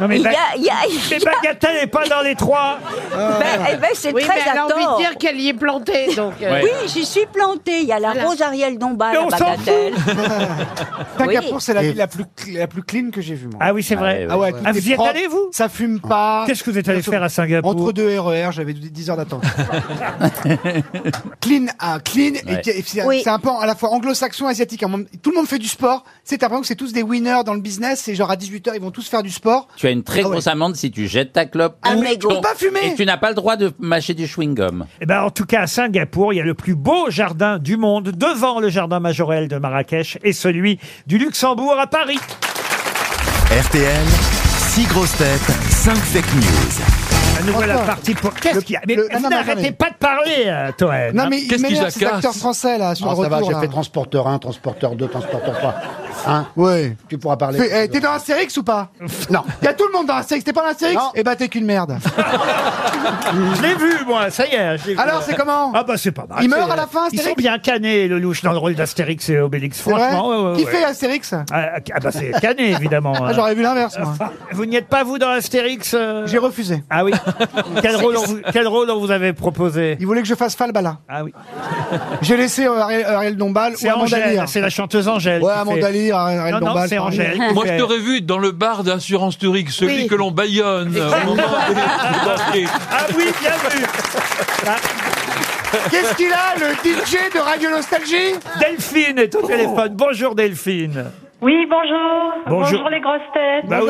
Speaker 2: Non mais,
Speaker 3: Il y
Speaker 2: Ba-
Speaker 3: a, il y a- il
Speaker 2: mais
Speaker 3: y a-
Speaker 2: Bagatelle n'est pas dans les trois. Ah.
Speaker 3: ben, eh ben, c'est
Speaker 7: Oui,
Speaker 3: très
Speaker 7: mais elle a
Speaker 3: à
Speaker 7: envie de
Speaker 3: tort.
Speaker 7: dire qu'elle y est plantée. Donc, euh,
Speaker 19: Ouais.
Speaker 3: Oui, j'y suis plantée. Il y a la
Speaker 7: Voilà.
Speaker 3: rose Ariel Dombal
Speaker 2: Mais
Speaker 3: à
Speaker 2: on s'en
Speaker 3: Bagatelle.
Speaker 4: Singapour,
Speaker 3: Oui.
Speaker 4: c'est la ville la plus, cl- la plus clean que j'ai vue, moi.
Speaker 2: Ah oui, c'est vrai.
Speaker 19: ouais,
Speaker 4: Ah ouais,
Speaker 2: Ah,
Speaker 4: tout est
Speaker 2: vous y êtes
Speaker 4: propre,
Speaker 2: allé, vous
Speaker 4: Ça fume pas.
Speaker 2: Qu'est-ce que vous êtes allé
Speaker 4: Entre-
Speaker 2: faire à Singapour
Speaker 4: Entre deux RER, j'avais 10 heures d'attente. clean, ah, clean. et
Speaker 19: Ouais.
Speaker 4: qui- et c'est
Speaker 3: Oui.
Speaker 4: c'est un peu à la fois anglo-saxon, asiatique. en même- Tout le monde fait du sport. C'est l'impression que c'est tous des winners dans le business. Et genre à 18h, ils vont tous faire du sport.
Speaker 19: Tu as une très
Speaker 4: Ah ouais.
Speaker 19: grosse amende si tu jettes ta clope.
Speaker 3: Ah,
Speaker 19: ou
Speaker 3: mais gros.
Speaker 19: ton-
Speaker 4: Pas fumer.
Speaker 19: Et tu n'as pas le droit de mâcher du chewing-gum.
Speaker 2: Eh ben, en tout cas, à Singapour, il y a le plus beau jardin du monde devant le jardin Majorelle de Marrakech et celui du Luxembourg à Paris.
Speaker 1: RTL, 6 grosses têtes, 5 fake news.
Speaker 2: À nouveau la
Speaker 4: Encore.
Speaker 2: partie pour. Qu'est-ce
Speaker 4: Le-
Speaker 2: qu'il y a Mais
Speaker 4: le- non, non, mais
Speaker 2: n'arrêtez
Speaker 4: attendez.
Speaker 2: pas de parler, euh, Toen.
Speaker 4: Non, mais
Speaker 8: Qu'est-ce
Speaker 4: ils
Speaker 8: qu'ils
Speaker 4: m'énervent, ces
Speaker 8: accassent
Speaker 4: acteurs français, là, sur
Speaker 6: Ah,
Speaker 4: le
Speaker 6: ça va,
Speaker 4: retour.
Speaker 6: j'ai
Speaker 4: là.
Speaker 6: fait transporteur 1, transporteur 2, transporteur 3. Hein ouais. Tu pourras parler.
Speaker 4: Fais- eh, T'es dans Astérix ou pas
Speaker 6: Non.
Speaker 4: Y a tout le monde dans Astérix. T'es pas dans Astérix Eh ben, t'es qu'une merde.
Speaker 2: Je l'ai vu, moi, ça y est. je l'ai vu.
Speaker 4: Alors, c'est comment
Speaker 2: Ah, bah, c'est pas mal.
Speaker 4: Il meurt
Speaker 2: c'est-
Speaker 4: à la fin,
Speaker 2: Ils
Speaker 4: Astérix
Speaker 2: sont bien canés, le louche, dans le rôle d'Astérix et Obélix,
Speaker 4: C'est vrai
Speaker 2: franchement. ouais, ouais,
Speaker 4: Qui
Speaker 2: ouais.
Speaker 4: fait Astérix
Speaker 2: Ah, ah, bah, c'est Canet, évidemment. hein.
Speaker 4: Ah, J'aurais vu l'inverse, moi.
Speaker 2: Vous n'y êtes pas, vous, dans Astérix J'ai
Speaker 4: refusé.
Speaker 2: Ah oui quel, rôle on vous, quel rôle on vous avait proposé
Speaker 4: Il voulait que je fasse Falbala.
Speaker 2: Ah oui.
Speaker 4: J'ai laissé euh, Ariel, Ariel Dombal
Speaker 2: C'est
Speaker 4: ou Amanda
Speaker 2: Angèle,
Speaker 4: Lear.
Speaker 2: c'est la chanteuse Angèle
Speaker 4: Ouais,
Speaker 2: qui
Speaker 4: Amanda
Speaker 2: fait.
Speaker 4: Lear, Ariel
Speaker 2: Non, non,
Speaker 4: Dombal.
Speaker 2: c'est
Speaker 4: pardon.
Speaker 2: Angèle.
Speaker 8: Moi, je t'aurais vu dans le bar d'assurance Turic, celui
Speaker 2: Oui.
Speaker 8: que l'on baillonne euh, au moment où les-
Speaker 2: Ah oui, bien vu
Speaker 4: Qu'est-ce qu'il a, le DJ de Radio Nostalgie Oh.
Speaker 2: Delphine est au téléphone. Bonjour Delphine.
Speaker 12: Oui, bonjour.
Speaker 2: Bonjour.
Speaker 12: les grosses têtes.
Speaker 2: Bah oui,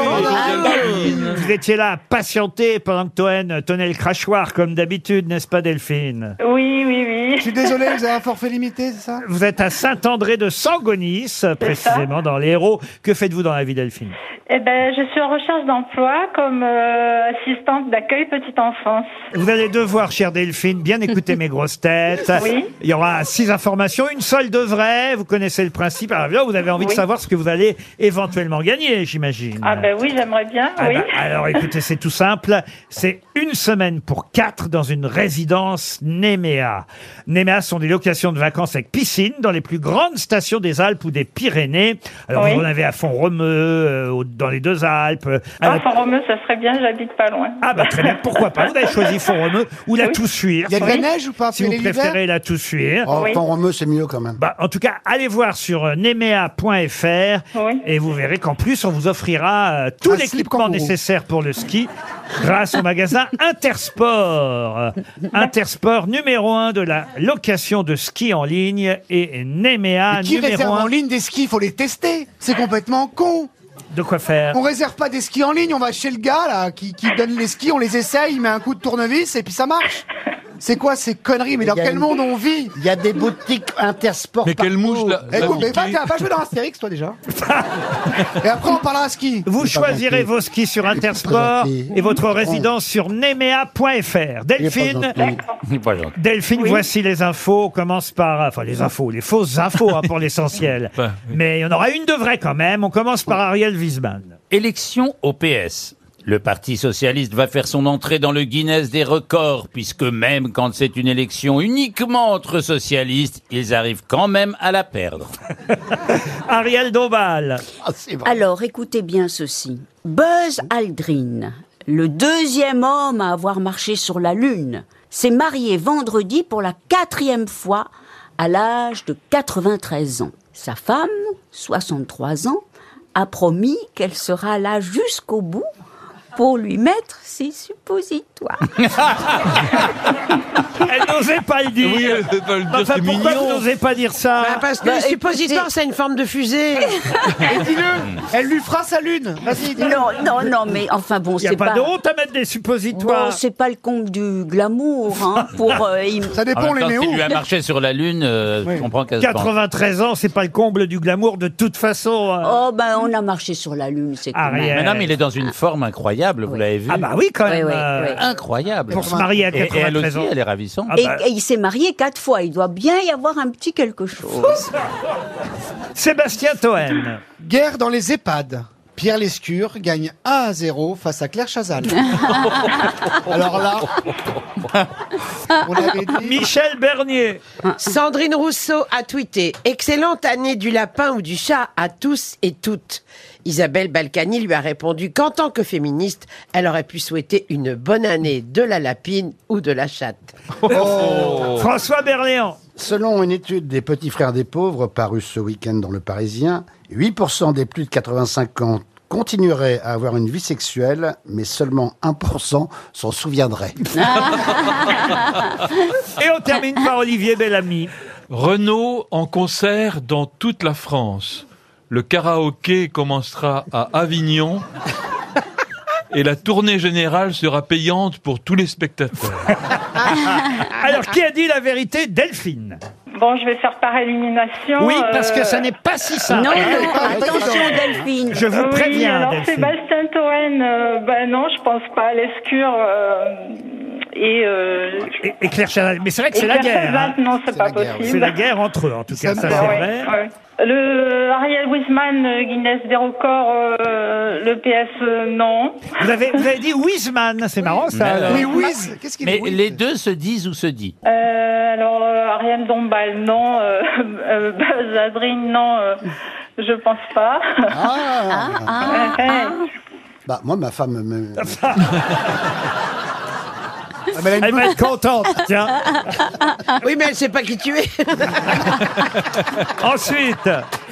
Speaker 2: vous- vous étiez là à patienter pendant que Toen tenait le crachoir comme d'habitude, n'est-ce pas Delphine
Speaker 12: Oui, oui, oui.
Speaker 4: Je suis désolé, vous avez un forfait limité, c'est ça
Speaker 2: Vous êtes à Saint-André de Sangonis, précisément dans les Hérault. Que faites-vous dans la vie Delphine
Speaker 12: Eh ben, je suis en recherche d'emploi comme euh, assistante d'accueil petite enfance.
Speaker 2: Vous allez devoir, chère Delphine, bien écouter mes grosses têtes.
Speaker 12: Oui.
Speaker 2: Il y aura six informations, une seule de vraie. Vous connaissez le principe. Alors là, vous avez envie de
Speaker 12: Oui.
Speaker 2: savoir ce que vous allez éventuellement gagner, j'imagine.
Speaker 12: Ah ben oui, j'aimerais bien,
Speaker 2: Ah
Speaker 12: oui.
Speaker 2: bah, alors écoutez, c'est tout simple. C'est une semaine pour quatre dans une résidence Néméa. Néméa sont des locations de vacances avec piscine dans les plus grandes stations des Alpes ou des Pyrénées. Alors
Speaker 12: Oui.
Speaker 2: vous en avez à Font-Romeu, euh, au- dans les deux Alpes. euh, à
Speaker 12: Ah,
Speaker 2: la-
Speaker 12: Font-Romeu, ça serait bien, j'habite pas loin.
Speaker 2: Ah bah très bien, pourquoi pas Vous avez choisi Font-Romeu ou la Toussuire.
Speaker 6: Il y a de la neige ou pas
Speaker 2: Si
Speaker 6: Mais
Speaker 2: vous
Speaker 6: l'hiver
Speaker 2: préférez la Toussuire.
Speaker 6: Oh, Quand on meut, c'est mieux quand même.
Speaker 2: Bah, en tout cas, allez voir sur euh, nemea.fr et vous verrez qu'en plus, on vous offrira euh, tout l'équipement nécessaire pour le ski grâce au magasin Intersport. Euh, Intersport numéro un de la location de ski en ligne et Nemea
Speaker 4: Qui réserve
Speaker 2: Ah, numéro
Speaker 4: en
Speaker 2: 1
Speaker 4: ligne des skis Faut les tester. C'est complètement con.
Speaker 2: de quoi faire.
Speaker 4: On réserve pas des skis en ligne, on va chez le gars là qui, qui donne les skis, on les essaye, il met un coup de tournevis et puis ça marche. C'est quoi ces conneries Mais dans
Speaker 6: Il y a
Speaker 4: quel
Speaker 6: une-
Speaker 4: monde on vit
Speaker 6: Il y a des boutiques intersport.
Speaker 8: Mais quelle mouche, là
Speaker 4: Écoute, mais va,
Speaker 8: Mickey.
Speaker 4: t'as pas joué dans Astérix toi déjà Et après on parlera à ski.
Speaker 2: Vous choisirez vos skis sur Intersport
Speaker 6: gentil.
Speaker 2: et votre résidence sur nemea.fr. Delphine, eh, Delphine, voici les infos. On commence par, enfin, les infos, les fausses infos hein, pour l'essentiel. Mais il y en aura une de vraie quand même. On commence par Ariel Wiesmann.
Speaker 19: Élection au PS. Le Parti socialiste va faire son entrée dans le Guinness des records, puisque même quand c'est une élection uniquement entre socialistes, ils arrivent quand même à la perdre.
Speaker 2: Ariel Dombal.
Speaker 3: Alors, écoutez bien ceci. Buzz Aldrin, le deuxième homme à avoir marché sur la Lune, s'est marié vendredi pour la quatrième fois à l'âge de 93 ans. Sa femme, 63 ans, a promis qu'elle sera là jusqu'au bout pour lui mettre ses suppositoires.
Speaker 2: Elle n'osait pas le dire.
Speaker 8: Oui, elle n'osait pas
Speaker 2: Enfin,
Speaker 8: le dire, c'est
Speaker 2: pourquoi
Speaker 8: mignon.
Speaker 2: vous n'osez pas dire ça
Speaker 7: Bah, parce que
Speaker 2: Bah,
Speaker 7: le suppositoire, c'est une forme de fusée.
Speaker 4: Et dis-le, elle lui fera sa lune. Vas-y, dis-le.
Speaker 3: Hmm. Non, non, non, mais enfin bon,
Speaker 2: Il n'y a
Speaker 3: c'est
Speaker 2: pas
Speaker 3: pas...
Speaker 2: de honte à mettre des
Speaker 3: Bon,
Speaker 2: suppositoires.
Speaker 3: c'est pas le comble du glamour, hein, pour... euh, il-
Speaker 19: en même temps, si lui a marché sur la Lune, euh, tu comprends qu'elle se pense.
Speaker 2: 93 ans, c'est pas le comble du glamour de toute façon. hein. Ah,
Speaker 3: Oh ben on a marché sur la lune, c'est quand
Speaker 2: Ariel.
Speaker 3: même.
Speaker 19: Mais non, mais il est dans une forme incroyable, vous l'avez vu.
Speaker 2: Ah bah Ah. oui, quand même.
Speaker 3: Oui, oui,
Speaker 2: euh,
Speaker 3: oui.
Speaker 19: Incroyable.
Speaker 2: Pour se marier à
Speaker 19: Et- Et elle aussi,
Speaker 2: 93 ans.
Speaker 19: elle est ravissante.
Speaker 2: Ah
Speaker 3: Et,
Speaker 2: bah.
Speaker 3: et il s'est marié quatre fois, il doit bien y avoir un petit quelque chose.
Speaker 2: Sébastien Toen.
Speaker 4: Guerre dans les EHPAD. Pierre Lescure gagne 1 à 0 face à Claire Chazal. Alors là, on l'avait
Speaker 3: Ah,
Speaker 4: dit.
Speaker 2: Michel Bernier.
Speaker 7: Sandrine Rousseau a tweeté Excellente année du lapin ou du chat à tous et toutes. Isabelle Balkany lui a répondu qu'en tant que féministe, elle aurait pu souhaiter une bonne année de la lapine ou de la chatte. Oh.
Speaker 2: François Berléand.
Speaker 6: Selon une étude des Petits Frères des Pauvres parue ce week-end dans Le Parisien, 8% des plus de 85 ans continueraient à avoir une vie sexuelle, mais seulement 1% s'en souviendraient.
Speaker 2: Et on termine par Olivier Bellamy.
Speaker 8: Renault en concert dans toute la France. Le karaoké commencera à Avignon. Et la tournée générale sera payante pour tous les spectateurs.
Speaker 2: Alors, qui a dit la vérité Delphine.
Speaker 12: Bon, je vais faire par élimination.
Speaker 2: Oui, parce que ça
Speaker 12: euh,
Speaker 2: n'est pas si simple.
Speaker 3: Non, non, attention Delphine.
Speaker 2: Je vous
Speaker 12: oui,
Speaker 2: préviens,
Speaker 12: alors
Speaker 2: Delphine.
Speaker 12: Sébastien Toen, euh, ben non, je pense pas. L'escure, euh, et, euh,
Speaker 2: Et, et Claire Chazal. Mais c'est vrai que
Speaker 12: et
Speaker 2: c'est la
Speaker 12: Claire
Speaker 2: guerre. hein.
Speaker 12: Chazal, non, c'est pas possible.
Speaker 2: C'est la guerre entre eux, en tout cas, ça c'est
Speaker 12: Ouais,
Speaker 2: vrai.
Speaker 12: ouais. Le Ariel Wiesman, euh, Guinness des records, euh, le PS, euh, non.
Speaker 2: Vous avez, vous avez dit Wiesman, c'est marrant Ah, ça. euh, alors.
Speaker 19: euh, Mais les deux se disent ou se dit.
Speaker 12: Euh, alors, euh, Ariane Dombal, non. Euh, euh, Buzz Aldrin, non. euh, je pense pas. Euh, Ouais.
Speaker 6: Bah, moi, ma femme me.
Speaker 3: Ah,
Speaker 2: Elle va être contente, tiens. Euh,
Speaker 7: Oui, mais elle sait pas qui tu es.
Speaker 2: Ensuite,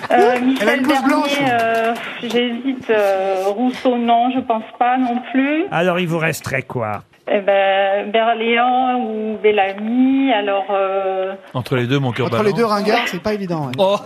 Speaker 12: Euh, Michel Bernier, euh, j'hésite. euh, Rousseau, non, je pense pas non plus.
Speaker 2: alors il vous resterait quoi
Speaker 12: Eh ben, Berléand ou Bellamy, alors... euh,
Speaker 8: Entre les deux, mon cœur
Speaker 4: Entre les
Speaker 8: balance.
Speaker 4: deux ringards, c'est pas évident. ouais. oh.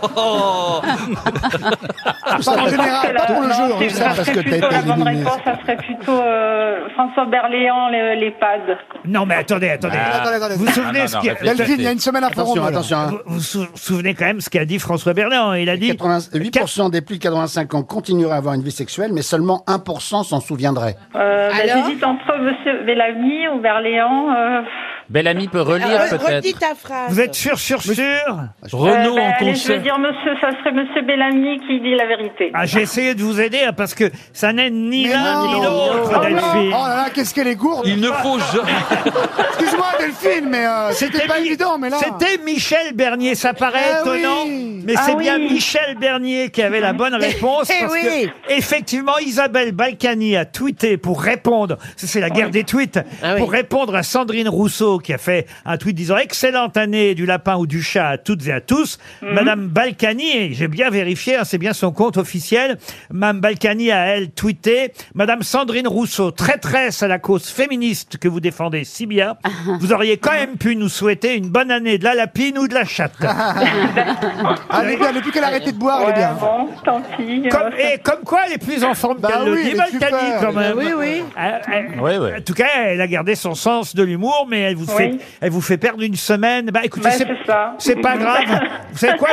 Speaker 12: je
Speaker 4: en
Speaker 12: pense
Speaker 4: général,
Speaker 12: que la-
Speaker 4: pas pour le
Speaker 12: non,
Speaker 4: jeu,
Speaker 12: c'est-
Speaker 4: hein, ça,
Speaker 12: ça
Speaker 4: parce
Speaker 12: serait
Speaker 4: que t'as
Speaker 12: plutôt
Speaker 4: été
Speaker 12: la bonne
Speaker 4: éliminé.
Speaker 12: réponse, ça serait plutôt euh, François Berléand, le- l'EHPAD.
Speaker 2: Non, mais attendez, attendez.
Speaker 4: Ah. Attendez, attendez.
Speaker 2: Vous vous souvenez
Speaker 4: Ah, non,
Speaker 2: ce
Speaker 4: non,
Speaker 2: qui
Speaker 4: réfléchissez. Delphine, il y a une semaine à Attention, Forum, alors. attention, hein.
Speaker 2: Vous vous sou- souvenez quand même ce qu'a dit François Berléand. Il a dit
Speaker 6: 8% des plus de 85 ans continueraient à avoir une vie sexuelle, mais seulement 1% s'en souviendrait.
Speaker 12: Euh, ben, J'hésite entre Monsieur Bellamy ou Berléand. euh,
Speaker 19: Bel ami peut relire
Speaker 12: Ah,
Speaker 19: peut-être.
Speaker 12: ta phrase.
Speaker 2: Vous êtes sûr, sûr, sûr
Speaker 4: Ah,
Speaker 2: bah,
Speaker 12: Euh, ben, allez, Je vais dire monsieur, ça serait monsieur Bellamy qui dit la vérité.
Speaker 2: Ah, j'ai essayé de vous aider hein, parce que ça n'est ni
Speaker 4: Mais
Speaker 2: l'un
Speaker 4: non,
Speaker 2: ni
Speaker 4: non,
Speaker 2: l'autre,
Speaker 4: non.
Speaker 2: Delphine.
Speaker 4: Oh là là, qu'est-ce qu'elle est gourde
Speaker 8: Il ne faut jamais.
Speaker 4: Excuse-moi, Delphine, mais euh, c'était pas
Speaker 2: Mi-
Speaker 4: évident, mais là.
Speaker 2: C'était Michel Bernier, ça paraît
Speaker 4: Ah oui.
Speaker 2: étonnant, mais
Speaker 4: Ah
Speaker 2: c'est
Speaker 4: oui.
Speaker 2: bien Michel Bernier qui avait la bonne réponse.
Speaker 7: Eh
Speaker 2: parce que,
Speaker 7: oui.
Speaker 2: effectivement, Isabelle Balkany a tweeté pour répondre, ça, c'est la guerre des tweets,
Speaker 7: Ah
Speaker 2: pour répondre à Sandrine Rousseau qui a fait un tweet disant Excellente année du lapin ou du chat à toutes et à tous.
Speaker 7: Mhm.
Speaker 2: Madame Balkany, et j'ai bien vérifié, hein, c'est bien son compte officiel, Madame Balkany a elle tweeté Madame Sandrine Rousseau, traîtresse à la cause féministe que vous défendez si bien, vous auriez quand même pu nous souhaiter une bonne année de la lapine ou de la chatte.
Speaker 4: Ah, elle est bien, depuis qu'elle a arrêté de boire, elle est bien.
Speaker 12: Bon, tant pis. euh,
Speaker 2: Comme, et comme quoi, elle est plus en forme
Speaker 4: Bah
Speaker 2: qu'elle
Speaker 4: oui,
Speaker 2: le dit,
Speaker 4: elle est
Speaker 2: Balkany,
Speaker 4: super.
Speaker 2: quand même.
Speaker 4: Bah oui, oui.
Speaker 2: Euh, euh,
Speaker 19: Oui, oui.
Speaker 2: En tout cas, elle a gardé son sens de l'humour, mais elle vous,
Speaker 12: Oui.
Speaker 2: fait, elle vous fait perdre une semaine. Bah écoutez,
Speaker 12: Ben,
Speaker 2: c'est,
Speaker 12: c'est ça.
Speaker 2: c'est pas grave. vous savez quoi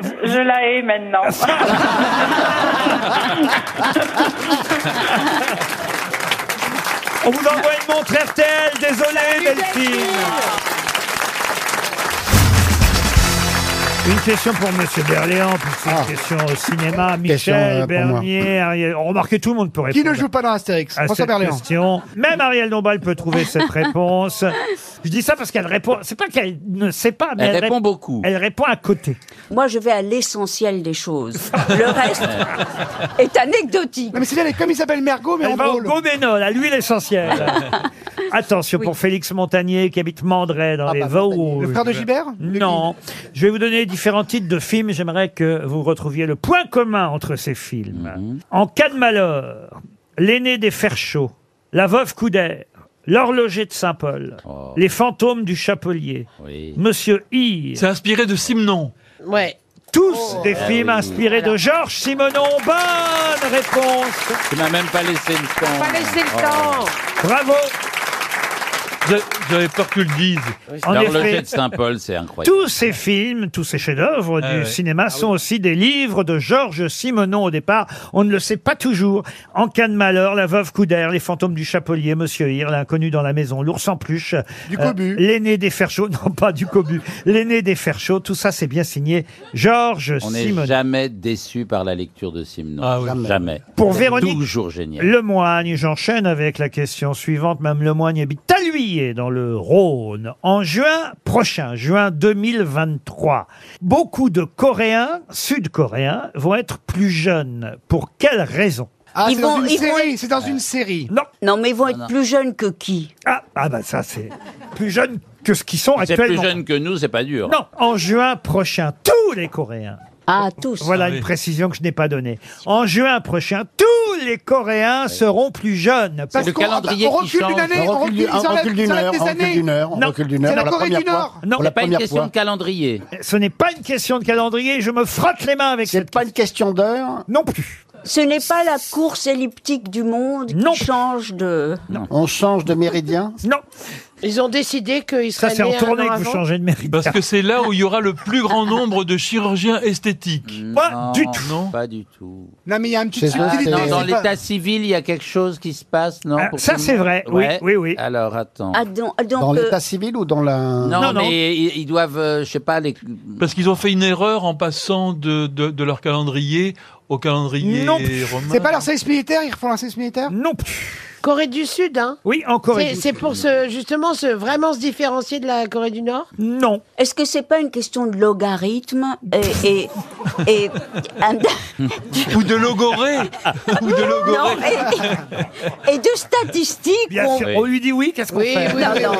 Speaker 2: vous-
Speaker 12: Je la hais maintenant.
Speaker 2: On vous envoie une montre RTL. Désolé, Delphine. Une question pour Monsieur Berléand, puis c'est une question au cinéma.
Speaker 4: Ah. Question,
Speaker 2: Michel
Speaker 4: euh, pour moi.
Speaker 2: Bernier, Ariel- Remarquez, tout le monde peut
Speaker 4: Qui
Speaker 2: répondre.
Speaker 4: ne joue pas dans Astérix
Speaker 2: à
Speaker 4: François
Speaker 2: cette
Speaker 4: Berléand.
Speaker 2: question. Même Ariel Dombal peut trouver cette réponse. Je dis ça parce qu'elle répond. C'est pas qu'elle ne sait pas, mais
Speaker 19: Elle
Speaker 2: elle,
Speaker 19: répond
Speaker 2: rép-
Speaker 19: beaucoup.
Speaker 2: Elle répond à côté.
Speaker 3: Moi, je vais à l'essentiel des choses. Le reste est anecdotique.
Speaker 4: Non, mais c'est bien, elle est comme Isabelle Mergot, mais en
Speaker 2: Elle va au
Speaker 4: drôle.
Speaker 2: Goménol, à l'huile essentielle. Attention pour Félix Montagnier qui habite Mandray
Speaker 4: Ah
Speaker 2: dans les Vosges.
Speaker 4: bah, Le frère de Gibert
Speaker 2: Non. Je vais vous donner différents titres de films. J'aimerais que vous retrouviez le point commun entre ces films. En cas de malheur, l'aîné des fers chauds, la veuve Coudert, l'horloger de Saint-Paul, les fantômes du Chapelier, Monsieur I.
Speaker 8: C'est inspiré de Simon.
Speaker 7: Ouais.
Speaker 2: Tous des films
Speaker 19: oui.
Speaker 2: inspirés de Georges Simenon. Bonne réponse.
Speaker 19: Tu m'as même pas laissé le temps. Oh.
Speaker 7: Pas laisser le temps.
Speaker 2: Bravo.
Speaker 8: J'a- J'avais peur que tu le dises.
Speaker 2: En
Speaker 19: L'horloger
Speaker 2: effet.
Speaker 19: de Saint-Paul, c'est incroyable.
Speaker 2: Tous ces films, tous ces chefs-d'œuvre
Speaker 8: Ah
Speaker 2: du
Speaker 8: ouais.
Speaker 2: cinéma sont aussi des livres de Georges Simenon au départ. On ne le sait pas toujours. En cas de malheur, La Veuve Coudère, Les Fantômes du Chapelier, Monsieur Hir, L'inconnu dans la maison, L'ours en pluche,
Speaker 4: Du
Speaker 2: euh,
Speaker 4: Cobu.
Speaker 2: L'aîné des fers chauds, non pas du Cobu, L'aîné des fers chauds, tout ça c'est bien signé Georges
Speaker 19: On n'est
Speaker 2: Simenon.
Speaker 19: jamais déçu par la lecture de Simon.
Speaker 8: Ah oui.
Speaker 19: Jamais.
Speaker 2: Pour Véronique-
Speaker 19: Toujours génial.
Speaker 2: Lemoigne, j'enchaîne avec la question suivante. Mme Lemoigne habite Taluyer, dans le Rhône. En juin prochain, juin 2023, beaucoup de Coréens, Sud-Coréens, vont être plus jeunes. Pour quelle raison
Speaker 4: Ah,
Speaker 3: Ils
Speaker 4: c'est dans
Speaker 3: vont-
Speaker 4: une
Speaker 3: ils vont-
Speaker 4: série, c'est dans une série.
Speaker 2: Non,
Speaker 3: Non, mais ils
Speaker 19: Ah,
Speaker 3: vont être plus jeunes que qui
Speaker 2: ah, ah bah ça c'est plus jeunes que ce qu'ils sont
Speaker 19: C'est plus
Speaker 2: actuellement.
Speaker 19: jeune que nous, c'est pas dur.
Speaker 2: Non, en juin prochain, tous les Coréens.
Speaker 3: Ah, tous.
Speaker 2: Voilà
Speaker 8: Ah
Speaker 2: une
Speaker 8: oui.
Speaker 2: précision que je n'ai pas donnée. En juin prochain, tous les Coréens seront plus jeunes.
Speaker 4: Parce
Speaker 19: le
Speaker 4: qu'on- ah,
Speaker 19: calendrier
Speaker 4: on
Speaker 19: qui
Speaker 4: recule
Speaker 19: change.
Speaker 4: d'une année,
Speaker 6: On
Speaker 4: on
Speaker 6: recule du-
Speaker 4: recule, ils
Speaker 6: on
Speaker 4: enlèvent-
Speaker 6: recule d'une
Speaker 4: ils
Speaker 6: heure,
Speaker 4: enlèvent
Speaker 6: on
Speaker 4: des
Speaker 6: recule d'une
Speaker 4: années.
Speaker 6: heure, on
Speaker 2: Non.
Speaker 6: recule d'une heure.
Speaker 4: C'est la
Speaker 6: pour
Speaker 4: Corée
Speaker 6: première
Speaker 4: du
Speaker 6: fois.
Speaker 4: Nord.
Speaker 2: Non.
Speaker 6: Pour
Speaker 19: C'est
Speaker 6: la
Speaker 19: pas une
Speaker 6: première
Speaker 19: question
Speaker 6: fois.
Speaker 19: de calendrier.
Speaker 2: Ce n'est pas une question de calendrier, je me frotte les mains avec
Speaker 6: C'est
Speaker 2: cette...
Speaker 6: pas une question d'heure.
Speaker 2: Non plus.
Speaker 3: Ce n'est pas la course elliptique du monde qui change
Speaker 19: Euh,
Speaker 3: de...
Speaker 6: On change de méridien
Speaker 2: Non.
Speaker 7: Ils ont décidé qu'ils seraient nés un an avant.
Speaker 2: de mérite.
Speaker 8: Parce que c'est là où il y aura le plus grand nombre de chirurgiens esthétiques.
Speaker 2: Mm. Pas
Speaker 19: du tout. Pas du tout.
Speaker 4: Non, mais il y a un petit
Speaker 19: Ah,
Speaker 4: subtilité.
Speaker 19: non, dans
Speaker 4: c'est pas-
Speaker 19: l'état civil, il y a quelque chose qui se passe, non pour
Speaker 2: Ah, ça,
Speaker 19: tout le
Speaker 2: c'est
Speaker 19: monde
Speaker 2: vrai, oui,
Speaker 19: Ouais.
Speaker 2: oui, oui.
Speaker 19: Alors, attends.
Speaker 3: Ah, donc, donc,
Speaker 6: Dans
Speaker 3: euh,
Speaker 6: l'état civil ou dans la...
Speaker 19: non, mais ils, ils doivent, euh, je sais pas, les...
Speaker 8: Parce qu'ils ont fait une erreur en passant de, de, de leur calendrier au calendrier
Speaker 4: Non.
Speaker 8: romain.
Speaker 4: C'est pas leur service militaire Ils refont leur service militaire
Speaker 2: Non.
Speaker 7: Corée du Sud, hein
Speaker 2: Oui, en
Speaker 7: C'est- C'est pour se, justement se, vraiment se différencier de la Corée du Nord
Speaker 2: Non.
Speaker 3: Est-ce que c'est pas une question de logarithme et, et, et un-
Speaker 8: Ou de Logoré Ou de
Speaker 3: non,
Speaker 8: Logoré
Speaker 3: et, et de statistiques
Speaker 8: Bien
Speaker 3: on-
Speaker 8: sûr, on lui dit oui, qu'est-ce qu'on Oui, fait oui,
Speaker 3: Non,
Speaker 8: oui.
Speaker 3: non.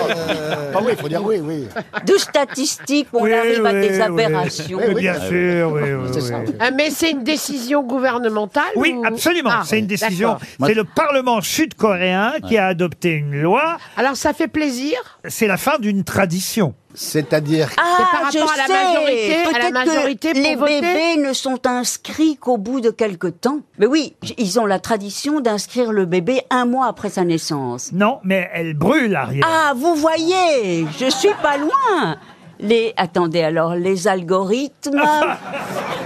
Speaker 6: Ah oui, il faut dire oui, oui.
Speaker 3: De statistiques, on
Speaker 6: Oui,
Speaker 3: arrive à
Speaker 6: oui,
Speaker 3: des
Speaker 6: oui.
Speaker 3: aberrations.
Speaker 6: Oui, oui.
Speaker 2: Bien
Speaker 6: Ah,
Speaker 2: sûr, oui,
Speaker 6: oui.
Speaker 2: oui,
Speaker 6: C'est
Speaker 2: oui.
Speaker 6: ça.
Speaker 7: Ah, mais c'est une décision gouvernementale
Speaker 2: Oui,
Speaker 7: ou-
Speaker 2: absolument.
Speaker 7: Ah,
Speaker 2: c'est une décision.
Speaker 7: d'accord.
Speaker 2: C'est le Parlement sud-coréen qui a adopté une loi.
Speaker 7: Alors ça fait plaisir
Speaker 2: C'est la fin d'une tradition.
Speaker 6: C'est-à-dire
Speaker 3: Ah,
Speaker 7: C'est par rapport
Speaker 3: je
Speaker 7: à la
Speaker 3: sais.
Speaker 7: majorité- à la
Speaker 3: Peut-être
Speaker 7: majorité
Speaker 3: que
Speaker 7: pour
Speaker 3: les
Speaker 7: voter
Speaker 3: bébés ne sont inscrits qu'au bout de quelque temps. Mais oui, j- ils ont la tradition d'inscrire le bébé un mois après sa naissance.
Speaker 2: Non, mais elle brûle, Ariel.
Speaker 3: Ah, vous voyez, je suis pas loin. Les attendez alors les algorithmes.
Speaker 2: Ah,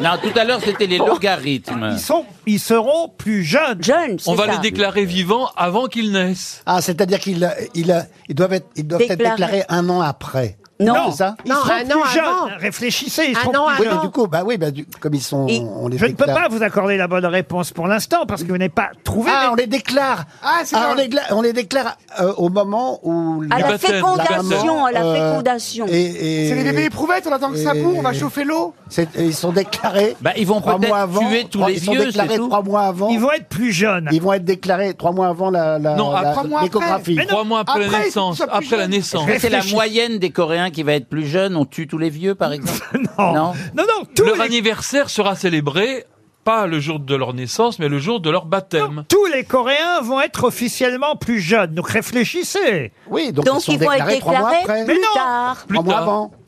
Speaker 19: Non, tout à l'heure, c'était les logarithmes.
Speaker 2: Ils, sont, ils seront plus jeunes.
Speaker 3: Jeunes,
Speaker 8: On va les déclarer vivants avant qu'ils naissent.
Speaker 6: Ah, c'est-à-dire qu'ils il, ils doivent, être, ils doivent
Speaker 8: Déclarés.
Speaker 6: être déclarés un an après. C'est ça
Speaker 2: Ils seront plus
Speaker 6: ah,
Speaker 2: jeunes. Réfléchissez, ils seront plus
Speaker 6: Oui,
Speaker 2: jeunes.
Speaker 6: mais du coup, bah oui, bah, du- comme ils sont,
Speaker 2: Et
Speaker 6: on les
Speaker 2: je ne peux
Speaker 6: déclare.
Speaker 2: pas vous accorder la bonne réponse pour l'instant parce que vous n'avez pas trouvé.
Speaker 6: Ah, on les déclare.
Speaker 4: Ah,
Speaker 2: c'est
Speaker 6: on,
Speaker 2: dans-
Speaker 6: les déclare, on les déclare euh, au moment où
Speaker 3: À la
Speaker 6: la-
Speaker 3: fécondation, à la
Speaker 6: euh,
Speaker 3: fécondation.
Speaker 6: et- et-
Speaker 4: C'est les bébés éprouvettes, on attend que ça
Speaker 6: et-
Speaker 4: boue, on va chauffer l'eau.
Speaker 6: c'est- et ils sont déclarés.
Speaker 19: Bah, ils vont
Speaker 6: trois
Speaker 19: peut-être
Speaker 6: mois avant,
Speaker 19: tuer tous
Speaker 6: trois-
Speaker 19: les
Speaker 6: ils sont
Speaker 19: vieux,
Speaker 6: déclarés
Speaker 19: c'est tout.
Speaker 6: trois mois avant. Ils
Speaker 2: vont être plus jeunes.
Speaker 6: Ils vont être déclarés trois mois avant la, la,
Speaker 8: Non,
Speaker 6: la-
Speaker 8: après- Trois mois après.
Speaker 6: l'échographie.
Speaker 8: Mais non, Trois mois après la après, il faut qu'ils naissance,
Speaker 19: Ah.
Speaker 8: soient plus après la jeunes. naissance.
Speaker 19: C'est la
Speaker 8: Réfléchis.
Speaker 19: moyenne des Coréens qui va être plus jeune. On tue tous les vieux, par exemple. non. non.
Speaker 2: Non, non,
Speaker 8: Leur anniversaire sera célébré pas le jour de leur naissance, mais le jour de leur baptême.
Speaker 2: Tous les Coréens vont être officiellement plus jeunes. Donc réfléchissez.
Speaker 6: Oui,
Speaker 3: Donc, ils vont être déclarés
Speaker 2: Mais
Speaker 3: plus
Speaker 2: non
Speaker 3: tard.
Speaker 8: Plus tard.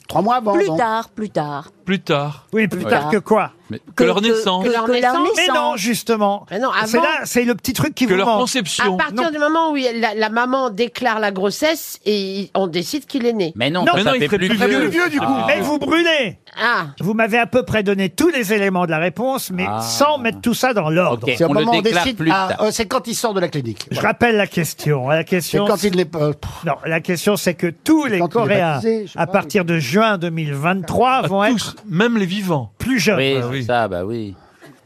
Speaker 6: Trois mois avant.
Speaker 3: Plus
Speaker 6: donc.
Speaker 3: tard, plus tard.
Speaker 8: Plus tard.
Speaker 2: Oui, plus
Speaker 8: Ouais.
Speaker 2: tard que quoi
Speaker 8: que, leur naissance.
Speaker 7: que leur
Speaker 3: Que leur
Speaker 7: naissance.
Speaker 2: Mais non, justement.
Speaker 7: Mais non, avant-
Speaker 2: C'est là, c'est le petit truc qui
Speaker 8: Que
Speaker 2: vous
Speaker 8: leur
Speaker 2: manque.
Speaker 8: conception.
Speaker 7: À partir du moment où il- la, la maman déclare la grossesse et on décide qu'il est né.
Speaker 19: Mais non,
Speaker 2: Non,
Speaker 19: ça
Speaker 2: mais non,
Speaker 19: fait
Speaker 2: il ferait
Speaker 19: plus,
Speaker 2: plus
Speaker 19: vieux. Ah.
Speaker 2: vieux, du coup. Mais vous brûlez.
Speaker 7: Ah.
Speaker 2: Vous m'avez à peu près donné tous les éléments de la réponse, mais
Speaker 6: Ah.
Speaker 2: sans mettre tout ça dans l'ordre.
Speaker 19: Ok,
Speaker 6: C'est au
Speaker 19: on
Speaker 6: moment
Speaker 19: le
Speaker 6: où on
Speaker 19: déclare
Speaker 6: décide.
Speaker 19: plus
Speaker 6: ah,
Speaker 19: tard.
Speaker 6: euh, c'est quand il sort de la clinique.
Speaker 2: Je rappelle la question. hein, La question.
Speaker 6: C'est quand il n'est pas. euh,
Speaker 2: Non, la question c'est que tous les
Speaker 6: quand il est
Speaker 2: Coréens,
Speaker 6: baptisé, je sais
Speaker 2: à
Speaker 6: pas,
Speaker 2: partir de juin 2023, vont être
Speaker 8: Ah, Même les vivants.
Speaker 2: plus jeunes.
Speaker 19: Oui, c'est ça, bah oui.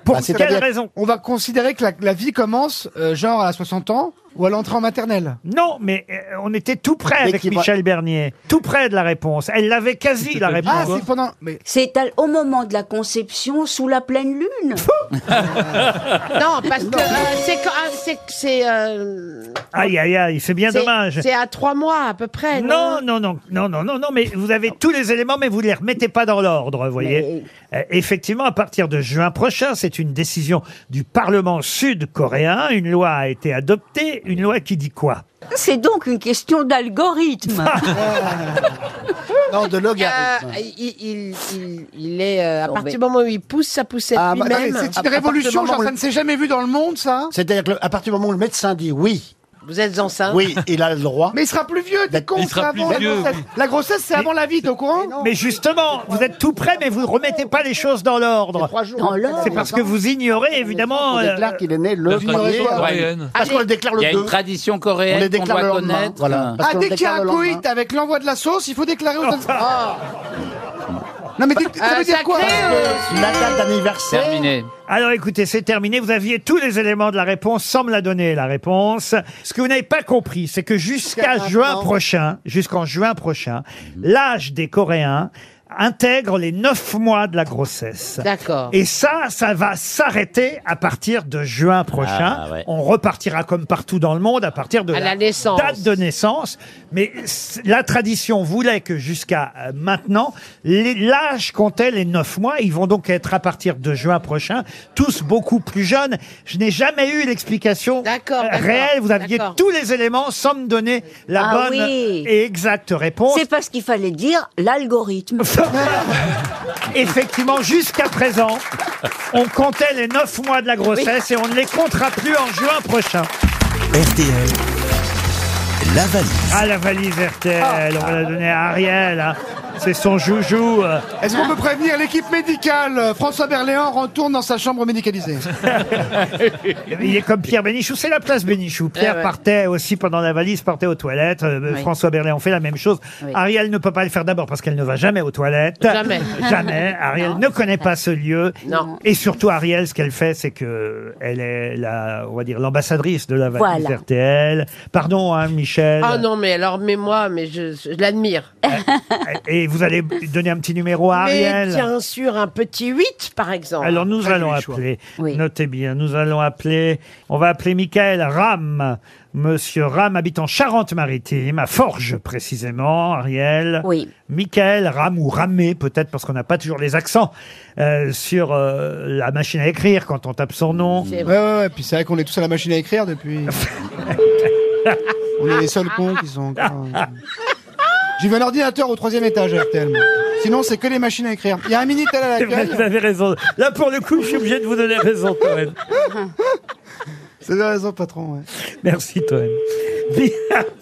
Speaker 2: Pour
Speaker 4: Bah,
Speaker 2: quelle
Speaker 4: c'est-à-dire,
Speaker 2: raison
Speaker 4: On va considérer que la, la vie commence euh, genre à 60 ans ou à l'entrée en maternelle.
Speaker 2: Non, mais euh, on était tout près
Speaker 6: Dès
Speaker 2: avec
Speaker 6: qu'il va-
Speaker 2: Michel Bernier, tout près de la réponse. Elle l'avait quasi la réponse.
Speaker 4: Ah, c'est pendant. Mais
Speaker 3: C'est à- au moment de la conception, sous la pleine lune.
Speaker 7: Non, parce que euh, c'est quand- ah, c'est c'est euh,
Speaker 2: Aïe aïe aïe, c'est bien
Speaker 7: c'est-
Speaker 2: dommage.
Speaker 7: c'est à trois mois à peu près.
Speaker 2: Non, non, non, non, non, non, non, mais vous avez tous les éléments, mais vous les remettez pas dans l'ordre, vous voyez. Euh, effectivement, à partir de juin prochain, c'est une décision du Parlement sud-coréen. Une loi a été adoptée, une loi qui dit quoi
Speaker 3: C'est donc une question d'algorithme.
Speaker 6: Non, de logarithme.
Speaker 7: Euh, il, il, il, il est euh, à
Speaker 6: Non,
Speaker 7: partir
Speaker 6: mais-
Speaker 7: du moment où il pousse sa poussette
Speaker 6: Ah, bah,
Speaker 7: lui-même.
Speaker 6: mais
Speaker 4: c'est
Speaker 6: à- à
Speaker 4: une révolution,
Speaker 6: partir du
Speaker 4: genre
Speaker 6: moment
Speaker 4: ça
Speaker 6: où-
Speaker 4: ne s'est jamais vu dans le monde, ça.
Speaker 6: C'est-à-dire que le- à partir du moment où le médecin dit oui,
Speaker 7: Vous êtes enceinte.
Speaker 6: oui, il a le droit.
Speaker 4: Ah. Mais il sera plus vieux, t'es
Speaker 6: D'accord.
Speaker 4: con,
Speaker 6: Il
Speaker 4: c'est
Speaker 6: sera
Speaker 4: avant
Speaker 6: plus
Speaker 4: la
Speaker 6: vieux,
Speaker 4: grossesse. La grossesse, c'est avant la vie, t'es au courant
Speaker 2: Mais justement, vous êtes tout près, mais vous ne remettez pas les choses dans l'ordre.
Speaker 3: Dans l'ordre.
Speaker 2: C'est parce que vous ignorez, évidemment.
Speaker 6: On
Speaker 2: euh,
Speaker 6: déclare qu'il est né le
Speaker 8: Notre
Speaker 6: premier.
Speaker 8: tradition coréenne.
Speaker 6: Parce qu'on le déclare
Speaker 19: Il y a
Speaker 6: le
Speaker 19: une
Speaker 6: 2.
Speaker 19: tradition
Speaker 6: On les
Speaker 19: coréenne qu'on
Speaker 6: déclare le
Speaker 19: doit
Speaker 6: lendemain,
Speaker 19: connaître.
Speaker 2: hein.
Speaker 6: voilà. Parce
Speaker 4: Ah,
Speaker 6: qu'on
Speaker 4: dès
Speaker 6: le
Speaker 4: qu'il y a
Speaker 6: déclare
Speaker 4: un
Speaker 6: le lendemain.
Speaker 4: coït avec l'envoi de la sauce, il faut déclarer aux Ah. Non, mais t'es- ça
Speaker 7: Euh,
Speaker 4: veut dire
Speaker 6: Ah,
Speaker 7: ça
Speaker 4: quoi
Speaker 7: crée, euh,
Speaker 6: La date d'anniversaire.
Speaker 19: Terminé.
Speaker 2: Alors écoutez, c'est terminé. Vous aviez tous les éléments de la réponse sans me la donner, la réponse. Ce que vous n'avez pas compris, c'est que jusqu'à juin prochain, jusqu'en juin prochain,
Speaker 6: Mhm.
Speaker 2: l'âge des Coréens intègre les neuf mois de la grossesse.
Speaker 7: D'accord.
Speaker 2: Et ça, ça va s'arrêter à partir de juin prochain.
Speaker 19: Ah, ouais.
Speaker 2: On repartira comme partout dans le monde à partir de
Speaker 7: À la naissance.
Speaker 2: date de naissance. Mais c- la tradition voulait que jusqu'à euh, maintenant, les- l'âge comptait les 9 mois. Ils vont donc être à partir de juin prochain, tous beaucoup plus jeunes. Je n'ai jamais eu l'explication
Speaker 7: D'accord,
Speaker 2: euh,
Speaker 7: d'accord,
Speaker 2: réelle. Vous aviez
Speaker 7: d'accord.
Speaker 2: tous les éléments sans me donner la
Speaker 3: Ah
Speaker 2: bonne
Speaker 3: oui.
Speaker 2: et exacte réponse.
Speaker 3: C'est parce qu'il fallait dire l'algorithme.
Speaker 2: Effectivement, jusqu'à présent, on comptait les 9 mois de la grossesse et on ne les comptera plus en juin prochain.
Speaker 1: RTL, la valise.
Speaker 2: Ah, la valise RTL, on l'a donnée à Ariel. hein. C'est son joujou. euh.
Speaker 4: Est-ce qu'on peut prévenir l'équipe médicale euh, François Berléand retourne dans sa chambre médicalisée.
Speaker 7: Eh
Speaker 2: Il est comme Pierre Bénichou, c'est la place Bénichou. Pierre
Speaker 4: Ah ouais.
Speaker 2: partait aussi pendant la valise, partait aux toilettes. Euh,
Speaker 4: Oui.
Speaker 2: François Berléand fait la même chose.
Speaker 4: Oui.
Speaker 2: Ariel ne peut pas le faire d'abord parce qu'elle ne va jamais aux toilettes.
Speaker 7: Jamais.
Speaker 2: jamais. Ariel ne connaît pas ce lieu.
Speaker 7: Non.
Speaker 2: Et surtout, Ariel, ce qu'elle fait, c'est que elle est la, on va dire, l'ambassadrice de la valise
Speaker 7: Voilà.
Speaker 2: RTL. Pardon, hein, Michel.
Speaker 7: Ah non, mais alors, mais moi, mais je, je l'admire.
Speaker 2: Et vous allez donner un petit numéro à
Speaker 7: Mais
Speaker 2: Ariel.
Speaker 7: bien sûr, un petit 8, par exemple.
Speaker 2: Alors nous allons appeler, notez bien, nous allons appeler, on va appeler Michael Ram. Monsieur Ram habite en Charente-Maritime, à Forges précisément, Ariel.
Speaker 3: Oui.
Speaker 2: Michael Ram ou Ramé peut-être parce qu'on n'a pas toujours les accents euh, sur euh, la machine à écrire quand on tape son nom.
Speaker 4: Ouais, ouais, ouais. Puis c'est vrai qu'on est tous à la machine à écrire depuis. On est les seuls cons qui sont encore. J'ai vu un ordinateur au troisième étage à RTL. moi. Sinon, c'est que les machines à écrire. Il y a un Minitel à l'accueil.
Speaker 2: Vous avez raison. Là, pour le coup, je suis obligé de vous donner raison, Toen.
Speaker 4: Vous avez raison, patron. ouais.
Speaker 2: Merci, Toen.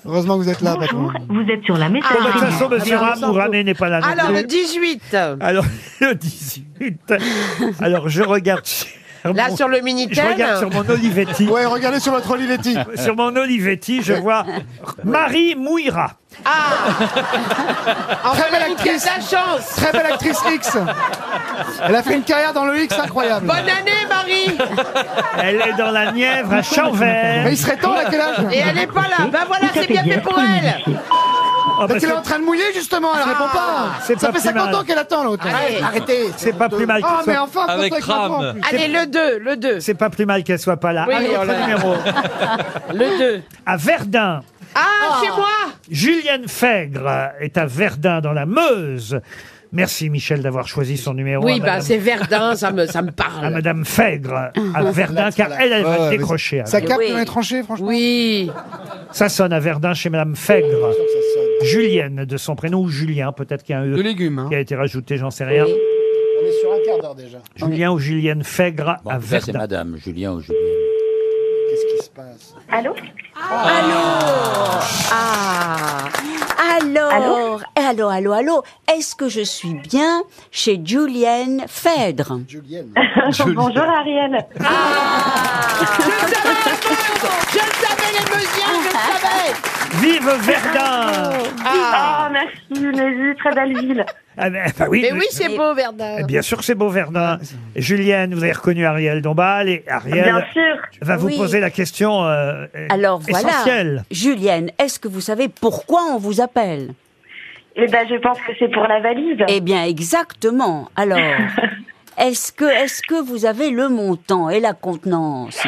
Speaker 4: Heureusement que vous êtes là, patron.
Speaker 2: Vous êtes sur la messagerie. bah, de toute façon, monsieur
Speaker 4: Ah,
Speaker 2: Ram ou Ramé n'est pas là. non
Speaker 7: bah, Alors,
Speaker 2: plus.
Speaker 7: le 18.
Speaker 2: Alors, le 18. Alors, je regarde. sur
Speaker 7: Là,
Speaker 2: mon-
Speaker 7: sur le Minitel.
Speaker 2: Je regarde sur mon Olivetti.
Speaker 4: Ouais, regardez sur votre Olivetti.
Speaker 2: Sur mon Olivetti, je vois Marie Mouira.
Speaker 22: Ah,
Speaker 4: Très belle actrice.
Speaker 7: La chance.
Speaker 4: Très belle actrice X. Elle a fait une carrière dans le X incroyable.
Speaker 7: Bonne année, Marie
Speaker 2: Elle est dans la Nièvre à Chanvert.
Speaker 4: Mais il serait temps, là, quel âge
Speaker 7: Et elle n'est pas là. Ben voilà, c'est bien fait pour elle.
Speaker 2: Ah, bah,
Speaker 4: Parce qu'elle est
Speaker 2: c'est-
Speaker 4: en train de mouiller justement, elle répond pas.
Speaker 2: c'est
Speaker 4: Ça
Speaker 2: pas
Speaker 4: fait
Speaker 2: plus
Speaker 4: 50
Speaker 2: mal.
Speaker 4: ans qu'elle attend l'autre.
Speaker 7: Allez.
Speaker 4: arrêtez.
Speaker 2: C'est pas plus mal.
Speaker 4: Ah
Speaker 2: qu'elle
Speaker 4: mais
Speaker 2: soit-
Speaker 4: enfin, François avec Macron, en plus.
Speaker 7: Allez, le 2, le 2.
Speaker 2: C'est pas plus mal qu'elle soit pas là.
Speaker 7: Oui,
Speaker 2: Allez,
Speaker 7: on
Speaker 2: autre
Speaker 7: l'a.
Speaker 2: numéro.
Speaker 7: Le 2.
Speaker 2: À Verdun.
Speaker 7: Ah, chez moi
Speaker 2: Julienne Fègre est à Verdun dans la Meuse. Merci Michel d'avoir choisi son numéro.
Speaker 7: Oui,
Speaker 2: à
Speaker 7: bah
Speaker 2: Madame-
Speaker 7: c'est Verdun, ça me, ça me
Speaker 2: à
Speaker 7: parle.
Speaker 2: Madame Fègre à Verdun, car elle, elle va décrocher.
Speaker 4: Ça
Speaker 2: alors.
Speaker 4: capte dans les tranchées, franchement.
Speaker 7: Oui.
Speaker 2: Ça sonne à Verdun chez Madame Fègre. Julienne, de son prénom, ou Julien, peut-être qu'il y a un E
Speaker 19: hein.
Speaker 2: qui a été rajouté, j'en sais rien.
Speaker 6: On est sur un quart d'heure déjà.
Speaker 2: Julien ou Julienne Fègre à
Speaker 19: Ça, c'est
Speaker 2: Verdun.
Speaker 19: madame, Julien ou Julien.
Speaker 6: Qu'est-ce qui se passe
Speaker 12: Allô
Speaker 3: Allô Ah Alors,
Speaker 12: Allô
Speaker 3: allô, allô, allô, est-ce que je suis bien chez Julienne Phèdre
Speaker 12: Bonjour Ariel.
Speaker 7: Je le savais, les Meusiens, je le savais
Speaker 2: Vive Verdun
Speaker 12: Ah, merci, mais oui, très belle ville.
Speaker 2: Ah, ben, bah oui,
Speaker 7: Mais
Speaker 2: je-
Speaker 7: oui, c'est beau, Verdun.
Speaker 2: Eh Bien sûr que c'est beau,
Speaker 7: Ah,
Speaker 2: Verdun. Julienne, vous avez reconnu Ariel Dombal et Ariel
Speaker 12: Bien sûr.
Speaker 2: va vous
Speaker 3: Oui.
Speaker 2: poser la question euh,
Speaker 3: Alors voilà.
Speaker 2: essentielle.
Speaker 3: Julienne, est-ce que vous savez pourquoi on vous appelle
Speaker 12: Eh ben, je pense que c'est pour la valise.
Speaker 3: Eh bien, exactement. Alors, est-ce que, est que vous avez le montant et la contenance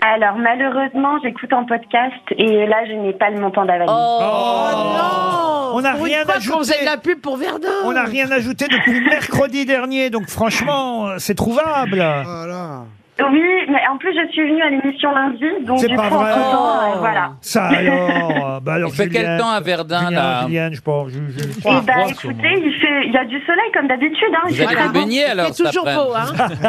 Speaker 12: Alors, malheureusement, j'écoute en podcast et là, je n'ai pas le montant de la valise.
Speaker 19: Oh.
Speaker 2: On n'a rien
Speaker 7: On faisait
Speaker 2: ajouté.
Speaker 7: de la pub pour Verdun.
Speaker 2: On n'a rien ajouté depuis mercredi dernier, donc franchement, euh, c'est trouvable.
Speaker 12: Oui, mais en plus, je suis venue à l'émission lundi, donc
Speaker 2: C'est
Speaker 12: du
Speaker 2: pas
Speaker 12: coup,
Speaker 2: vrai.
Speaker 12: entre-temps, euh, voilà.
Speaker 2: Ça alors, bah alors
Speaker 19: Il fait quel
Speaker 2: Julienne-
Speaker 19: temps à Verdun,
Speaker 2: Julien,
Speaker 19: là
Speaker 2: Julienne, je pense. je- je-
Speaker 12: Eh ben, écoutez, il, fait, il y a du soleil comme d'habitude. Hein,
Speaker 19: Vous
Speaker 12: il fait
Speaker 19: allez
Speaker 12: très
Speaker 19: vous
Speaker 12: beau.
Speaker 19: baigner alors
Speaker 7: Il fait
Speaker 19: cet
Speaker 7: toujours
Speaker 19: après-midi
Speaker 7: beau,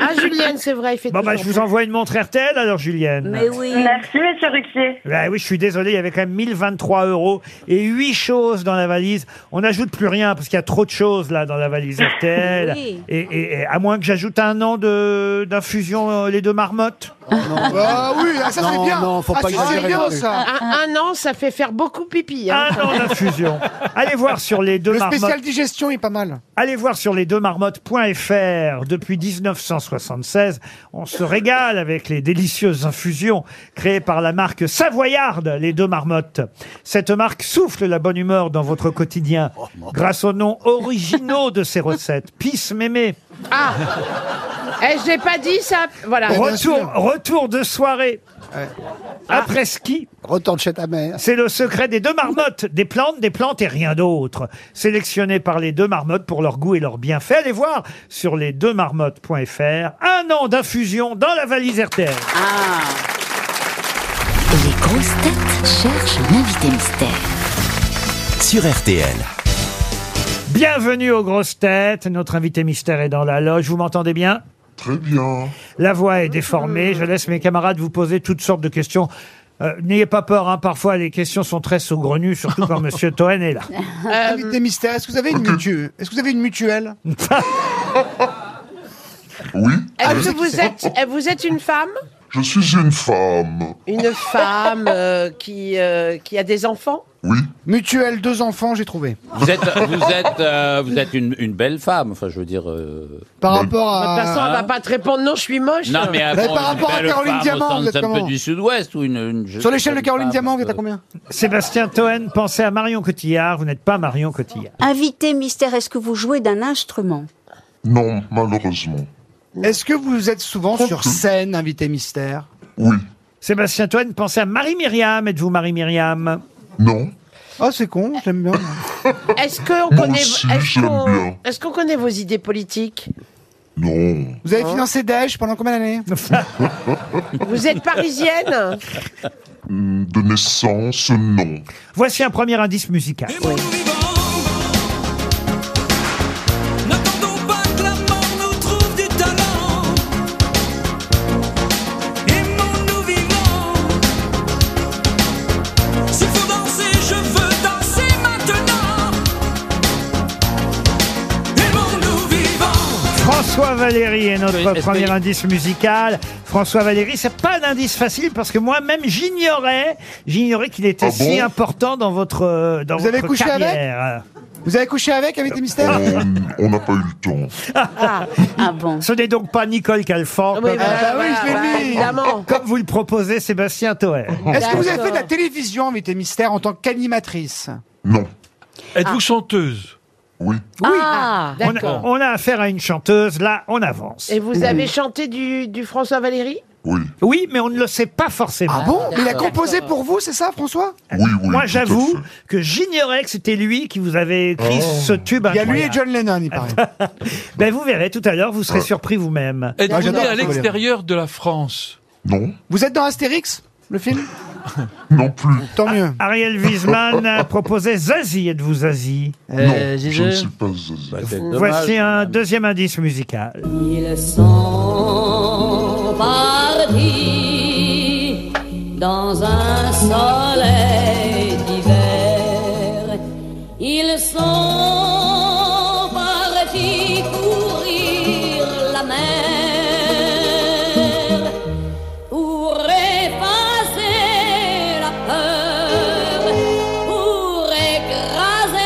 Speaker 7: Ah, Julienne, c'est vrai, il fait
Speaker 2: Bon bah je
Speaker 7: toujours
Speaker 2: vous envoie une montre RTL alors Julienne.
Speaker 3: Mais oui.
Speaker 12: Merci, monsieur Ruquier.
Speaker 2: Bah oui, je suis désolé, il y avait quand même 1023 euros et huit choses dans la valise. On n'ajoute plus rien parce qu'il y a trop de choses là dans la valise RTL.
Speaker 3: Oui.
Speaker 2: Et, et- et à moins que j'ajoute un an de d'infusion euh, les deux marmottes.
Speaker 4: Ah oui, ah, ça c'est
Speaker 6: Non,
Speaker 4: bien.
Speaker 6: non, faut
Speaker 4: ah,
Speaker 6: pas
Speaker 4: ça, c'est
Speaker 6: exagérer non
Speaker 4: bien
Speaker 6: plus.
Speaker 4: ça.
Speaker 7: Un, un an, ça fait faire beaucoup pipi. hein.
Speaker 2: Un an d'infusion. Allez voir sur les deux
Speaker 4: Le
Speaker 2: marmottes.
Speaker 4: spécial digestion est pas mal.
Speaker 2: Allez voir sur les deux marmottes.fr depuis 1976. On se régale avec les délicieuses infusions créées par la marque Savoyarde, les deux marmottes. Cette marque souffle la bonne humeur dans votre quotidien grâce aux noms originaux de ses recettes. Pisse mémé,
Speaker 7: Ah Eh, je l'ai pas dit, ça... Voilà.
Speaker 6: Eh
Speaker 2: retour, retour de soirée, après ski.
Speaker 6: Ah. Retourne chez ta mère.
Speaker 2: C'est le secret des deux marmottes, des plantes, des plantes et rien d'autre. Sélectionnées par les deux marmottes pour leur goût et leur bienfait, allez voir sur les deux marmottes.fr. Un an d'infusion dans la valise RTL.
Speaker 3: Ah
Speaker 9: Les grosses têtes cherchent l'invité mystère.
Speaker 1: Sur RTL.
Speaker 2: Bienvenue aux grosses têtes. Notre invité mystère est dans la loge. Vous m'entendez bien Très bien. La voix est déformée. Je laisse mes camarades vous poser toutes sortes de questions. Euh, N'ayez pas peur, hein, parfois les questions sont très saugrenues, surtout quand Monsieur Toen est là.
Speaker 7: Euh,
Speaker 4: Invité mystère, est-ce que vous avez une mutuelle Est-ce que vous avez une mutuelle
Speaker 23: Oui,
Speaker 7: Est-ce que Eh, vous êtes, eh, vous êtes une femme
Speaker 23: je suis une femme.
Speaker 7: Une femme euh, qui, euh, qui a des enfants
Speaker 23: Oui.
Speaker 4: Mutuelle, deux enfants, j'ai trouvé.
Speaker 19: Vous êtes, vous êtes, euh, vous êtes une, une belle femme, enfin je veux dire. euh,
Speaker 4: Par rapport
Speaker 7: De toute
Speaker 4: à.
Speaker 7: façon, elle va pas te répondre non, je suis moche.
Speaker 19: Non mais avant,
Speaker 4: par rapport à Caroline Diamant, vous êtes
Speaker 19: c'est un peu
Speaker 4: comment
Speaker 19: du Sud-Ouest ou une. une- je-
Speaker 4: Sur l'échelle de Caroline
Speaker 19: femme,
Speaker 4: Diamant, vous
Speaker 19: euh,
Speaker 4: êtes à combien
Speaker 2: Sébastien Toen, pensez à Marion Cotillard. Vous n'êtes pas Marion Cotillard.
Speaker 3: Oh. Invité mystère, est-ce que vous jouez d'un instrument
Speaker 23: Non, malheureusement.
Speaker 4: Est-ce que vous êtes souvent sur scène, invité mystère
Speaker 23: Oui.
Speaker 2: Sébastien Toen, pensez à Marie-Myriam. Êtes-vous Marie-Myriam
Speaker 23: Non.
Speaker 4: Oh, c'est con, j'aime bien.
Speaker 7: Est-ce qu'on
Speaker 4: Moi
Speaker 7: connaît,
Speaker 4: aussi,
Speaker 7: est-ce
Speaker 4: j'aime
Speaker 7: qu'on-
Speaker 4: bien.
Speaker 7: est-ce qu'on connaît vos idées politiques
Speaker 23: Non.
Speaker 4: Vous avez
Speaker 7: Hein
Speaker 4: financé Daesh pendant combien d'années
Speaker 7: Vous êtes parisienne
Speaker 23: Hmm, De naissance, non.
Speaker 2: Voici un premier indice musical.
Speaker 24: S'il faut danser, je veux danser maintenant. Aimons-nous vivants.
Speaker 2: François Valéry est notre
Speaker 24: Oui, est-ce
Speaker 2: premier
Speaker 24: que-
Speaker 2: indice musical. François Valéry, c'est pas un indice facile parce que moi-même j'ignorais, j'ignorais qu'il était
Speaker 4: Ah
Speaker 2: si
Speaker 4: bon
Speaker 2: important dans votre euh, dans
Speaker 4: Vous avez
Speaker 2: votre
Speaker 4: couché avec
Speaker 2: carrière. Euh.
Speaker 4: Vous avez couché avec, invité mystère
Speaker 23: On n'a pas eu le temps.
Speaker 2: ah,
Speaker 3: bon.
Speaker 2: Ce n'est donc pas Nicole Calfan. comme,
Speaker 4: voilà, Ah bah oui, je l'ai voilà, mis. évidemment.
Speaker 2: Comme vous le proposez, Sébastien Toer.
Speaker 4: Est-ce que vous avez fait de la télévision, invité mystère, en tant qu'animatrice Ah.
Speaker 8: Êtes-vous chanteuse
Speaker 23: Oui.
Speaker 7: Ah,
Speaker 2: on, a,
Speaker 7: d'accord.
Speaker 2: on a affaire à une chanteuse. Là, on avance.
Speaker 7: Et vous avez chanté du, du François Valéry
Speaker 2: Oui, mais on ne le sait pas forcément.
Speaker 4: Ah bon Il a composé pour vous, c'est ça, François
Speaker 2: Moi, j'avoue que j'ignorais que c'était lui qui vous avait écrit
Speaker 4: Oh.
Speaker 2: ce tube.
Speaker 4: Il y a lui et
Speaker 2: incroyable.
Speaker 4: John Lennon, il paraît. Ah,
Speaker 2: Ben vous verrez tout à l'heure, vous serez surpris vous-même.
Speaker 8: Êtes-vous né à l'extérieur de la France
Speaker 23: Non.
Speaker 4: Vous êtes dans Astérix, le film
Speaker 23: Non plus.
Speaker 4: Tant mieux.
Speaker 2: Ariel Wiesman a proposé Zazie. Êtes-vous Zazie
Speaker 23: non, je ne suis pas Zazie.
Speaker 2: Voici un deuxième indice musical.
Speaker 22: Ils sont partis dans un soleil d'hiver. Ils sont partis courir la mer pour effacer la peur, pour écraser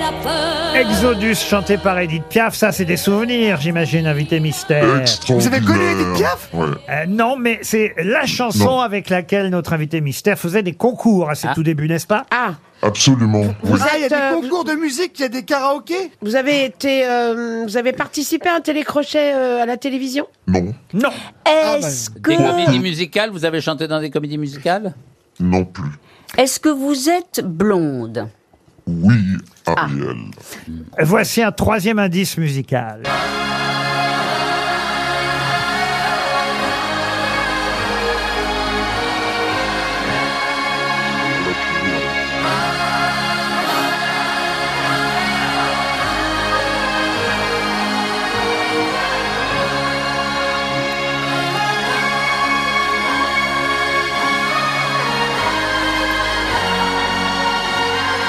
Speaker 22: la peur.
Speaker 2: Exodus chanté par Edith Piaf, ça c'est des souvenirs, j'imagine, invité mystère.
Speaker 23: Vous avez connu Edith Piaf Ouais.
Speaker 2: Euh, non, mais c'est la chanson
Speaker 23: Non.
Speaker 2: avec laquelle notre invité mystère faisait des concours à ses tout débuts, n'est-ce pas
Speaker 7: Ah,
Speaker 23: Absolument.
Speaker 7: Vous
Speaker 4: Ah, il y a
Speaker 7: êtes,
Speaker 4: des
Speaker 7: euh,
Speaker 4: concours de musique, il y a des karaokés
Speaker 7: Vous avez été, euh, vous avez participé à un télécrochet euh, à la télévision
Speaker 23: Non.
Speaker 2: Non.
Speaker 3: Est-ce
Speaker 4: Ah, ben,
Speaker 19: Des comédies
Speaker 3: que,
Speaker 19: musicales, vous avez chanté dans des comédies musicales
Speaker 23: Non plus.
Speaker 3: est-ce que vous êtes blonde
Speaker 23: Oui, Ariel.
Speaker 2: Voici un troisième indice musical.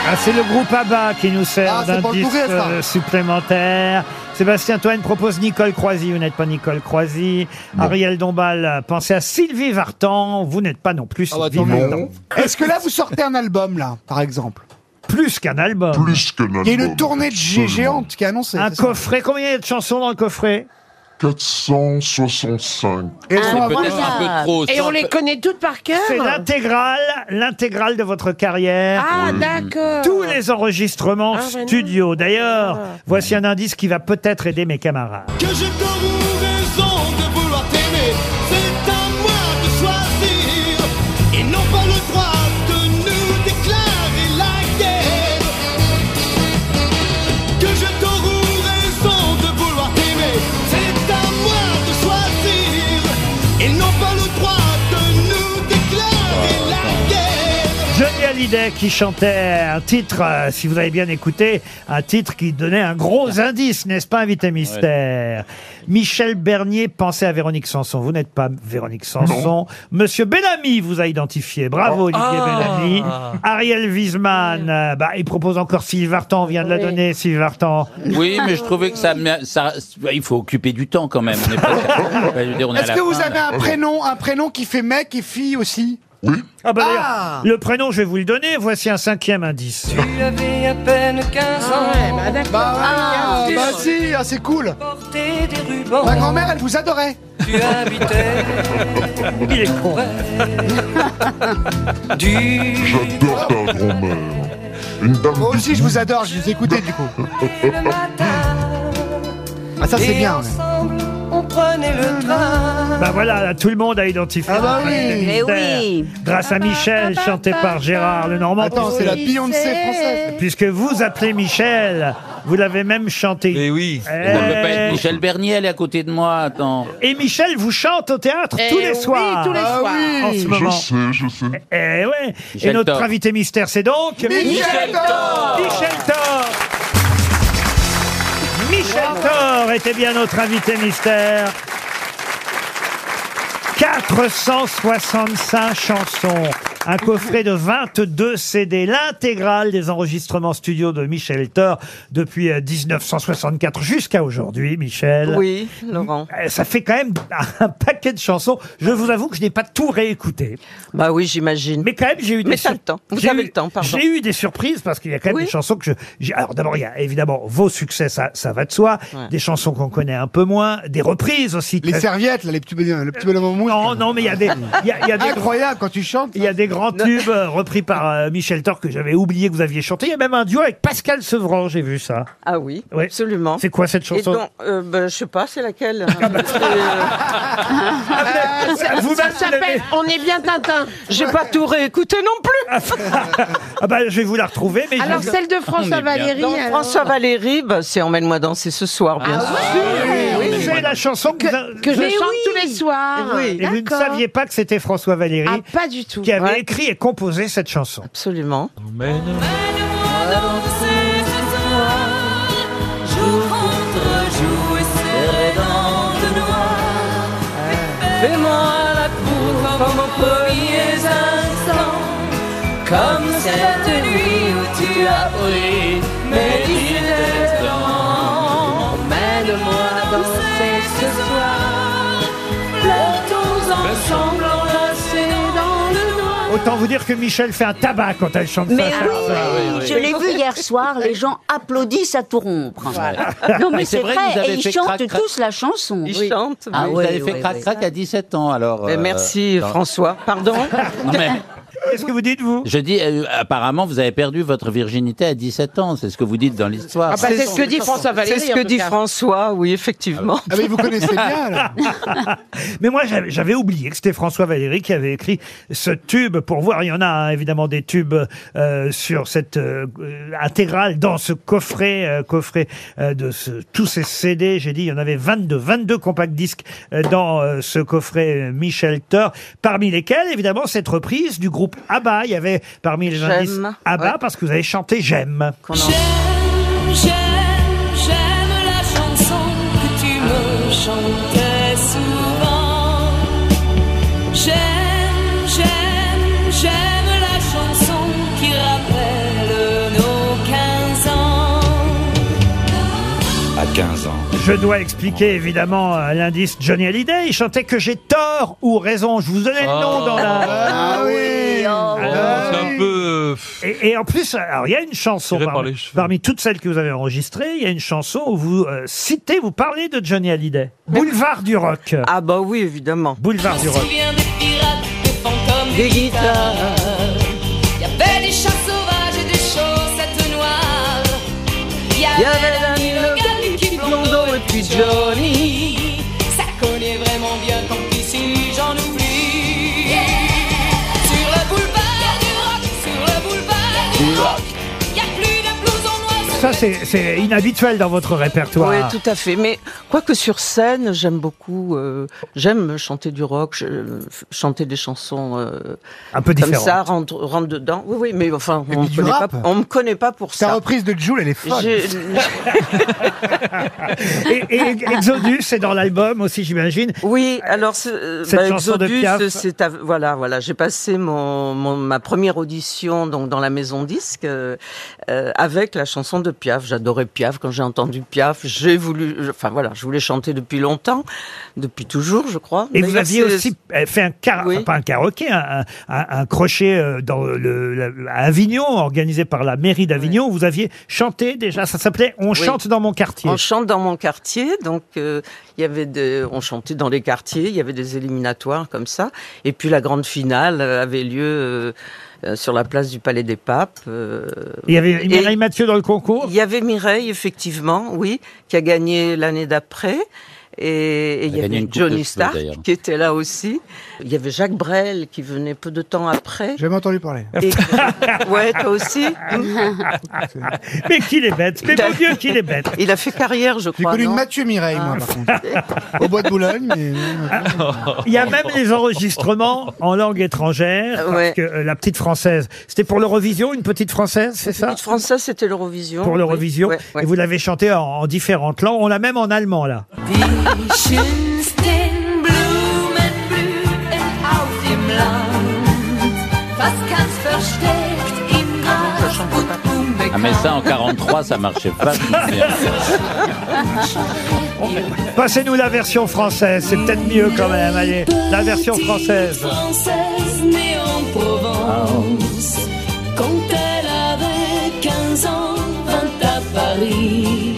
Speaker 2: Ah, c'est le groupe ABBA qui nous sert
Speaker 4: Ah, c'est pour le
Speaker 2: d'indice
Speaker 4: bourré, ça.
Speaker 2: euh, supplémentaire. Sébastien Toine propose Nicole Croisy, vous n'êtes pas Nicole Croisy. Ariel Dombal, euh, pensez à Sylvie Vartan, vous n'êtes pas non plus
Speaker 4: Ah,
Speaker 2: Sylvie Vartan.
Speaker 4: bah, Est-ce que là, vous sortez un album, là, par exemple
Speaker 2: Plus qu'un album.
Speaker 23: Plus qu'un album.
Speaker 4: Il y a une tournée de G géante qui est annoncée.
Speaker 2: Un
Speaker 4: c'est ça
Speaker 2: coffret, combien il y a de chansons dans le coffret Ah,
Speaker 23: 465.
Speaker 4: Et elles
Speaker 23: C'est
Speaker 4: sont à voir.
Speaker 23: peut-être Ah, un peu trop,
Speaker 7: Et
Speaker 23: ça,
Speaker 7: on les connaît toutes par cœur
Speaker 2: C'est l'intégrale, l'intégrale de votre carrière.
Speaker 7: Ah,
Speaker 23: Mmh.
Speaker 7: d'accord.
Speaker 2: Tous les enregistrements
Speaker 7: Ah, mais
Speaker 2: studio. D'ailleurs, voici un indice qui va peut-être aider mes camarades.
Speaker 24: Que j'ai comme raison de vouloir t'aimer, c'est à moi de choisir. Ils n'ont pas le droit de nous déclarer la guerre. Que je t'aurai raison de vouloir t'aimer, c'est à moi de choisir. Ils n'ont pas le droit de nous déclarer la guerre.
Speaker 2: Johnny Hallyday qui chantait un titre, euh, si vous avez bien écouté, un titre qui donnait un gros
Speaker 24: Ah.
Speaker 2: indice, n'est-ce pas, invité mystère Michel Bernier pensait à Véronique Sanson. Vous n'êtes pas Véronique Sanson. Monsieur Bellamy vous a identifié. Bravo, Olivier
Speaker 24: Ah.
Speaker 2: Bellamy. Ariel Wiesman, euh, bah, il propose encore Sylvie Vartan. On vient de la donner, Sylvie Vartan.
Speaker 19: Oui, mais je trouvais que ça, m'a- ça- il faut occuper du temps quand même. On est pas- je veux dire, on est à
Speaker 4: Est-ce
Speaker 19: la
Speaker 4: que vous
Speaker 19: fin,
Speaker 4: avez
Speaker 19: là.
Speaker 4: un prénom, un prénom qui fait mec et fille aussi
Speaker 2: Ah bah d'ailleurs,
Speaker 4: Ah.
Speaker 2: le prénom, je vais vous le donner. Voici un cinquième indice.
Speaker 24: Tu avais à peine 15 ans.
Speaker 4: bah d'accord. Bah,
Speaker 24: Ah,
Speaker 4: ouais,
Speaker 24: bien
Speaker 4: bah
Speaker 24: sûr.
Speaker 4: si, ah, c'est cool.
Speaker 24: Porter des rubans.
Speaker 4: Ma grand-mère, elle vous adorait.
Speaker 24: Tu habitais.
Speaker 2: Il est con.
Speaker 23: J'adore ta grand-mère. Une dame.
Speaker 4: Moi aussi, je vous adore, je vous écoutais du coup. Ah, ça, c'est
Speaker 24: Et
Speaker 4: bien. ouais.
Speaker 24: ensemble, on prenait le train.
Speaker 2: Bah voilà, là, tout le monde a identifié.
Speaker 4: Ah bah
Speaker 2: le
Speaker 4: oui.
Speaker 2: Invité
Speaker 4: Mais
Speaker 2: Mystère.
Speaker 4: oui.
Speaker 2: Grâce à Michel, chanté par Gérard Lenormand.
Speaker 4: Attends, c'est la Beyoncé française.
Speaker 2: Puisque vous appelez Michel, vous l'avez même chanté. Eh Mais
Speaker 8: oui.
Speaker 19: Elle ne peut pas être Michel Bernier, elle est à côté de moi. Attends.
Speaker 2: Et Michel vous chante au théâtre Eh
Speaker 5: Eh
Speaker 2: tous les soirs.
Speaker 24: Ah oui.
Speaker 2: En ce
Speaker 23: Je
Speaker 2: moment.
Speaker 23: sais, je sais.
Speaker 2: Et Eh, ouais. Et
Speaker 19: Michel
Speaker 2: notre
Speaker 19: Thor.
Speaker 2: invité mystère, c'est donc
Speaker 23: Michel Michel Thor.
Speaker 2: Michel Thor. Michel Thor était bien notre invité mystère. 465 chansons, un coffret de 22 CD, l'intégrale des enregistrements studio de Michel Thor depuis euh, 1964 jusqu'à aujourd'hui, Michel.
Speaker 10: Oui, Laurent.
Speaker 2: Euh, Ça fait quand même un paquet de chansons. Je vous avoue que je n'ai pas tout réécouté.
Speaker 10: Bah oui, j'imagine.
Speaker 2: Mais quand même, j'ai eu des
Speaker 10: Mais t'as
Speaker 2: sur-
Speaker 10: le temps. Vous
Speaker 2: j'ai
Speaker 10: avez
Speaker 2: eu-
Speaker 10: le temps, pardon.
Speaker 2: J'ai eu des surprises parce qu'il y a quand même des chansons que je. j'ai- Alors d'abord, il y a évidemment vos succès, ça, ça va de soi.
Speaker 4: Ouais.
Speaker 2: Des chansons qu'on connaît un peu moins, des reprises aussi.
Speaker 4: Les
Speaker 2: très-
Speaker 4: serviettes, là, les petits bonhommes, le petit bonhomme en mousse.
Speaker 2: Non, non, mais il y a des, il y a- il y a des
Speaker 4: incroyable quand tu chantes.
Speaker 2: Il y a des grands tubes euh, repris par euh, Michel Thor que j'avais oublié que vous aviez chanté. Il y a même un duo avec Pascal Sevran, j'ai vu ça.
Speaker 10: Ah oui,
Speaker 2: Ouais.
Speaker 10: absolument.
Speaker 2: C'est quoi cette
Speaker 10: Et
Speaker 2: chanson Ah, bah,
Speaker 10: donc, euh, bah, je sais pas, c'est laquelle
Speaker 4: Ah,
Speaker 7: Euh, ça- ça s'appelle On est bien Tintin.
Speaker 10: J'ai pas tout réécouté non plus.
Speaker 2: Ah bah, je vais vous la retrouver. Mais je-
Speaker 7: Alors, celle de François On est bien. Valéry,
Speaker 10: Donc,
Speaker 7: alors. Ah
Speaker 10: François Valéry, bah, c'est Emmène-moi danser ce soir, bien sûr.
Speaker 2: C'est la chanson que, vous-
Speaker 7: Que je
Speaker 2: Mais
Speaker 7: chante tous les soirs.
Speaker 2: oui. Et vous ne saviez pas que c'était François Valéry
Speaker 7: Ah, pas du tout.
Speaker 2: qui avait écrit et composé cette chanson.
Speaker 10: Absolument.
Speaker 22: Jour contre jour et serré dans de noir. Fais-moi la cour comme aux premiers instants. Comme cette nuit où tu as brûlé mes dix-sept ans. Emmène-moi danser ce soir. Flottons ensemble enlacés dans le noir.
Speaker 2: Autant vous dire que Michel fait un tabac quand elle chante
Speaker 3: Mais
Speaker 2: ça.
Speaker 3: oui,
Speaker 7: Ah,
Speaker 3: je l'ai vu hier soir, les gens applaudissent à tout rompre. Non mais,
Speaker 19: Mais c'est
Speaker 3: c'est
Speaker 19: vrai,
Speaker 3: vrai,
Speaker 19: vous avez
Speaker 3: et
Speaker 19: fait
Speaker 3: ils chantent
Speaker 19: crac, crac.
Speaker 3: tous la chanson.
Speaker 10: Ils chantent,
Speaker 19: Ah,
Speaker 10: oui.
Speaker 19: vous
Speaker 10: Oui,
Speaker 19: avez fait
Speaker 10: oui,
Speaker 19: crac-crac à 17 ans alors.
Speaker 10: Mais
Speaker 19: euh,
Speaker 10: merci,
Speaker 19: dans-
Speaker 10: François. Pardon
Speaker 19: Non, mais-
Speaker 2: Qu'est-ce que vous dites, vous
Speaker 19: Je dis, euh, apparemment, vous avez perdu votre virginité à 17 ans. C'est ce que vous dites dans l'histoire.
Speaker 7: Ah bah, c'est ce que dit François Valéry,
Speaker 10: C'est ce
Speaker 7: en
Speaker 10: que
Speaker 7: tout
Speaker 10: dit
Speaker 7: cas.
Speaker 10: François, oui, effectivement.
Speaker 4: Ah, mais vous connaissez bien, là.
Speaker 2: Mais moi, j'avais- j'avais oublié que c'était François Valéry qui avait écrit ce tube pour voir. Il y en a hein, évidemment des tubes euh, sur cette euh, euh, intégrale dans ce coffret, euh, coffret euh, de ce- tous ces CD. J'ai dit, il y en avait 22, 22 compacts disques euh, dans euh, ce coffret euh, Michel Thor, parmi lesquels évidemment cette reprise du groupe ABBA. Il y avait parmi les
Speaker 10: J'aime.
Speaker 2: indices ABBA
Speaker 10: Ouais.
Speaker 2: parce que vous avez chanté J'aime.
Speaker 22: J'aime, j'aime la chanson que tu me chantais souvent. J'aime, j'aime, j'aime la chanson qui rappelle nos 15 ans.
Speaker 11: À 15 ans.
Speaker 2: Je dois expliquer évidemment euh, l'indice Johnny Hallyday. Il chantait que j'ai tort ou raison. Je vous donnais le nom dans la. Ah
Speaker 4: Ah oui.
Speaker 8: Ah, C'est un peu.
Speaker 2: Et, et en plus, euh, alors il y a une chanson
Speaker 8: Tiré par
Speaker 2: parmi,
Speaker 8: les cheveux.
Speaker 2: parmi toutes celles que vous avez enregistrées, il y a une chanson où vous euh, citez, vous parlez de Johnny Hallyday. Boulevard du rock.
Speaker 10: Ah bah oui, évidemment.
Speaker 2: Boulevard du
Speaker 22: Je me
Speaker 2: rock.
Speaker 22: souviens des pirates, des fantômes,
Speaker 10: Des
Speaker 22: des guitares. Y avait des chats sauvages et des chaussettes noires. Y
Speaker 10: Y avait Danny
Speaker 22: Logan, Nicky Blondeau et puis Johnny. Ça cognait vraiment bien, tant pis si j'en oublie. Sur le boulevard du rock, sur le boulevard du rock. Y a plus de blouson noir sur
Speaker 2: ça, c'est c'est inhabituel dans votre répertoire.
Speaker 10: Oui, tout à fait. Mais quoique sur scène, j'aime beaucoup. euh, j'aime chanter du rock, je- euh, chanter des chansons euh,
Speaker 2: Un peu
Speaker 10: comme
Speaker 2: différentes.
Speaker 10: ça, rentre, rentre dedans. Oui, oui, mais enfin, on
Speaker 4: du
Speaker 10: connaît
Speaker 4: rap.
Speaker 10: pas- on me connaît pas pour ça.
Speaker 4: Ta reprise de Jules, elle est folle.
Speaker 10: J'ai-
Speaker 2: Et, et Exodus est dans l'album aussi, j'imagine.
Speaker 10: Oui, alors ce- euh,
Speaker 2: Cette
Speaker 10: bah,
Speaker 2: chanson de
Speaker 10: Exodus,
Speaker 2: Piaf.
Speaker 10: c'est à- voilà, voilà, j'ai passé mon, mon- ma première audition donc dans la maison disque euh, euh, avec la chanson de Piaf. J'adorais Piaf quand j'ai entendu Piaf, j'ai voulu, je- enfin voilà, je voulais chanter depuis longtemps, depuis toujours, je crois.
Speaker 2: Et vous
Speaker 10: D'ailleurs,
Speaker 2: aviez
Speaker 10: c'est-
Speaker 2: aussi euh, fait un car... enfin, pas un karaoké, un, un- un crochet euh, dans le, la- à Avignon, organisé par la mairie d'Avignon. Vous aviez chanté déjà, ça s'appelait On
Speaker 10: Oui.
Speaker 2: chante dans mon quartier.
Speaker 10: On chante dans mon quartier, donc euh, il y avait des, on chantait dans les quartiers, il y avait des éliminatoires comme ça, et puis la grande finale euh, avait lieu euh, euh, sur la place du Palais des Papes. euh,
Speaker 2: Il y avait
Speaker 10: et-
Speaker 2: Mireille Mathieu dans le concours
Speaker 10: Il y avait Mireille effectivement, oui, qui a gagné l'année d'après. Et et il
Speaker 19: Elle
Speaker 10: y
Speaker 19: a gagné
Speaker 10: avait
Speaker 19: une coupe de
Speaker 10: Johnny
Speaker 19: cheveux,
Speaker 10: Stark
Speaker 19: d'ailleurs.
Speaker 10: qui était là aussi. Il y avait Jacques Brel qui venait peu de temps après.
Speaker 4: J'ai jamais entendu parler.
Speaker 10: Et- euh, ouais, toi aussi.
Speaker 2: mais qu'il est bête, mais
Speaker 10: Il a-
Speaker 2: mon Dieu qu'il est bête.
Speaker 10: Il a fait carrière, je
Speaker 4: J'ai
Speaker 10: crois.
Speaker 4: connu
Speaker 10: non Ah.
Speaker 4: Mathieu Mireille, moi, par contre. Au bois de Boulogne, mais. euh,
Speaker 2: Il y a même les enregistrements en langue étrangère, parce
Speaker 10: Ouais.
Speaker 2: que euh, la petite française, c'était pour l'Eurovision, une petite française, c'est ça
Speaker 10: Le français, c'était l'Eurovision.
Speaker 2: Pour l'Eurovision,
Speaker 10: Oui, ouais, ouais.
Speaker 2: et vous l'avez chanté en, en différentes langues, on l'a même en allemand là.
Speaker 23: Vischenstein, Blumen blühen auf dem Land. Was ganz versteckt im Gras und
Speaker 19: Ah, mais ça, en 43, ça marchait pas.
Speaker 2: Passez-nous la version française, c'est peut-être mieux quand même, allez, la version française. Ah,
Speaker 23: Française née en Provence, quand elle avait 15 ans, vint à Paris,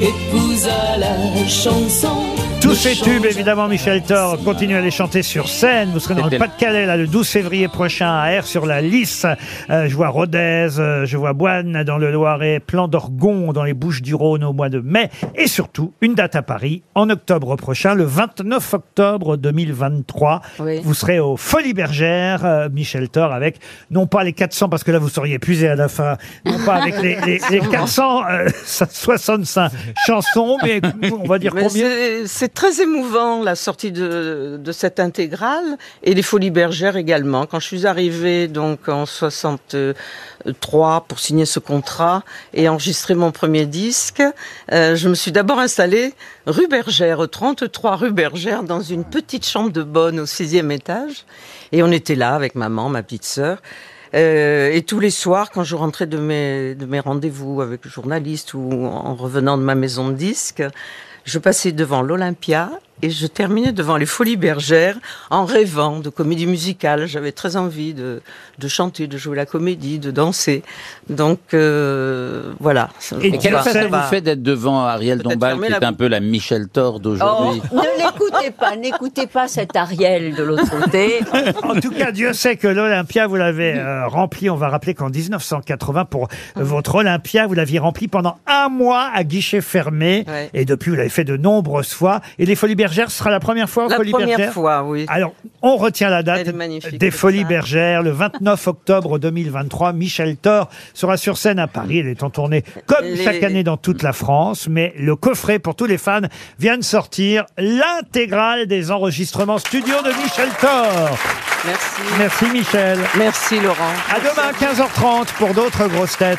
Speaker 23: épousa la chanson.
Speaker 2: Tous ces tubes, évidemment, Michel Thor, continuez à les chanter sur scène. Vous serez dans le
Speaker 19: C'était-
Speaker 2: Pas-de-Calais, là, le 12 février prochain, à Air sur la Lys. Euh, je vois Rodez, euh, je vois Boine dans le Loiret, Plan d'Orgon dans les Bouches du Rhône au mois de mai. Et surtout, une date à Paris, en octobre prochain, le 29 octobre 2023.
Speaker 10: Oui.
Speaker 2: Vous serez aux Folies Bergères, euh, Michel Thor, avec, non pas les 400, parce que là, vous seriez épuisé à la fin, non pas avec les, les, les 465 chansons, mais on va dire
Speaker 10: Mais
Speaker 2: combien
Speaker 10: c'est- C'est très émouvant la sortie de, de cette intégrale et les Folies Bergères également. Quand je suis arrivée donc en 63 pour signer ce contrat et enregistrer mon premier disque, euh, je me suis d'abord installée rue Bergère, au 33 rue Bergère, dans une petite chambre de bonne au sixième étage. Et on était là avec maman, ma petite sœur. Euh, et tous les soirs, quand je rentrais de mes, de mes rendez-vous avec le journaliste ou en revenant de ma maison de disques, je passais devant l'Olympia et je terminais devant les Folies Bergères en rêvant de comédie musicale. J'avais très envie de, de chanter, de jouer la comédie, de danser. Donc euh, voilà.
Speaker 19: Et
Speaker 10: On
Speaker 19: quel
Speaker 10: va-
Speaker 19: ça
Speaker 10: on va-
Speaker 19: vous fait d'être devant Ariel
Speaker 10: Peut-être
Speaker 19: Dombal, qui
Speaker 10: fermer la
Speaker 19: est un
Speaker 10: bouche.
Speaker 19: peu la Michel Thor d'aujourd'hui
Speaker 3: Oh, ne l'écoutez pas, n'écoutez pas cet Ariel de l'autre côté.
Speaker 2: En tout cas, Dieu sait que l'Olympia, vous l'avez euh, rempli. On va rappeler qu'en 1980, pour euh,
Speaker 10: Ah.
Speaker 2: votre Olympia, vous l'aviez rempli pendant un mois à guichet fermé.
Speaker 10: Ouais.
Speaker 2: Et depuis, vous l'avez fait de nombreuses fois. Et les Folies Bergères, ce sera la première fois aux
Speaker 10: La
Speaker 2: Folies
Speaker 10: première
Speaker 2: Bergères
Speaker 10: fois, oui.
Speaker 2: Alors, on retient la date
Speaker 10: Elle est magnifique,
Speaker 2: des
Speaker 10: comme
Speaker 2: Folies
Speaker 10: ça.
Speaker 2: Bergères. Le 29 octobre 2023, Michel Thor sera sur scène à Paris. Elle est en tournée comme
Speaker 10: Les-
Speaker 2: chaque année dans toute la France. Mais le coffret pour tous les fans vient de sortir. L'intégrale des enregistrements studio de Michel Thor.
Speaker 10: Merci.
Speaker 2: Merci Michel.
Speaker 10: Merci Laurent.
Speaker 2: À demain 15h30 pour d'autres grosses têtes.